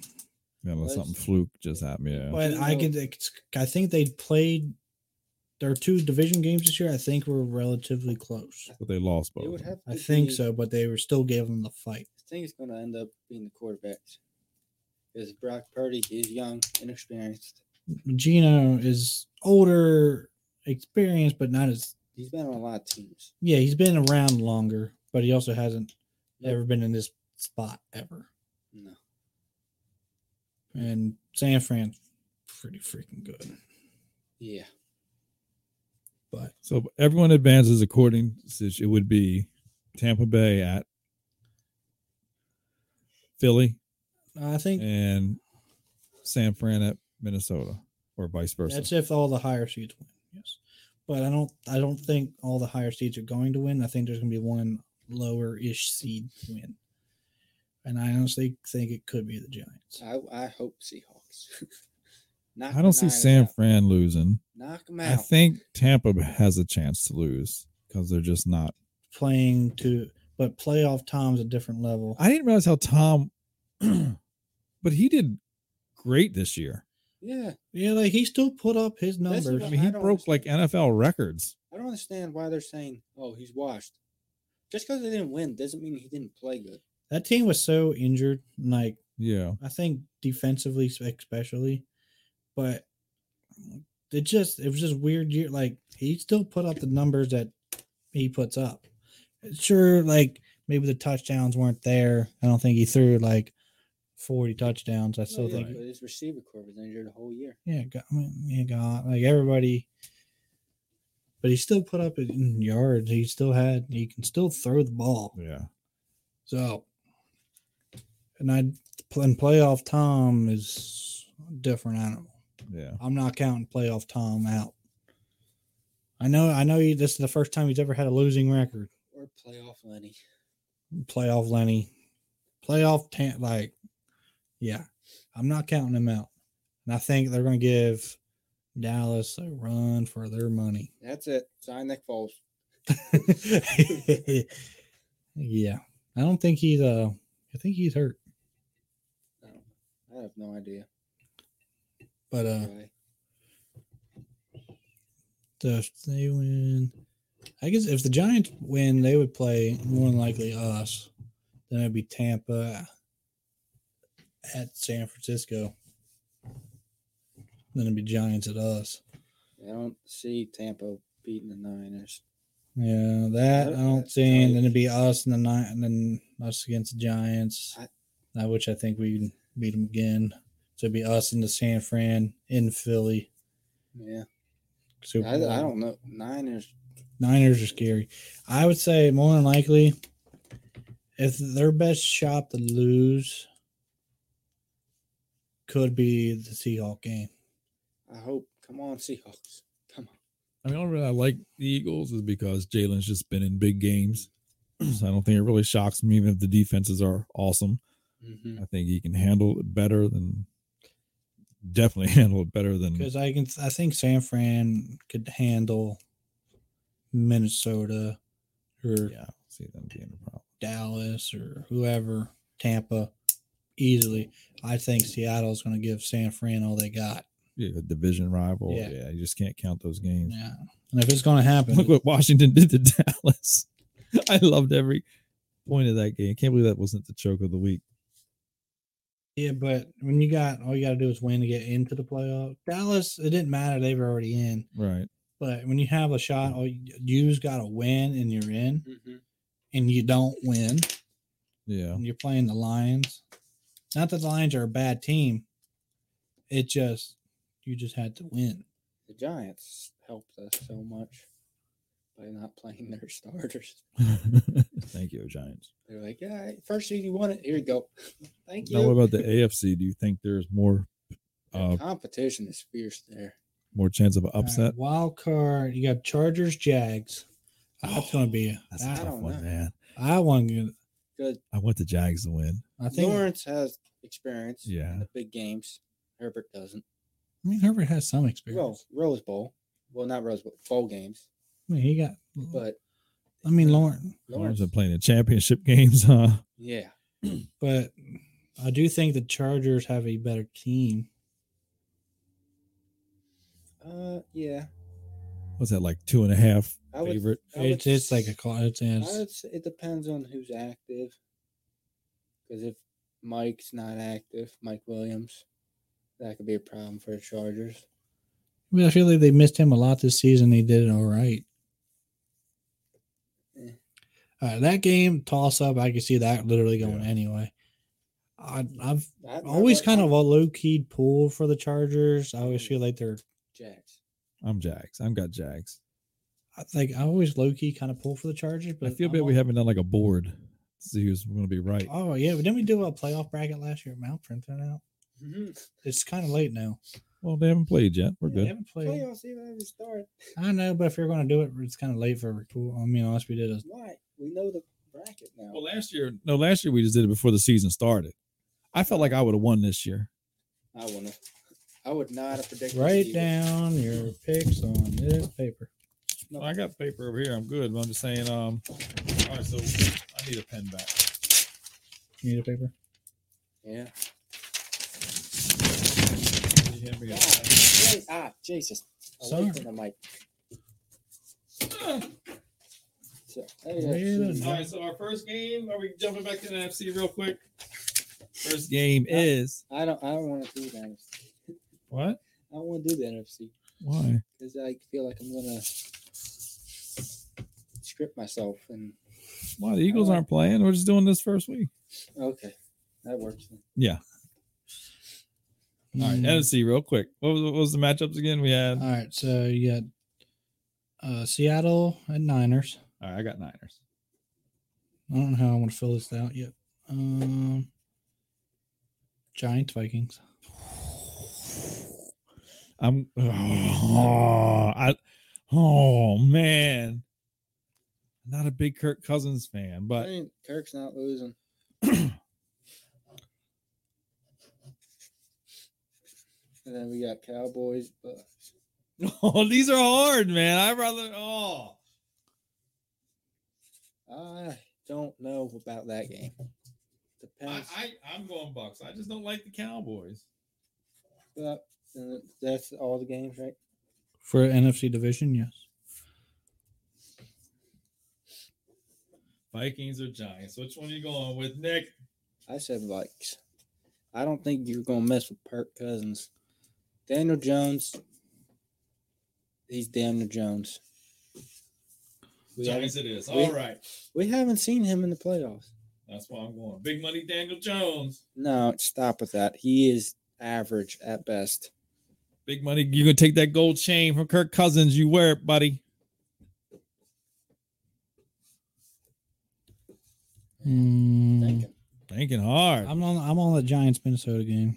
S4: Yeah, unless
S1: let's-
S4: something fluke just happened. Yeah.
S2: but I could it's, I think they played their two division games this year. I think were relatively close.
S4: But they lost
S1: It
S4: both.
S1: would have to
S2: I think
S1: be-
S2: so, but they were still giving them the fight.
S1: I think it's going to end up being the quarterbacks because Brock Purdy is young, inexperienced.
S2: Gino is older, experienced, but not as
S1: He's been on a lot of teams.
S2: yeah. He's been around longer, but he also hasn't
S1: Yep.
S2: ever been in this spot ever.
S1: No.
S2: And San Fran's pretty freaking good,
S1: Yeah.
S2: but
S4: So everyone advances according. to It would be Tampa Bay at Philly
S2: I think
S4: and San Fran at Minnesota, or vice versa.
S2: that's if all the higher seeds win. Yes, but I don't. I don't think all the higher seeds are going to win. I think there's going to be one lower ish seed win, and I honestly think it could be the Giants.
S1: I, I hope Seahawks. [LAUGHS] Knock
S4: I don't
S1: the
S4: see
S1: Niners
S4: San
S1: out.
S4: Fran losing.
S1: Knock them
S4: I
S1: out.
S4: think Tampa has a chance to lose because they're just not.
S2: Playing to, but playoff time's a different level.
S4: I didn't realize how Tom, [CLEARS THROAT] but he did great this year.
S1: yeah.
S2: Yeah, like he still put up his
S1: That's
S2: numbers.
S4: I
S1: I
S4: mean, he
S1: don't
S4: broke like NFL records.
S1: I don't understand why they're saying, oh, he's washed. Just because they didn't win doesn't mean he didn't play good.
S2: That team was so injured, like
S4: Yeah.
S2: I think defensively spe- especially, but it just it was just weird year. Like he still put up the numbers that he puts up. Sure, like maybe the touchdowns weren't there. I don't think he threw like forty touchdowns. I still
S1: No, yeah,
S2: think
S1: but his receiver core was injured the whole year.
S2: Yeah, God, I mean, yeah, God, like everybody. But he still put up in yards. He still had. He can still throw the ball.
S4: Yeah.
S2: So, and I and playoff Tom is a different animal.
S4: Yeah.
S2: I'm not counting playoff Tom out. I know. I know. He, this is the first time he's ever had a losing record.
S1: Or playoff Lenny.
S2: Playoff Lenny, playoff Tan. Like, yeah, I'm not counting him out. And I think they're going to give Dallas a run for their money. [LAUGHS]
S1: That's it. Sign Nick Foles.
S2: yeah, I don't think he's. Uh, I think he's hurt.
S1: I have no idea.
S2: But uh,
S1: why.
S2: so if they win, I guess if the Giants win, they would play more than likely us. Then it'd be Tampa at San Francisco. Then it'd be Giants at us.
S1: I don't see Tampa beating the Niners.
S2: Yeah, that I
S1: Yeah,
S2: don't
S1: that's
S2: see. And
S1: right.
S2: then it'd be us and the night, and then us against the Giants, uh, which I think we beat them again. So it'd be us and the San Fran in Philly.
S1: Yeah,
S2: Super
S1: I, I
S2: Bowl.
S1: don't know. Niners.
S2: Niners are scary. I would say more than likely, if their best shot to lose could be the Seahawk game.
S1: I hope. Come on, Seahawks. Come on.
S4: I mean, the only reason I like the Eagles is because Jalen's just been in big games. [CLEARS THROAT] So I don't think it really shocks me, even if the defenses are awesome.
S1: Mm-hmm.
S4: I think he can handle it better than definitely [LAUGHS] handle it better than
S2: Because I can, I think San Fran could handle Minnesota or
S4: yeah. I See them being a problem.
S2: Dallas or whoever, Tampa, easily. I think Seattle's going to give San Fran all they got.
S4: Yeah, a division rival. Yeah.
S2: Yeah.
S4: you just can't count those games.
S2: Yeah, and if it's going to happen,
S4: [LAUGHS] Look what Washington did to Dallas. [LAUGHS] I loved every point of that game. I can't believe that wasn't the choke of the week.
S2: Yeah, but when you got all you got to do is win to get into the playoff. Dallas, it didn't matter; they were already in.
S4: Right.
S2: But when you have a shot, all you, you just got to win, and you're in.
S1: Mhm.
S2: And you don't win, [LAUGHS]
S4: Yeah.
S2: and you're playing the Lions. Not that the Lions are a bad team. It just you just had to win.
S1: The Giants helped us so much by not playing their starters.
S4: Thank you, Giants.
S1: They're like, yeah, first thing you want it, here you go. [LAUGHS] Thank you.
S4: Now, what about the AFC? Do you think there's more
S1: The
S4: uh,
S1: competition is fierce there.
S4: more chance of an
S2: All right,
S4: upset?
S2: wild card. You got Chargers, Jags. That's
S4: Oh,
S2: gonna be.
S4: That's
S2: I-
S4: a tough
S1: don't
S4: one,
S1: know.
S4: man.
S2: I want to.
S1: Good.
S4: I want the Jags to win.
S2: I think
S1: Lawrence has experience.
S4: Yeah.
S1: In the big games. Herbert doesn't.
S2: I mean Herbert has some experience.
S1: Well, Rose Bowl. Well, not Rose Bowl. Bowl games.
S2: Oh, I mean, he got.
S1: But
S2: I mean Lawrence,
S4: Lawrence
S1: Lawrence.
S4: been playing the championship games, huh?
S1: Yeah.
S2: but I do think the Chargers have a better team.
S1: Uh, yeah.
S4: What's that like two and a half
S1: I would.
S4: favorite?
S1: I would
S2: It's it's like a
S1: s-
S2: call. It's, it's
S1: I would say it depends on who's active. Because if Mike's not active, Mike Williams, that could be a problem for the Chargers.
S2: I mean, I feel like they missed him a lot this season. They did it all right.
S1: Eh.
S2: Uh, that game toss up, I could see that literally going
S4: Yeah.
S2: anyway. I, I've
S1: I- I
S2: always
S1: like-
S2: kind
S1: I-
S2: of a low key pull for the Chargers. I
S4: Mm.
S2: always feel like they're
S1: Jags.
S4: I'm Jags. I've got Jags.
S2: I think I always low key kind of pull for the Chargers.
S4: I
S2: But
S4: feel
S2: I'm
S4: bad we
S2: al-
S4: haven't done like a board to see who's going to be right.
S2: Oh yeah, but didn't we do a playoff bracket last year? Mount printed out.
S1: Mhm.
S2: It's kind of late now.
S4: Well, they haven't played yet. We're
S2: Yeah, they
S4: Mm-hmm. good.
S2: haven't played.
S1: Playoffs even haven't started.
S2: I know, but if you're going to do it, it's kind of late for a report. I mean, unless we did a
S1: Why? We know the bracket now.
S4: Well, last year, no, last year we just did it before the season started. I felt like I would have won this year.
S1: I wouldn't. have- I would not have predicted. the
S2: write
S1: Eagles.
S2: down your picks on this paper.
S1: No.
S4: I got paper over here. I'm good. But I'm just saying. Um, all right, so I need a pen back.
S2: You need a paper?
S1: Yeah.
S4: Can you hand me a pen?
S1: Hey, Ah, Jesus. Away
S2: Sorry.
S1: from the mic. So,
S2: Wait
S1: hey,
S2: a-
S7: All right, so our first game, are we jumping back to the NFC real quick?
S4: First game is
S1: I don't. I don't want to do the NFC.
S4: what?
S1: I don't want to do the NFC
S4: Why?
S1: because I feel like I'm gonna script myself. And
S4: Why the Eagles
S1: Uh,
S4: aren't playing? We're just doing this first week.
S1: okay, that works. Then.
S4: Yeah. All right,
S2: Hmm.
S4: NFC, real quick. What was, what was the matchups again? We had.
S2: All right. So you got uh, Seattle and Niners.
S4: All right, I got Niners.
S2: I don't know how I want to fill this out yet. Um, Giants, Vikings.
S4: I'm. [SIGHS] Oh, I, oh man, not a big Kirk Cousins fan,
S1: I
S4: but
S1: mean, Kirk's not [CLEARS THROAT] losing. and then we got Cowboys, but
S4: [LAUGHS] oh, these are hard, man. I rather. Oh,
S1: I don't know about that game.
S7: I,
S1: Depends.
S7: I I'm going Bucks. I just don't like the Cowboys.
S1: But uh, that's all the games, right?
S2: For NFC division, yes.
S7: Vikings or Giants? Which one are you going with, Nick?
S1: I said Vikes. I don't think you're gonna mess with Kirk Cousins. Daniel Jones. He's Daniel Jones. We haven't,
S7: Giants it is.
S1: we-
S7: All right.
S1: we haven't seen him in the playoffs.
S7: That's why I'm going. Big money Daniel Jones.
S1: No, stop with that. He is average at best.
S4: big money. You gonna take that gold chain from Kirk Cousins? You wear it, buddy.
S2: Hmm.
S1: Thinking.
S4: Thinking hard.
S2: I'm on. I'm on the Giants Minnesota game.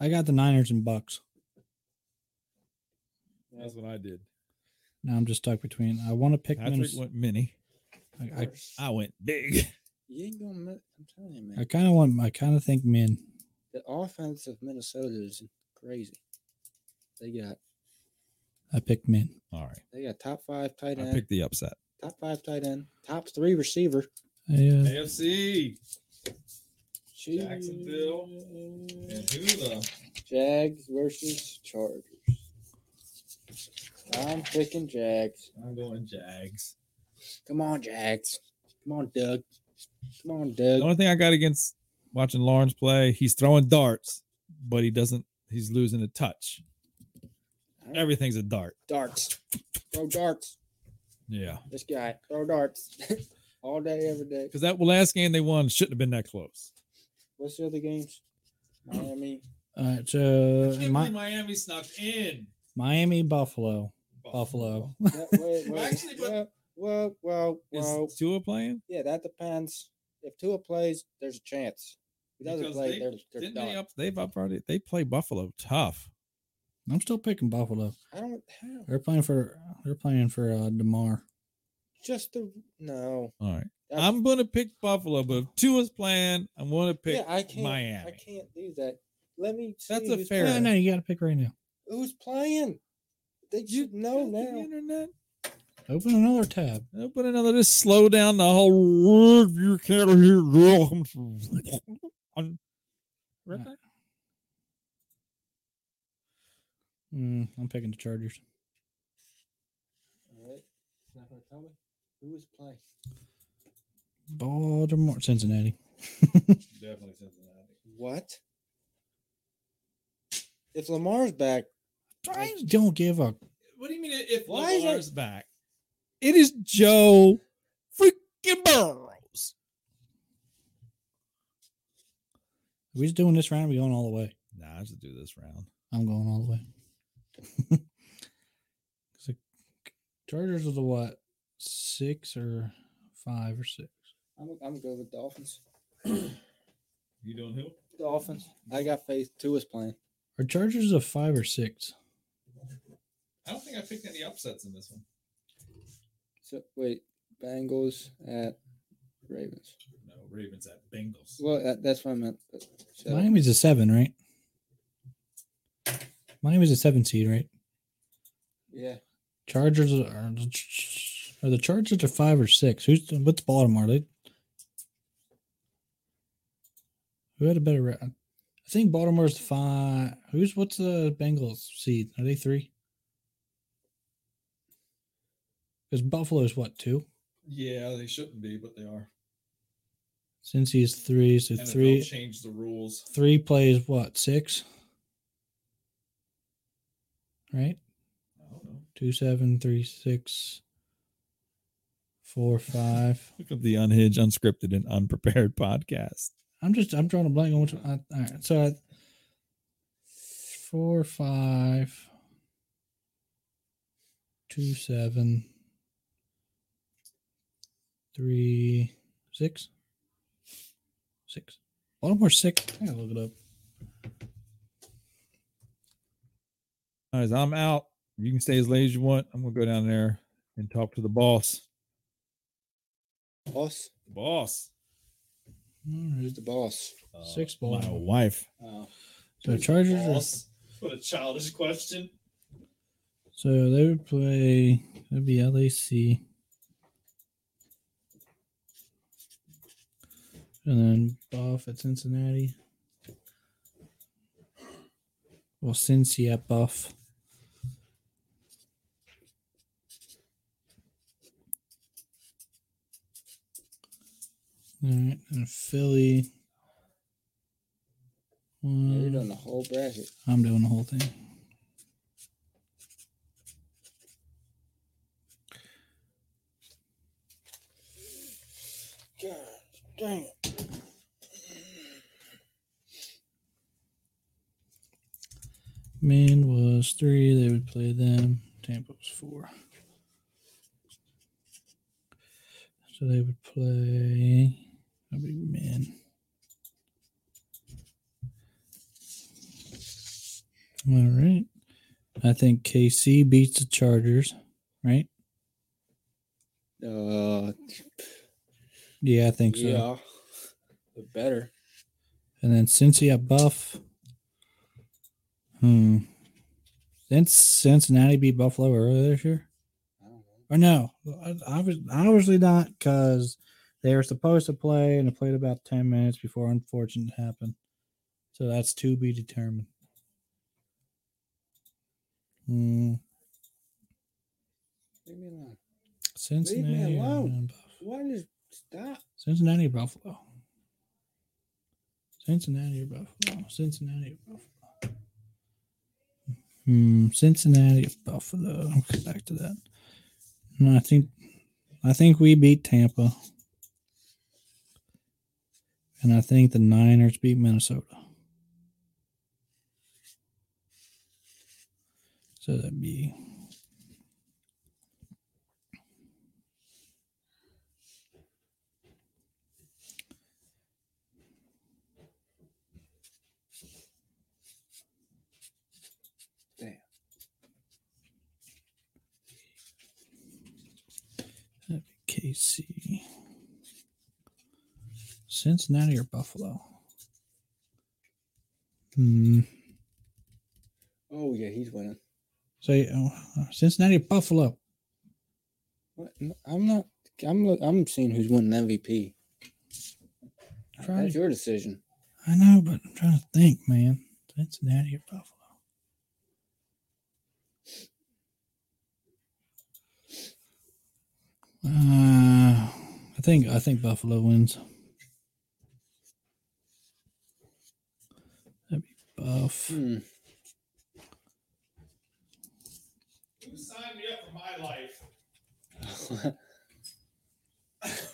S2: I got the Niners and Bucks.
S4: That's what I did.
S2: Now I'm just stuck between. I want to pick
S4: Patrick
S2: Minnesota.
S4: went mini.
S2: I, I,
S4: I went big. [LAUGHS]
S1: You ain't gonna. Miss, I'm telling you,
S2: I
S1: man.
S2: kind of want. I kind of think Min.
S1: The offense of Minnesota is crazy. They got
S2: I picked Min.
S4: All right,
S1: they got top five tight
S4: I
S1: end,
S4: picked the upset.
S1: top five tight end, top three receiver.
S2: Yeah.
S7: AFC. Jacksonville. And who the
S1: Jags versus Chargers. I'm picking Jags.
S7: I'm going Jags.
S1: Come on, Jags. Come on, Doug. Come on,
S4: The
S1: Doug.
S4: only thing I got against watching Lawrence play. He's throwing darts, but he doesn't. He's losing a touch. Everything's a dart.
S1: Darts. Throw darts.
S4: Yeah,
S1: This guy. Throw darts. [LAUGHS] All day, every day.
S4: because that last game they won shouldn't have been that close.
S1: What's the other games?
S7: [LAUGHS]
S1: Miami.
S2: All right,
S1: Uh,
S2: so
S7: I can't
S2: Mi-
S7: believe Miami snuck in.
S2: Miami, Buffalo, Buffalo.
S1: Yeah, wait, wait.
S7: Actually, but-
S1: Yeah, Well, well,
S4: Is
S1: well.
S4: Tua playing?
S1: Yeah, that depends. If Tua plays, there's a chance. If he doesn't
S7: Because
S1: play,
S7: they-
S1: they're, they're
S4: Didn't
S1: done.
S4: they up? They've up already. They play Buffalo tough.
S2: I'm still picking Buffalo.
S1: I don't have
S2: They're playing for they're playing for uh, Demar.
S1: just the no.
S4: All right,
S1: That's-
S4: I'm gonna pick Buffalo, but if Tua's playing, I'm gonna pick.
S1: yeah, I can't. I
S4: Miami.
S1: can't do that. Let me. See
S4: That's a
S1: who's
S4: fair-
S2: No,
S1: Playing.
S2: no, you got to pick right now.
S1: Who's playing? They should know
S4: Got the
S1: now.
S4: internet.
S2: Open another tab.
S4: Open another. Just slow down the whole. You can't hear. I'm- Right back.
S2: Mm, I'm picking the Chargers.
S1: All right. It's not gonna tell me who is playing.
S2: Baltimore, Cincinnati.
S7: Definitely Cincinnati.
S1: What? If Lamar's back,
S2: I don't give a.
S7: What do you mean if
S1: Why is
S7: Lamar's
S1: that-
S4: Lamar's back. It is Joe freaking Burrows.
S2: We just doing this round. We going all the way.
S4: Nah, I should do this round.
S2: I'm going all the way. [LAUGHS] 'Cause the Chargers are the what? Six or five or six?
S1: I'm I'm good with Dolphins.
S7: You doing who?
S1: Dolphins. I got faith. Tua's playing.
S2: Are Chargers a five or six?
S7: I don't think I picked any upsets in this one.
S1: So wait, Bengals at Ravens.
S7: No, Ravens at Bengals.
S1: Well, that, that's what I meant. but shut up.
S2: Miami's a seven, right? Miami's a seven seed, right?
S1: Yeah,
S2: Chargers are, are the Ch- are the Chargers a five or six? Who's what's Baltimore? They who had a better record? I think Baltimore's the five. Who's what's the Bengals seed? Are they three? Because Buffalo's what two?
S7: Yeah, they shouldn't be, but they are.
S2: Since he's three, so
S7: NFL
S2: three
S7: changed the rules.
S2: three plays what six? Right.
S7: I don't know.
S2: two seven three six four five.
S4: Look up the unhinged, unscripted, and unprepared [LAUGHS] podcast.
S2: I'm just I'm drawing a blank on which one. I, all right, so I, four five two seven three six six. Baltimore six. I gotta look it up.
S4: All right, I'm out. You can stay as late as you want. I'm gonna go down there and talk to the boss.
S1: boss.
S4: The boss.
S2: All right,
S1: Who's the boss?
S7: Uh,
S2: Six
S4: My
S2: Baltimore.
S4: wife.
S1: Oh,
S2: So Chargers. Are,
S7: Boss? What a childish question.
S2: so they would play. That'd be LAC. And then Buff at Cincinnati. Well, Cincy at Buff. All right, and Philly.
S1: you're
S4: Mm.
S2: One.
S1: doing the whole bracket.
S2: I'm doing the whole thing.
S1: God dang it!
S2: Maine was three. They would play them. Tampa was four. So they would play. That'd be Maine. All right. I think KC beats the Chargers, right?
S1: Uh,
S2: Yeah, I think so.
S1: yeah, the better.
S2: And then Cincy at Buff. Hmm. Since Cincinnati beat Buffalo earlier this year.
S1: I don't know.
S2: Or no, ob- obviously not, because they were supposed to play and it played about 10 minutes before unfortunate happened. So that's to be determined. Hmm.
S1: Leave me alone.
S2: Cincinnati. uh, or
S1: alone.
S2: Buff-
S1: Why does stop?
S2: Cincinnati, Buffalo. Cincinnati or Buffalo? Cincinnati or Buffalo? Hmm, Cincinnati or Buffalo? I'll get back to that. No, I think, I think we beat Tampa, and I think the Niners beat Minnesota. So that'd be. That'd be KC. Cincinnati or Buffalo? Hmm.
S1: Oh yeah, he's winning.
S2: So oh, Cincinnati or Buffalo?
S1: What? No, I'm not. I'm look. I'm seeing who's winning MVP.
S2: Try-
S1: That's your decision.
S2: I know, but I'm trying to think, man. Cincinnati or Buffalo? Uh, I think I think Buffalo wins. That'd be Buff.
S1: Hmm.
S7: You signed me up for my life. [LAUGHS]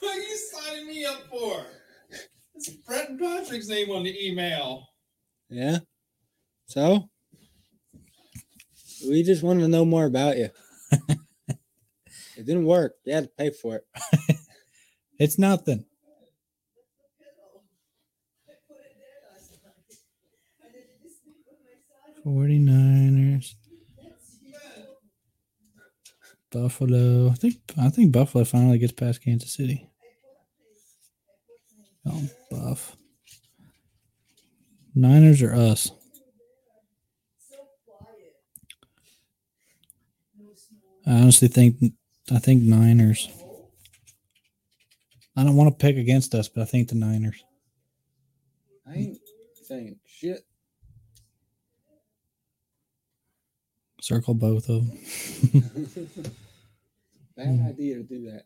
S7: what are you signing me up for? It's Brett Patrick's name on the email.
S1: Yeah. So we just wanted to know more about you. [LAUGHS] it didn't work. You had to pay for it.
S2: It's nothing. Forty Niners. Buffalo. I think I think Buffalo finally gets past Kansas City. Oh, Buff. Niners or us? I honestly think I think Niners. I don't want to pick against us, but I think the Niners.
S1: I ain't saying shit.
S2: Circle both of them.
S1: Bad idea to do that.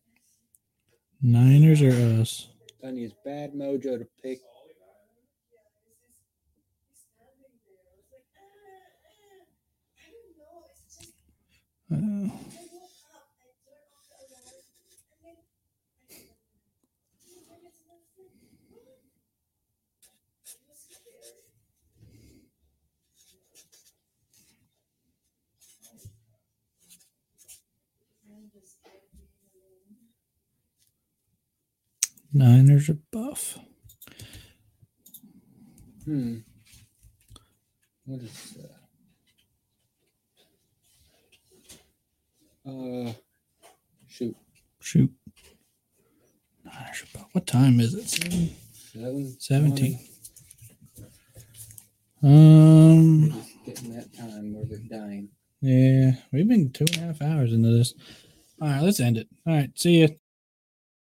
S2: Niners or us?
S1: Done use bad mojo to pick.
S2: Uh, Niners or Buff?
S1: Hmm. What is uh Uh shoot.
S2: Shoot. Niners or Buff? What time is it? Seven-
S1: Seven,
S2: 17. Um.
S1: We're just getting that time where they're dying.
S2: Yeah, we've been two and a half hours into this. All right, let's end it. All right, see you.